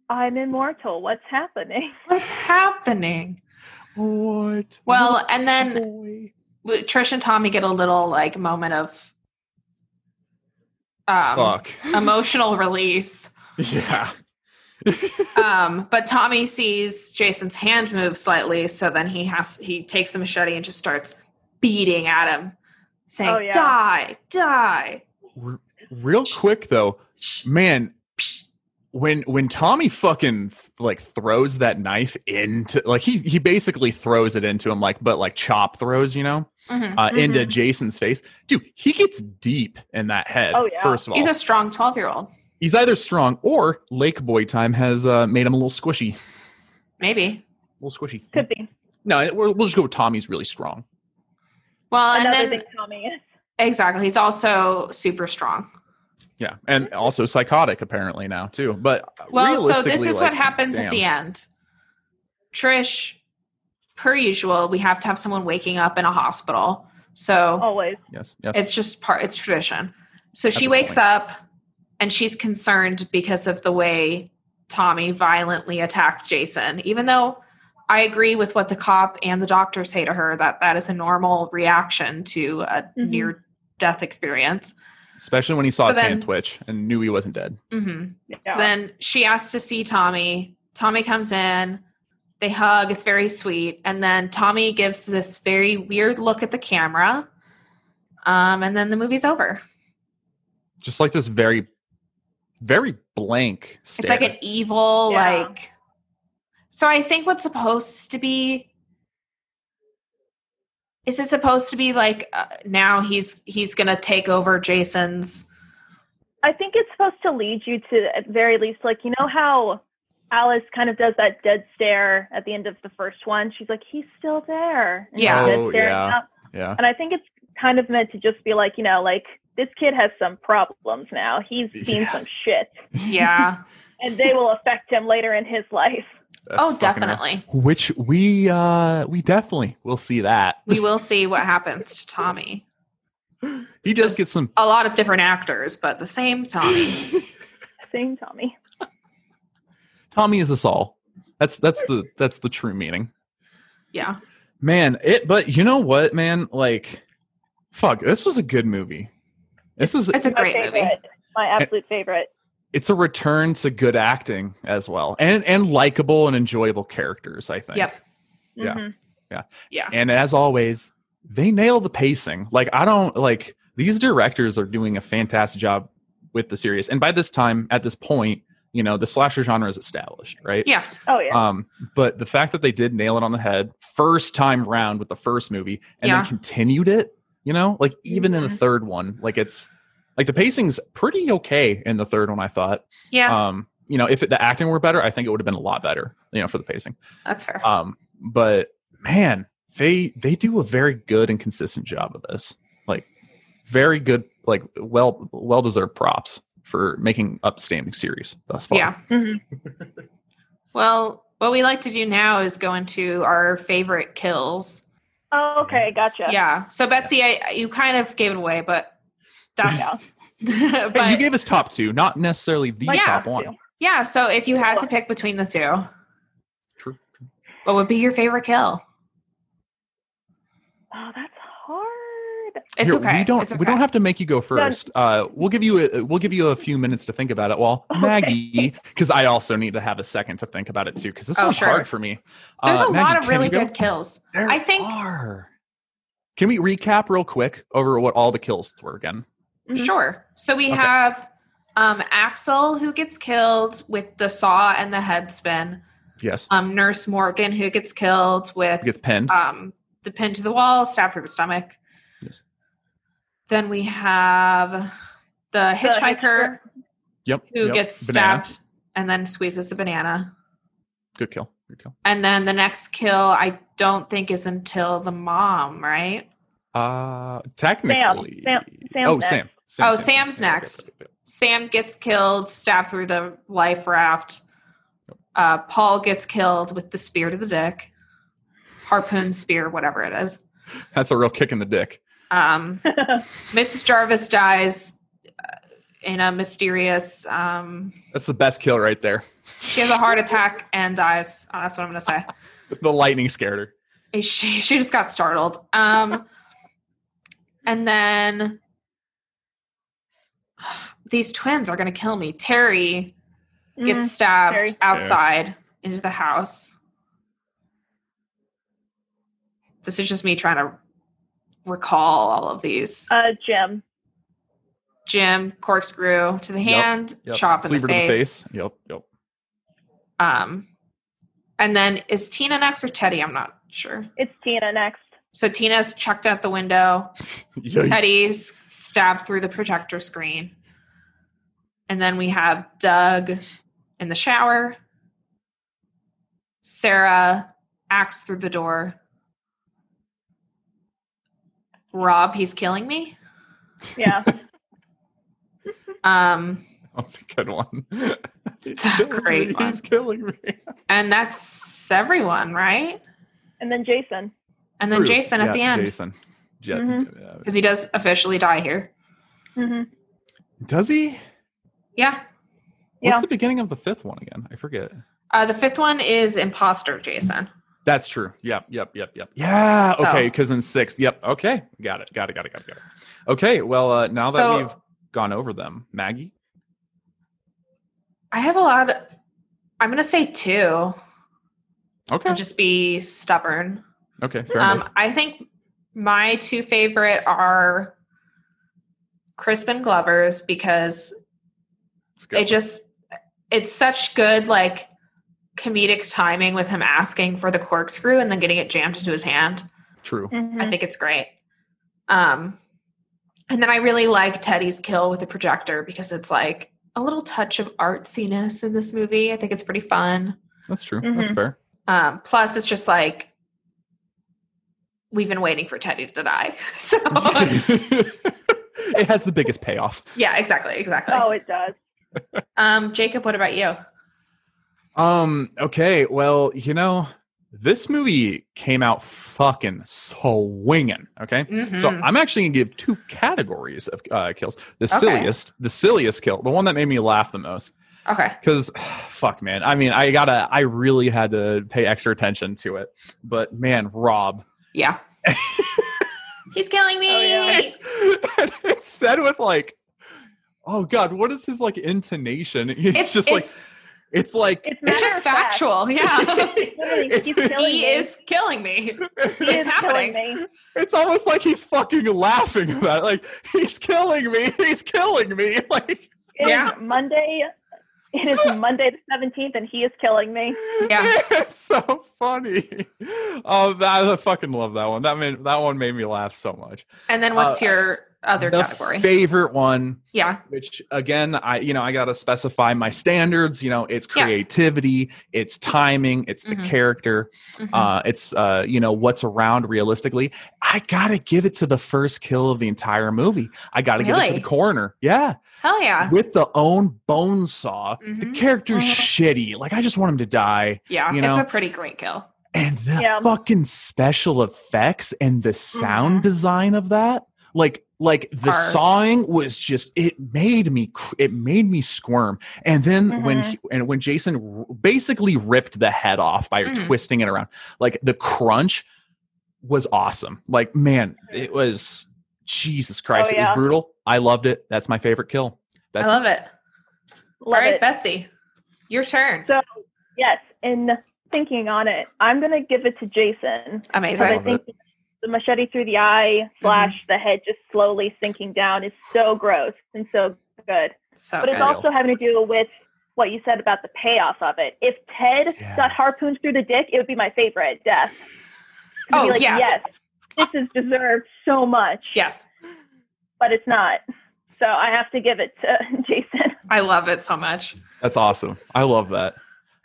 I'm immortal. What's happening?
what's happening?
what?
Well, and then
Boy.
w- Trish and Tommy get a little like moment of um,
fuck.
emotional release.
yeah.
Um, but Tommy sees Jason's hand move slightly, so then he has he takes the machete and just starts beating at him, saying,
Oh, yeah.
"Die, die."
R- real quick though,
Shh.
man when when tommy fucking th- like throws that knife into like he he basically throws it into him like but like chop throws you know
Mhm.
uh into
Mhm.
jason's face dude he gets deep in that head
Oh, yeah.
first of all
He's
he's,
a strong twelve-year-old,
either strong or lake boy time has uh made him a little squishy
maybe.
a little squishy
Could be
no it- we'll, we'll just go with tommy's really strong
Well, and
another
then
thing. Tommy is.
exactly, he's also super strong.
yeah and also psychotic apparently now too but
Mm-hmm.
uh,
Well, so this
realistically,
is
like,
what happens at
damn.
the end. Trish, per usual, we have to have someone waking up in a hospital. So
Always.
Yes. Yes.
It's just part. It's tradition. So she
Oh, this
wakes
point.
up, and she's concerned because of the way Tommy violently attacked Jason. Even though I agree with what the cop and the doctor say to her that that is a normal reaction to a
Mhm.
near death experience.
Especially when he saw
So
his
then-
hand twitch and knew he wasn't dead.
hmm
Yeah.
So then she asks to see Tommy. Tommy comes in. They hug. It's very sweet. And then Tommy gives this very weird look at the camera. Um, and then the movie's over.
Just like this very, very blank stare.
It's like an evil,
Yeah.
like. So I think what's supposed to be. Is it supposed to be like uh, now he's he's gonna take over Jason's?
I think it's supposed to lead you to, at very least, like, you know how Alice kind of does that dead stare at the end of the first one? She's like, he's still there. And she's
Yeah.
dead
Oh,
staring
yeah.
up.
yeah.
And I think it's kind of meant to just be like, you know, like, this kid has some problems now. He's seen
Yeah.
some shit,
Yeah.
and they will affect him later in his life.
That's
oh,
fucking rough.
definitely.
Which we uh we definitely will see that.
We will see what happens to Tommy.
He does
Just-
get some
A lot of different actors, but the same Tommy.
Same Tommy.
Tommy is us all. That's that's the that's the true meaning.
Yeah.
Man, it but you know what, man? Like fuck, this was a good movie. This is
It's a
My
great
favorite.
movie.
My absolute favorite.
it's a return to good acting as well. And and likable and enjoyable characters, I think.
Yep.
Yeah.
Mhm.
Yeah.
And as always, they nail the pacing. Like I don't like these directors are doing a fantastic job with the series. And by this time, at this point, you know, the slasher genre is established, right?
Yeah.
Oh, yeah.
Um, but the fact that they did nail it on the head first time round with the first movie and
Yeah.
then continued it, you know, like even in the
Mhm.
third one, like it's like the pacing's pretty okay in the third one, I thought.
Yeah.
Um, you know, if it, the acting were better, I think it would have been a lot better, you know, for the pacing.
That's fair.
Um, but man, they they do a very good and consistent job of this. Like very good, like well well deserved props for making upstanding series thus far.
Yeah. mm-hmm.
Mhm.
Well, what we like to do now is go into our favorite kills.
Uh,
Oh, okay. Gotcha.
Yeah. So Betsy, I, you kind of gave it away, but that's
Hey, you
but
gave us top two, not necessarily the
My
Yeah.
top
two.
one.
yeah, so if you had to pick between the two,
True. true.
what would be your favorite kill?
Oh, that's hard.
It's
Here,
okay.
We don't.
It's
We don't
okay.
have to make you go first. Uh, we'll give you. A, we'll give you a few minutes to think about it. While
Okay.
Maggie, because I also need to have a second to think about it too, because this
Oh,
one's
sure.
hard for me.
There's
Uh,
a
Maggie,
lot of
can
really
you go?
good kills.
There
I think-
are. Can we recap real quick over what all the kills were again?
Mhm.
Sure. So we
Mm-hmm. Okay.
have um Axel who gets killed with the saw and the head spin.
Yes.
Um Nurse Morgan who gets killed with
It gets pinned.
um, the pin to the wall, stabbed through the stomach.
Yes.
Then we have the hitchhiker
yep.
who
yep.
gets
Banana.
stabbed and then squeezes the banana.
Good kill. Good kill.
And then the next kill, I don't think is until the mom, right?
Uh, technically.
Sam- Sam's
oh,
next.
Sam.
Oh, Sam's
Yeah,
next.
good, good, good.
Sam gets killed, stabbed through the life raft. Uh, Paul gets killed with the spear to the dick, harpoon spear, whatever it is.
That's a real kick in the dick.
Um,
Mm-hmm.
Mrs. Jarvis dies uh, in a mysterious. Um,
That's the best kill right there.
she has a heart attack and dies. Oh, that's what I'm gonna say.
The lightning scared her.
Eh, She she just got startled. Um, and then these twins are gonna kill me. Terry gets
Mm.
stabbed
Terry.
outside into the house. This is just me trying to recall all of these.
Uh, Jim.
Jim corkscrew to the
Yep,
hand,
Yep.
chop in the
Cleaver
face.
to the face. Yep. Yep.
Um, and then is Tina next or Teddy? I'm not sure.
It's Tina next.
So Tina's chucked out the window.
Yeah, you-
Teddy's stabbed through the projector screen. And then we have Doug in the shower. Sarah axe through the door. Rob, he's killing me.
Yeah.
Um,
That's a good one.
It's a great
me.
one.
He's killing me.
and that's everyone, right?
and then Jason.
And then
True.
Jason at
Yeah,
the end. Mm-hmm.
Jason. Jet,
Mhm.
uh,
because he does officially die here.
hmm
does he?
Yeah.
Yeah.
What's the beginning of the fifth one again? I forget.
Uh, the fifth one is imposter Jason.
That's true. Yep. Yep. Yep. Yep. Yeah.
So-
Okay. Because in sixth. Yep. Okay. Got it. Got it. Got it. Got it. Got it. Okay. Well, uh, now that
So-
we've gone over them, Maggie.
I have a lot. Of, I'm gonna say two
Okay.
and just be stubborn.
okay. Fair
Um,
enough.
I think my two favorite are Crispin Glover's because
It's good.
it just it's such good like comedic timing with him asking for the corkscrew and then getting it jammed into his hand.
True.
mm-hmm.
I think it's great. Um, and then I really like Teddy's kill with the projector because it's like a little touch of artsiness in this movie. I think it's pretty fun.
That's true. That's
Mhm.
fair.
Um, plus, it's just like we've been waiting for Teddy to die. So
it has the biggest payoff.
yeah, exactly, exactly.
Oh, it does.
Um, Jacob, what about you?
Um, okay, well, you know, this movie came out fucking swinging, okay? So
Mhm.
I'm actually gonna give two categories of uh, kills. The
Okay.
silliest, the silliest kill, the one that made me laugh the most.
okay,
Cause fuck man, I mean I gotta I really had to pay extra attention to it. But man, Rob
yeah. He's killing me.
Oh, yeah.
and it's said with like oh god, what is his like intonation? It's, just like
it's,
it's like
It's,
it's
matter
just
of fact.
factual. Yeah,
Literally,
It's-
he's killing
he
me.
is killing me.
He
it's
is
happening.
killing me.
It's almost like he's fucking laughing about it. Like, he's killing me. He's killing me. Like,
It is
Yeah.
Monday. It is Monday the seventeenth, and he is killing me.
Yeah.
it's so funny. Oh, that, I fucking love that one. That made that one made me laugh so much.
And then what's
Uh,
your other
The
category?
favorite one,
yeah.
which again, I you know I gotta specify my standards. You know, it's
Yes.
creativity, it's timing, it's the
Mhm.
character,
Mhm.
uh, it's uh, you know what's around realistically. I gotta give it to the first kill of the entire movie. I gotta give it to
Really? Ah.
the coroner. Yeah.
Hell yeah.
with the own bone saw. The
Mhm.
character's
Mhm.
shitty. Like I just want him to die.
Yeah.
you
It's
know.
a pretty great kill.
And the
Yeah.
fucking special effects and the sound
Mhm.
design of that. Like like the
Mm-hmm. Are-
sawing was just it made me cr- it made me squirm. And then when
Mm-hmm.
Mhm.
he, and when Jason r- basically ripped the head off by
Mhm.
twisting it around. Like the crunch was awesome. Like man, it
Mm-hmm.
was Jesus Christ, it
yeah.
was brutal. I loved it. That's my favorite kill. That's
Oh, I love it.
Love
All right,
it.
Betsy, your turn.
So- Yes, in thinking on it, I'm gonna give it to Jason because
Amazing.
I
Love Mm-hmm.
think the machete through the eye slash the head just slowly sinking down is so gross and so good.
So
But it's
good.
all-
also having to do with what you said about the payoff of it. If Ted
Yeah.
got harpooned through the dick, it would be my favorite death. It would
Oh,
be like,
yeah.
yes, this is deserved so much,
yes.
but it's not. So I have to give it to Jason.
I love it so much.
That's awesome. I love that.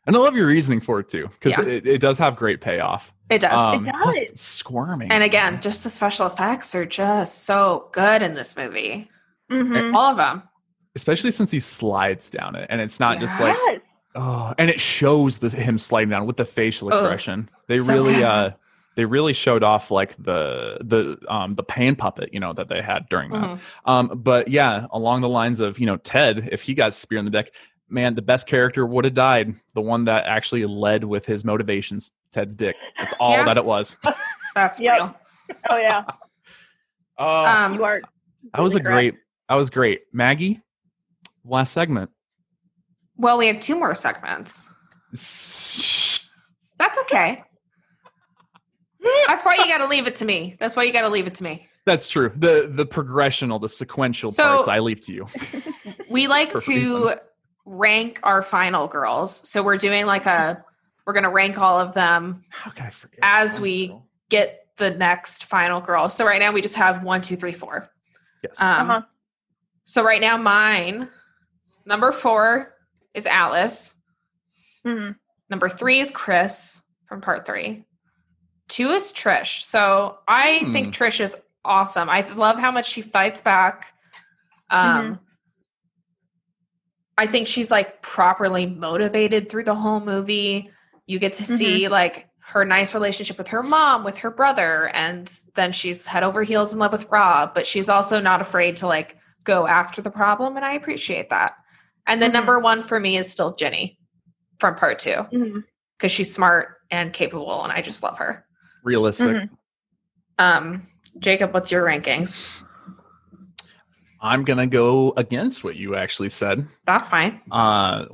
And I love your reasoning for it too, because
Yeah.
it, it does have great payoff.
It does.
It
um, plus
does.
it's squirming.
and again, just the special effects are just so good in this movie.
Mhm.
All of them.
especially since he slides down it and it's not just like,
yes.
oh, and it shows the, him sliding down with the facial
Oh,
expression. they
so
really,
good.
uh, they really showed off like the, the, um, the pan puppet, you know, that they had during that.
Mm-hmm.
Mhm.
Um, but yeah, along the lines of you know Ted, if he got spear in the deck, man, the best character would have died. The one that actually led with his motivations, Ted's dick. That's all
Yeah.
that it was.
That's
Yep.
real.
Oh yeah,
Oh,
you
Um,
are.
that was a
completely
great. That was great, Maggie. Last segment.
well, we have two more segments. That's okay. That's why you got to leave it to me. That's why you got to leave it to me.
That's true. The the progressional, the sequential
So-
parts, I leave to you.
we like
for
to
reason.
rank our final girls. So we're doing like a we're gonna rank all of them,
How could I forget?
As we- get the next final girl. So right now we just have one, two, three, four.
Yes.
Um,
Uh-huh.
So right now mine number four is Alice.
Mhm.
Number three is Chris from part three. Two is Trish. So I think Trish is awesome. I love how much she fights back. Um, I think she's like properly motivated through the whole movie. You get to see like her nice relationship with her mom, with her brother, and then she's head over heels in love with Rob, but she's also not afraid to like go after the problem, and I appreciate that. And then number one for me is still Jenny from part two
Mhm.
because she's smart and capable, and I just love her.
Realistic.
Mm-hmm.
Mhm.
Um, Jacob, what's your rankings?
I'm gonna go against what you actually said.
That's fine.
Uh,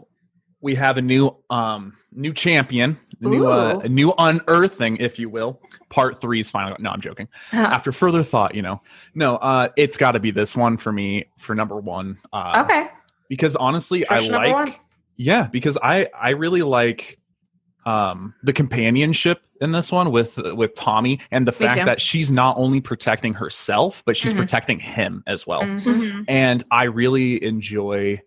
we have a new um new champion, a new uh,
Ooh.
a new unearthing, if you will. Part three is final. No, I'm joking.
Uh-huh.
After further thought, you know, no, uh, it's got to be this one for me for number one. Uh,
okay,
because honestly,
Trish,
I
number
like
one.
yeah because I I really like um the companionship in this one with with Tommy and the
Me
fact
too.
that she's not only protecting herself but she's
Mhm.
protecting him as well
Mhm.
Mhm.
and i really enjoy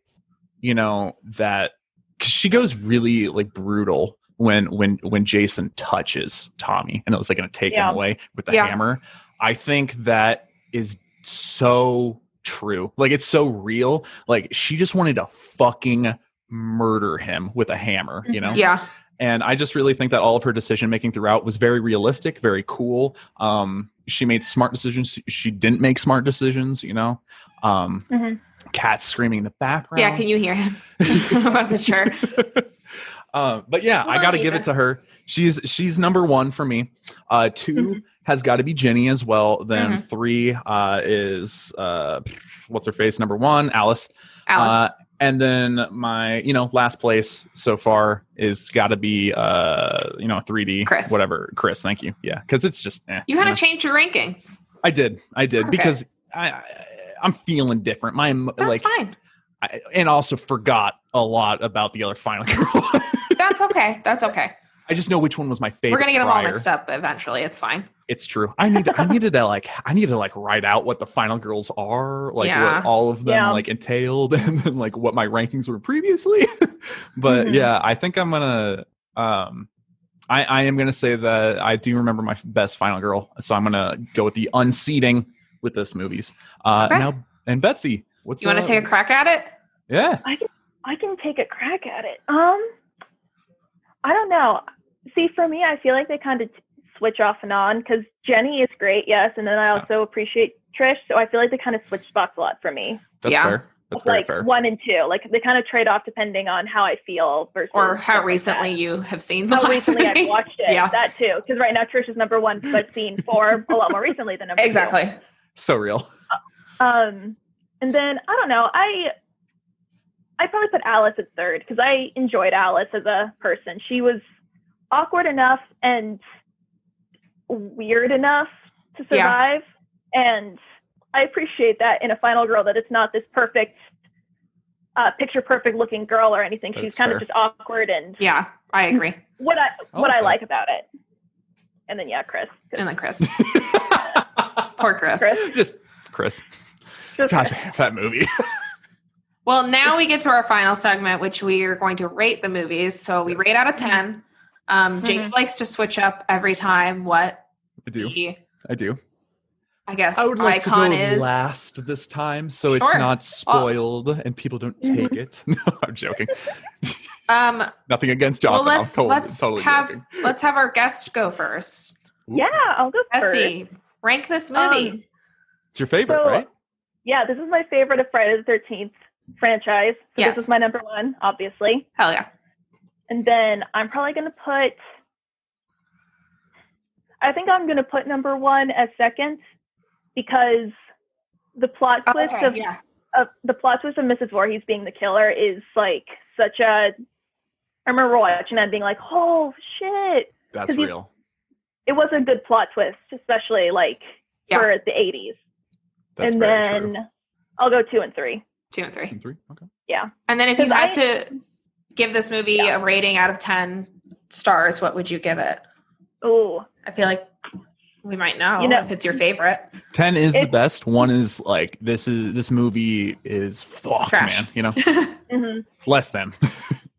you know that because she goes really like brutal when when when jason touches tommy and it was like gonna take
Yeah.
him away with the
Yeah.
hammer i think that is so true like it's so real like she just wanted to fucking murder him with a hammer you know
Yeah,
and I just really think that all of her decision making throughout was very realistic, very cool. Um, she made smart decisions. She didn't make smart decisions, you know. Um,
Mhm.
Cats screaming in the background.
Mm-hmm. yeah. Can you hear him? I wasn't sure.
Um, but yeah, I got to give it to her. She's she's number one for me. Uh, 2
Mm-hmm.
has got to be Jenny as well. Then
Mhm.
three uh, is uh, what's her face? Number one, Alice.
Alice.
Uh, and then my, you know, last place so far is got to be, uh, you know, 3D,
Chris.
whatever. Chris, thank you. Yeah, because it's just. Eh,
you kind
know.
of changed your rankings.
I did, I did,
That's okay.
because I, I, I'm feeling different. My em-
That's
like,
fine.
I, and also forgot a lot about the other final girl.
That's okay. That's okay.
I just know which one was my favorite.
We're gonna get them all
prior.
mixed up eventually. It's fine.
It's true. I need to, I needed to like I needed to like write out what the final girls are, like
Yeah.
what all of them
Yeah.
like entailed and then like what my rankings were previously. but
Mhm.
yeah, I think I'm gonna um I, I am gonna say that I do remember my f- best final girl. So I'm gonna go with the unseating with this movies. Uh
Okay.
now and Betsy, what's
You want to
uh,
take a crack at it?
Yeah.
I can I can take a crack at it. Um, I don't know. See, for me, I feel like they kind of t- switch off and on because Jenny is great, yes, and then I also appreciate Trish, so I feel like they kind of switch spots a lot for me.
That's
Yeah.
fair. That's
It's
very
like
fair.
one and two, like they kind of trade off depending on how I feel versus
Or
stuff
how
like
recently
that.
you have seen the
How
last
recently
movie?
I've watched it,
Yeah.
that too, because right now Trish is number one, but seen four a lot more recently than number two.
Exactly.
So real.
Um, and then I don't know. I I probably put Alice at third because I enjoyed Alice as a person. She was awkward enough and weird enough to
Yeah.
survive, and I appreciate that in a final girl that it's not this perfect. Uh, picture perfect looking girl or anything. She's
That's
kind
fair.
of just awkward and
Yeah, I agree.
what I
I
what
like
I
that.
like about it. And then yeah, Chris. 'cause
And then Chris. Poor Chris.
Chris.
just Chris.
just
God damn that movie.
Well, now we get to our final segment, which we are going to rate the movies. So we
Yes.
rate out of 10. Um, Jacob likes to switch up every time what
I do.
the,
I do.
I guess,
I would like
icon
to go
is.
last this time, so it's
Sure. mm-hmm.
not spoiled and people don't take it. No, I'm joking.
Um,
Nothing against
well,
Jonathan.
let's,
I'm totally,
let's,
totally
have,
joking.
let's have our guest go first.
Yeah, I'll go first.
Betsy, rank this movie.
Um,
It's your favorite,
So-
right?
Yeah, this is my favorite of Friday the Thirteenth franchise. So
Yes.
This is my number one, obviously.
Hell yeah.
And then I'm probably gonna put. I think I'm gonna put number one as second, because the plot
Oh,
twist
okay,
of,
yeah.
of the plot twist of Mrs. Voorhees being the killer is like such a. I remember watching that and being like, "Oh shit!"
That's
'cause you-
real.
It was a good plot twist, especially like
Yeah.
for the '80s.
That's
and
very
then
true.
I'll go two and three.
Two and three.
And Three? Okay.
And then if you
Because
had
I-
to give this movie a rating out of 10 stars, what would you give it?
Ooh,
I feel like we might know,
You know-
if it's your favorite.
Ten is the
It-
best. One is like this is this movie is fuck
Trash.
man. You know,
hmm
less than.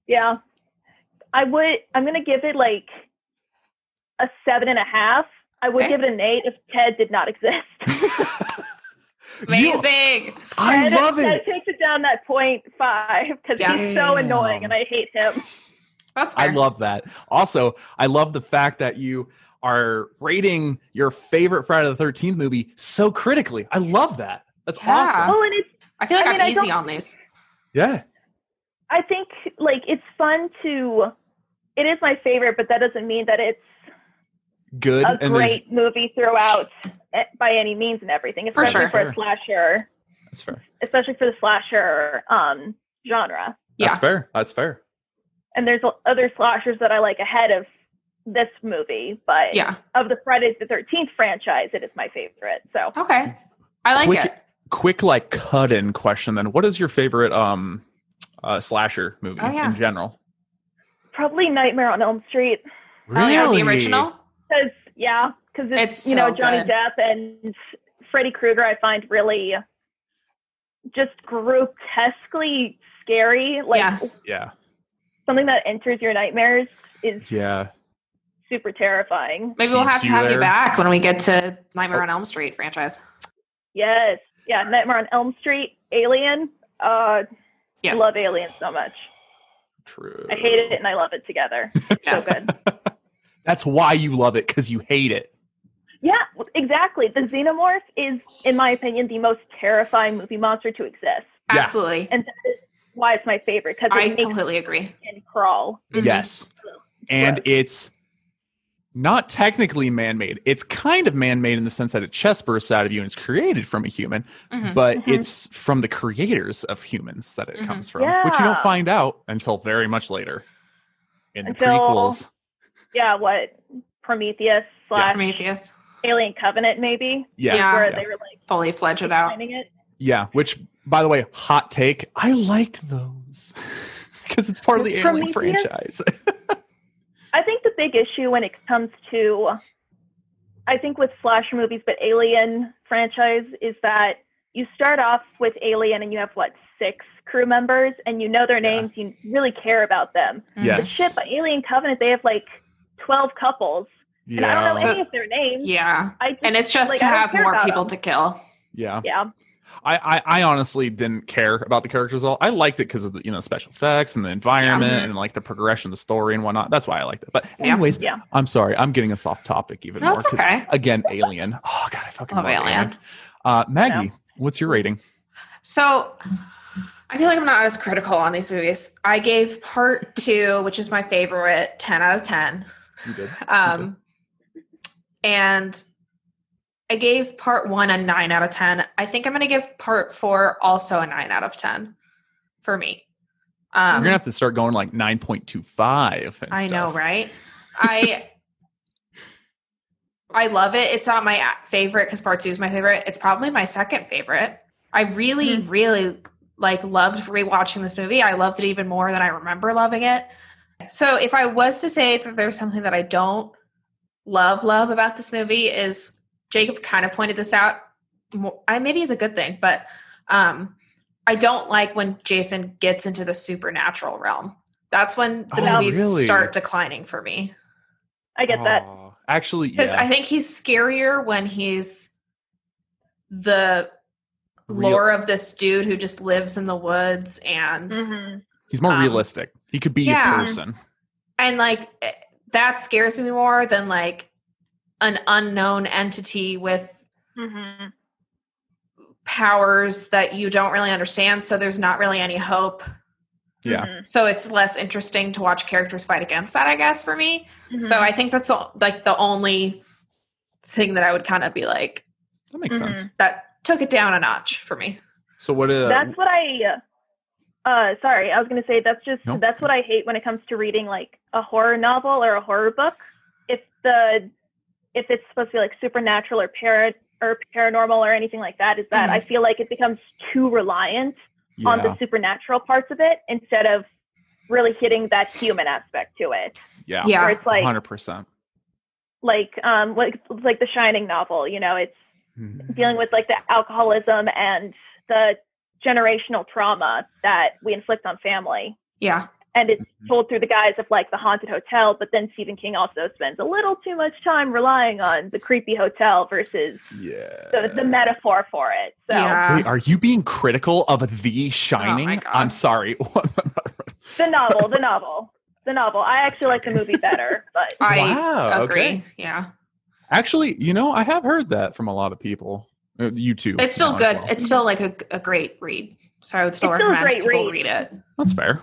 Yeah. I would I'm gonna give it like a seven and a half. I would
Okay.
give it an eight if Ted did not exist.
You-
Amazing.
I
Ted,
love
Ted
it.
takes it down that point five because he's so
Damn.
annoying and I hate him.
That's
I
fair.
love that. Also, I love the fact that you are rating your favorite Friday the Thirteenth movie so critically. I love that. That's
Yeah.
awesome.
Well, Oh, and it's
I feel like
I
I
mean, I
am easy
don't-
on these.
Yeah.
I think like it's fun to. It is my favorite, but that doesn't mean that it's
Good.
a
and there's
great movie throughout eh, by any means and everything,
For
especially
sure.
for a slasher,
that's fair.
especially for the slasher um, genre.
Yeah.
That's fair. That's fair.
And there's other slashers that I like ahead of this movie, but
Yeah.
of the Friday the Thirteenth franchise, it is my favorite. So
Okay. I like
Quick-
it.
Quick, like cut in question. Then, what is your favorite um uh slasher movie
Oh, yeah.
in general?
probably Nightmare on Elm Street,
Probably not Oh, the original.
because yeah, because it's,
It's
you know
so
Johnny
good.
Depp and Freddy Krueger. I find really just grotesquely scary. Like
yes.
Yeah.
something that enters your nightmares is
Yeah.
super terrifying.
Maybe we'll
keeps
have to
you
have you
there. Oh.
back when we get to Nightmare on Elm Street franchise.
Yes. Yeah. Nightmare on Elm Street, Alien. Uh,
Yes.
Love Alien so much.
True.
I hate it and I love it together.
yes.
So good.
That's why you love it because you hate it.
Yeah, exactly. The Xenomorph is, in my opinion, the most terrifying movie monster to exist.
Yeah.
Absolutely.
And that is why it's my favorite because
I
it makes
completely agree.
skin crawl.
Mhm.
Yes. And it's not technically man made. It's kind of man made in the sense that it chest bursts out of you and it's created from a human,
Mhm.
but
Mhm.
it's from the creators of humans that it
Mhm.
comes from, which you don't
Mm-hmm. Yeah.
find out until very much later in the
Until-
prequels.
Yeah, what? Prometheus slash
Prometheus.
Alien Covenant, maybe?
Yeah.
Yeah.
Where
Ah, yeah.
they were like
Fully fledged it out.
finding it.
Yeah, which by the way, hot take. I like those because it's part of the
With
Alien franchise.
Prometheus? I think the big issue when it comes to, I think with slasher movies, but Alien franchise is that you start off with Alien and you have what six crew members and you know their
Yeah.
names, you really care about them.
Mm-hmm.
But
yes.
shit, by Alien Covenant they have like twelve couples, and I don't know
Yeah.
So-
any of their names.
Yeah.
I just,
And it's just
Like,
to
I don't
have
care
more
about
people
them.
to kill.
Yeah.
yeah,
I, I, I honestly didn't care about the characters at all. I liked it because of the you know special effects and the environment and like the progression of the story and whatnot. That's why I liked it. But
Yeah.
anyways,
Yeah.
I'm sorry, I'm getting us off topic even
No,
more.
it's
'cause,
okay.
Again, Alien. Oh god, I fucking
Love
love, Alien.
Alien.
Uh, Maggie, what's your rating?
So I feel like I'm not as critical on these movies. I gave part two, which is my favorite, 10 out of 10.
You did.
Um, and I gave part one a nine out of 10. I think I'm going to give part four also a nine out of 10 for me. Um,
You're gonna have to start going like nine point two five.
I know, right? I I love it. It's not my a- favorite because part two is my favorite. It's probably my second favorite. I really,
Mm-hmm.
really like loved rewatching this movie. I loved it even more than I remember loving it. So if I was to say that there's something that I don't love, love about this movie is Jacob kind of pointed this out. mo- I maybe is a good thing, but um, I don't like when Jason gets into the supernatural realm. That's when the
Oh,
movies
really?
start declining for me
I get that.
Actually,
because
yeah.
I think he's scarier when he's the
Real-
lore of this dude who just lives in the woods
Oh.
and
Mhm.
He's more
um,
realistic. He could be
yeah.
a person.
and like eh, that scares me more than like an unknown entity with
Mhm.
powers that you don't really understand so there's not really any hope
Yeah.
Mhm.
so it's less interesting to watch characters fight against that i guess for me
Mhm.
so i think that's the- like the only thing that i would kind of be like
That makes
Mhm.
sense.
that took it down a notch for me
So what? Uh,
that's what I. Uh, sorry, I was going to say that's just
No.
that's what I hate when it comes to reading like a horror novel or a horror book. If the if it's supposed to be like supernatural or para or paranormal or anything like that, is that
Mhm.
I feel like it becomes too reliant on the
yeah,
supernatural parts of it instead of really hitting that human aspect to it.
yeah,
Yeah.
Where it's like
hundred percent.
like um like like the Shining novel, you know, it's
Mm-hmm.
dealing with like the alcoholism and the generational trauma that we inflict on family.
yeah
And it's
Mhm.
told through the guise of like the haunted hotel, but then Stephen King also spends a little too much time relying on the creepy hotel versus
Yeah.
the, the metaphor for it. So
yeah Oh
Wait, are you being critical of The Shining?
God.
I'm sorry.
the novel, the novel, the novel. I actually like the movie better, but
I
Wow,
agree.
okay.
Yeah.
Actually, you know, I have heard that from a lot of people. Uh, You too.
It's still
now as
good.
well.
It's still like a, a great read. So I would still
It's still a
recommend
great
people read.
read.
it.
That's fair.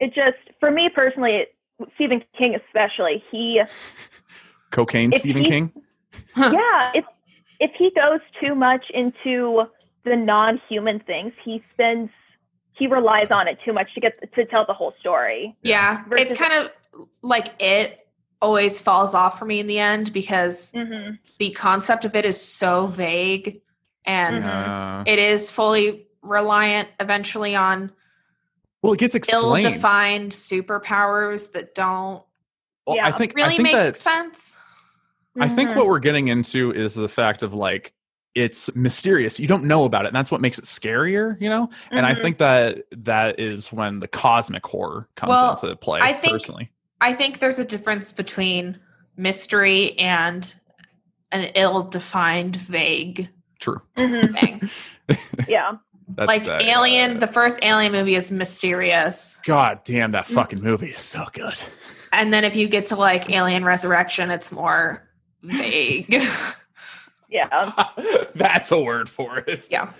it just for me personally, it, Stephen King especially, he
Cocaine,
If
Stephen
he-
King.
Huh.
yeah, if if he goes too much into the non-human things, he spends he relies on it too much to get to tell the whole story.
Yeah.
Versus-
it's kind of like it always falls off for me in the end because
Mm-hmm.
the concept of it is so vague and
Mhm.
Uh,
it is fully reliant eventually on
well, it gets explained.
ill-defined superpowers that don't
Well,
Yeah.
I think I
really
think
make
that-
sense.
I think
Mm-hmm.
what we're getting into is the fact of like it's mysterious. You don't know about it, and that's what makes it scarier, you know?
Mm-hmm.
And I think that that is when the cosmic horror comes
Well,
into play
I think-
personally.
I think there's a difference between mystery and an ill-defined vague
True.
Mhm.
thing.
yeah.
That,
like
that- uh,
Alien, the first Alien movie is mysterious.
God damn,
Mm-hmm.
that fucking movie is so good.
And then if you get to like Alien Resurrection, it's more vague.
Yeah.
That's a word for it.
yeah.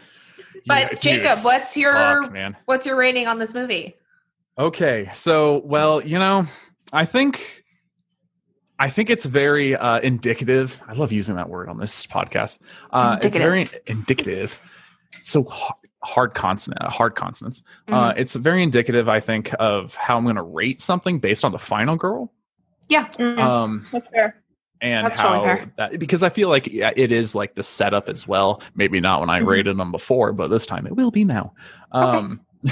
Yeah,
But
dude,
Jacob, what's your
fuck, man?
what's your rating on this movie?
Okay, so well, you know, I think I think it's very uh, indicative. I love using that word on this podcast. Uh, it's
Indicative.
very indicative. It's so hard, hard consonant, uh, hard consonants. Uh, it's very indicative, I think, of how I'm going to rate something based on the final girl.
yeah.
Mhm.
Um,
That's fair.
and
That's totally
how
fair.
that, because I feel like yeah, it is like the setup as well. Maybe not when I
Mhm.
Mm-hmm.
rated them before, but this time it will be now. Um,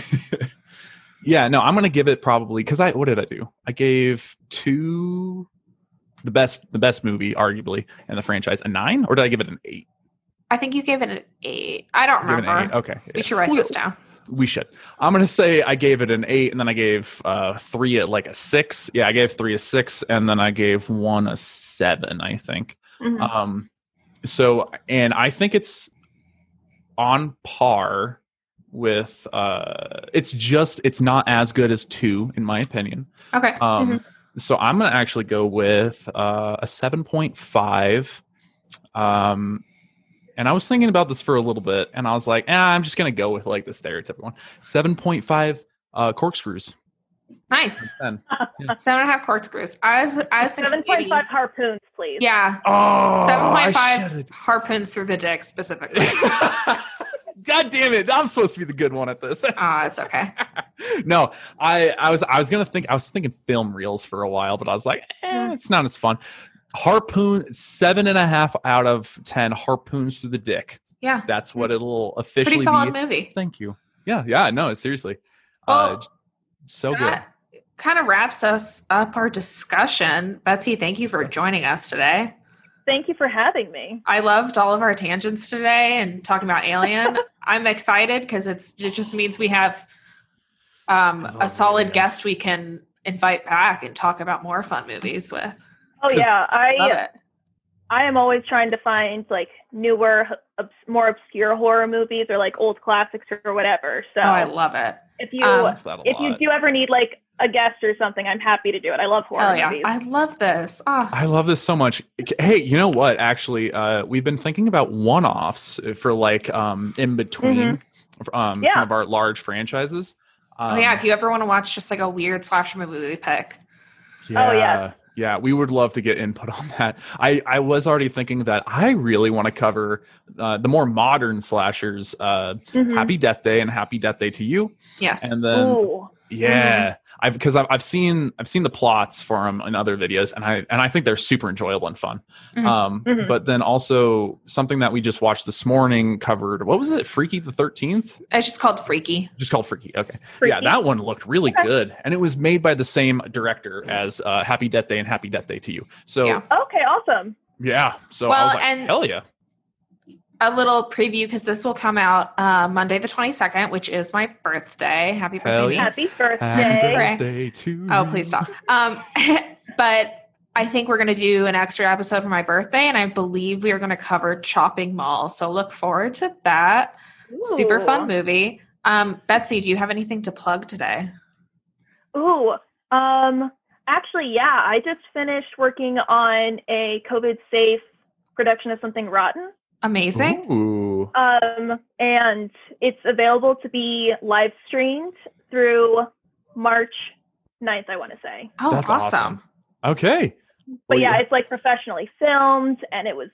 yeah, no, I'm gonna give it probably because I what did I do? I gave two the best the best movie arguably in the franchise a nine or did I give it an eight?
I think you gave it an eight. I don't
I gave it
remember.
an eight. Okay,
We should write
Well,
this down.
we should. I'm gonna say I gave it an eight, and then I gave uh, three at like a six. Yeah, I gave three a six, and then I gave one a seven. I think.
Mhm.
Um, so and I think it's on par with. Uh, it's just it's not as good as two, in my opinion.
Okay.
Um, So I'm gonna actually go with uh, a seven point five. Um, and I was thinking about this for a little bit, and I was like, eh, I'm just gonna go with like the stereotypical one, seven point five uh, corkscrews.
nice.
Then.
Seven and a half corkscrews. I was I was thinking
Seven point
80.
five harpoons, please.
Yeah.
Oh,
Seven point
I
five
should've-
harpoons through the dick specifically.
God damn it! I'm supposed to be the good one at this.
Ah, it's okay.
no, I, I was I was gonna think I was thinking film reels for a while, but I was like, eh, it's not as fun. Harpoon seven and a half out of ten harpoons through the dick.
Yeah.
That's what it'll
Pretty
officially
solid
be.
movie.
Thank you. Yeah, yeah, no, seriously. uh,
Well,
so good.
that kind of wraps us up our discussion. Betsy, thank you for
Discuss.
joining us today.
Thank you for having me.
I loved all of our tangents today and talking about Alien. I'm excited because it's it just means we have um,
Oh,
a solid
man.
guest we can invite back and talk about more fun movies with.
Oh
'Cause-
yeah,
Love
I
it.
I am always trying to find like newer, obs- more obscure horror movies or like old classics or whatever. So
Oh, I love it.
if you
um,
Love that a
if you
lot.
do ever need like a guest or something, I'm happy to do it. I love horror
Hell yeah.
movies.
I love this. Ah,
I love this so much. Hey, you know what? Actually, uh, we've been thinking about one-offs for like um, in between um,
Yeah.
some of our large franchises. Um,
Mm-hmm. oh, yeah. If you ever want to watch just like a weird slasher movie we pick,
Oh, yeah.
Yeah, we would love to get input on that. I, I was already thinking that I really want to cover uh, the more modern slashers, uh,
Mhm.
Happy Death Day and Happy Death Day to You.
yes.
And then
Ooh.
yeah, I've because I've, I've seen I've seen the plots for them in other videos, and I and I think they're super enjoyable and fun.
Mhm.
Um,
Mhm.
But then also something that we just watched this morning covered what was it? Freaky the Thirteenth,
it's just called Freaky.
just called Freaky. Okay, yeah,
Freaky.
that one looked really
Okay.
good, and it was made by the same director as uh, Happy Death Day and Happy Death Day to You. So
Yeah.
yeah,
Okay, awesome.
so I
Well,
was like,
and-
hell yeah,
a little preview because this will come out uh, Monday the 22nd, which is my birthday. Happy birthday.
Hell
me.
yeah.
Happy birthday.
Happy
birthday to
Oh, please stop. Um, but I think we're going to do an extra episode for my birthday, and I believe we are going to cover Chopping Mall. So look forward to that. Super
Ooh.
fun movie. Um, Betsy, do you have anything to plug today?
Ooh, Um, actually, yeah, I just finished working on a COVID safe production of Something Rotten.
Amazing.
Ooh.
Um, and it's available to be live streamed through March 9th, I want to say.
Oh,
That's awesome. Okay.
But
Well,
yeah, it's like professionally filmed, and it was.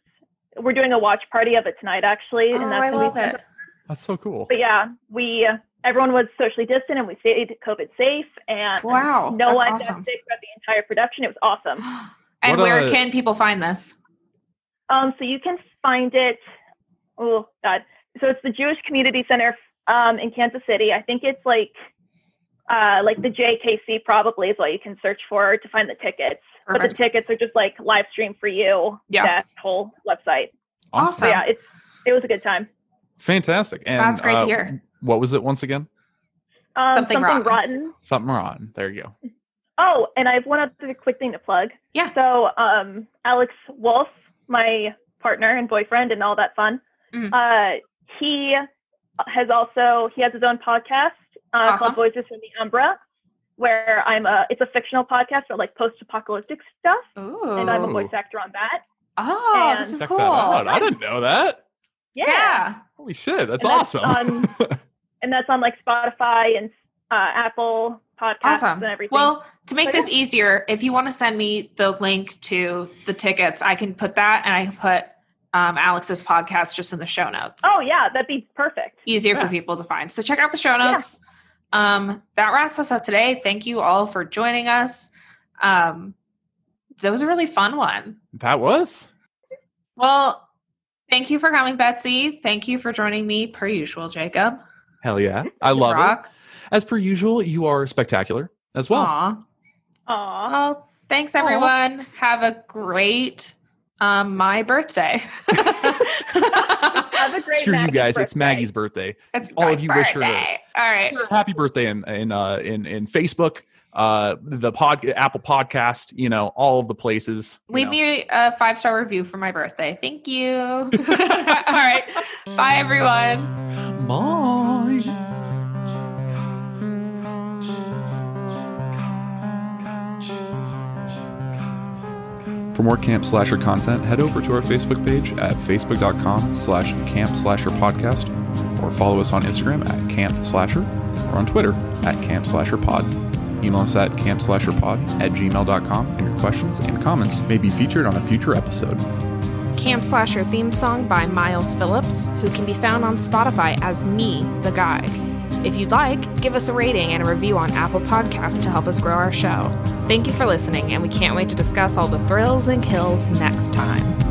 We're doing a watch party of it tonight, actually,
Oh,
and
I
gonna be
love
fun.
it.
That's so cool.
But yeah, we everyone was socially distant, and we stayed COVID safe, and
Wow,
no
that's
one
awesome.
got sick throughout the entire production. It was awesome.
and
What
where
a-
can people find this?
Um, so you can find it. Oh God! So it's the Jewish Community Center um, in Kansas City. I think it's like uh, like the JKC probably is what you can search for to find the tickets. But the
Perfect.
tickets are just like live stream for you.
Yeah.
That whole website.
Awesome.
So yeah, it's it was a good time.
Fantastic. And
That's great to
uh,
hear.
What was it once again?
Um,
Something Rotten.
rotten.
Something rotten. There you go.
Oh, and I have one other quick thing to plug.
Yeah.
So, um, Alex Wolf, my partner and boyfriend, and all that fun.
Mhm.
Uh, he has also he has his own podcast uh,
Awesome.
called Voices from the Umbra, where I'm a it's a fictional podcast for like post apocalyptic stuff,
Ooh.
and I'm a
Ooh.
voice actor on that.
oh,
and-
this is
Check
cool.
that out. I didn't know that.
Yeah.
yeah.
Holy shit. That's
And that's
awesome.
And that's on like Spotify and uh, Apple Podcasts
Awesome.
and everything.
Well, to make
But
this easier, if you want to send me the link to the tickets, I can put that and I can put um, Alex's podcast just in the show notes.
oh yeah, that'd be perfect.
easier
Yeah.
for people to find. So check out the show
Yeah.
notes. Um, that wraps us up today. Thank you all for joining us. Um, that was a really fun one.
that was.
Well, thank you for coming, Betsy. Thank you for joining me, per usual, Jacob.
Hell yeah. I love it. As per usual, you are spectacular as well.
Aw.
Aw.
Well, thanks everyone. Have a great um, my birthday.
Have a great
Screw
Maggie's
you guys. It's
birthday.
Maggie's birthday.
It's
All
my
of you wish her-
birthday. All right.
Sure, Happy birthday in in uh, in in Facebook, uh, the pod, Apple Podcast. You know, all of the places. you
Leave
know.
me a five star review for my birthday. Thank you. All right. Bye, everyone.
Bye. For more Camp Slasher content, head over to our Facebook page at facebook.com slash Camp Slasher Podcast or follow us on Instagram at Camp Slasher or on Twitter at Camp Slasher Pod. Email us at campslasherpod at gmail.com and your questions and comments may be featured on a future episode.
Camp Slasher theme song by Miles Phillips, who can be found on Spotify as Me, the Guy. If you'd like, give us a rating and a review on Apple Podcasts to help us grow our show. Thank you for listening, and we can't wait to discuss all the thrills and kills next time.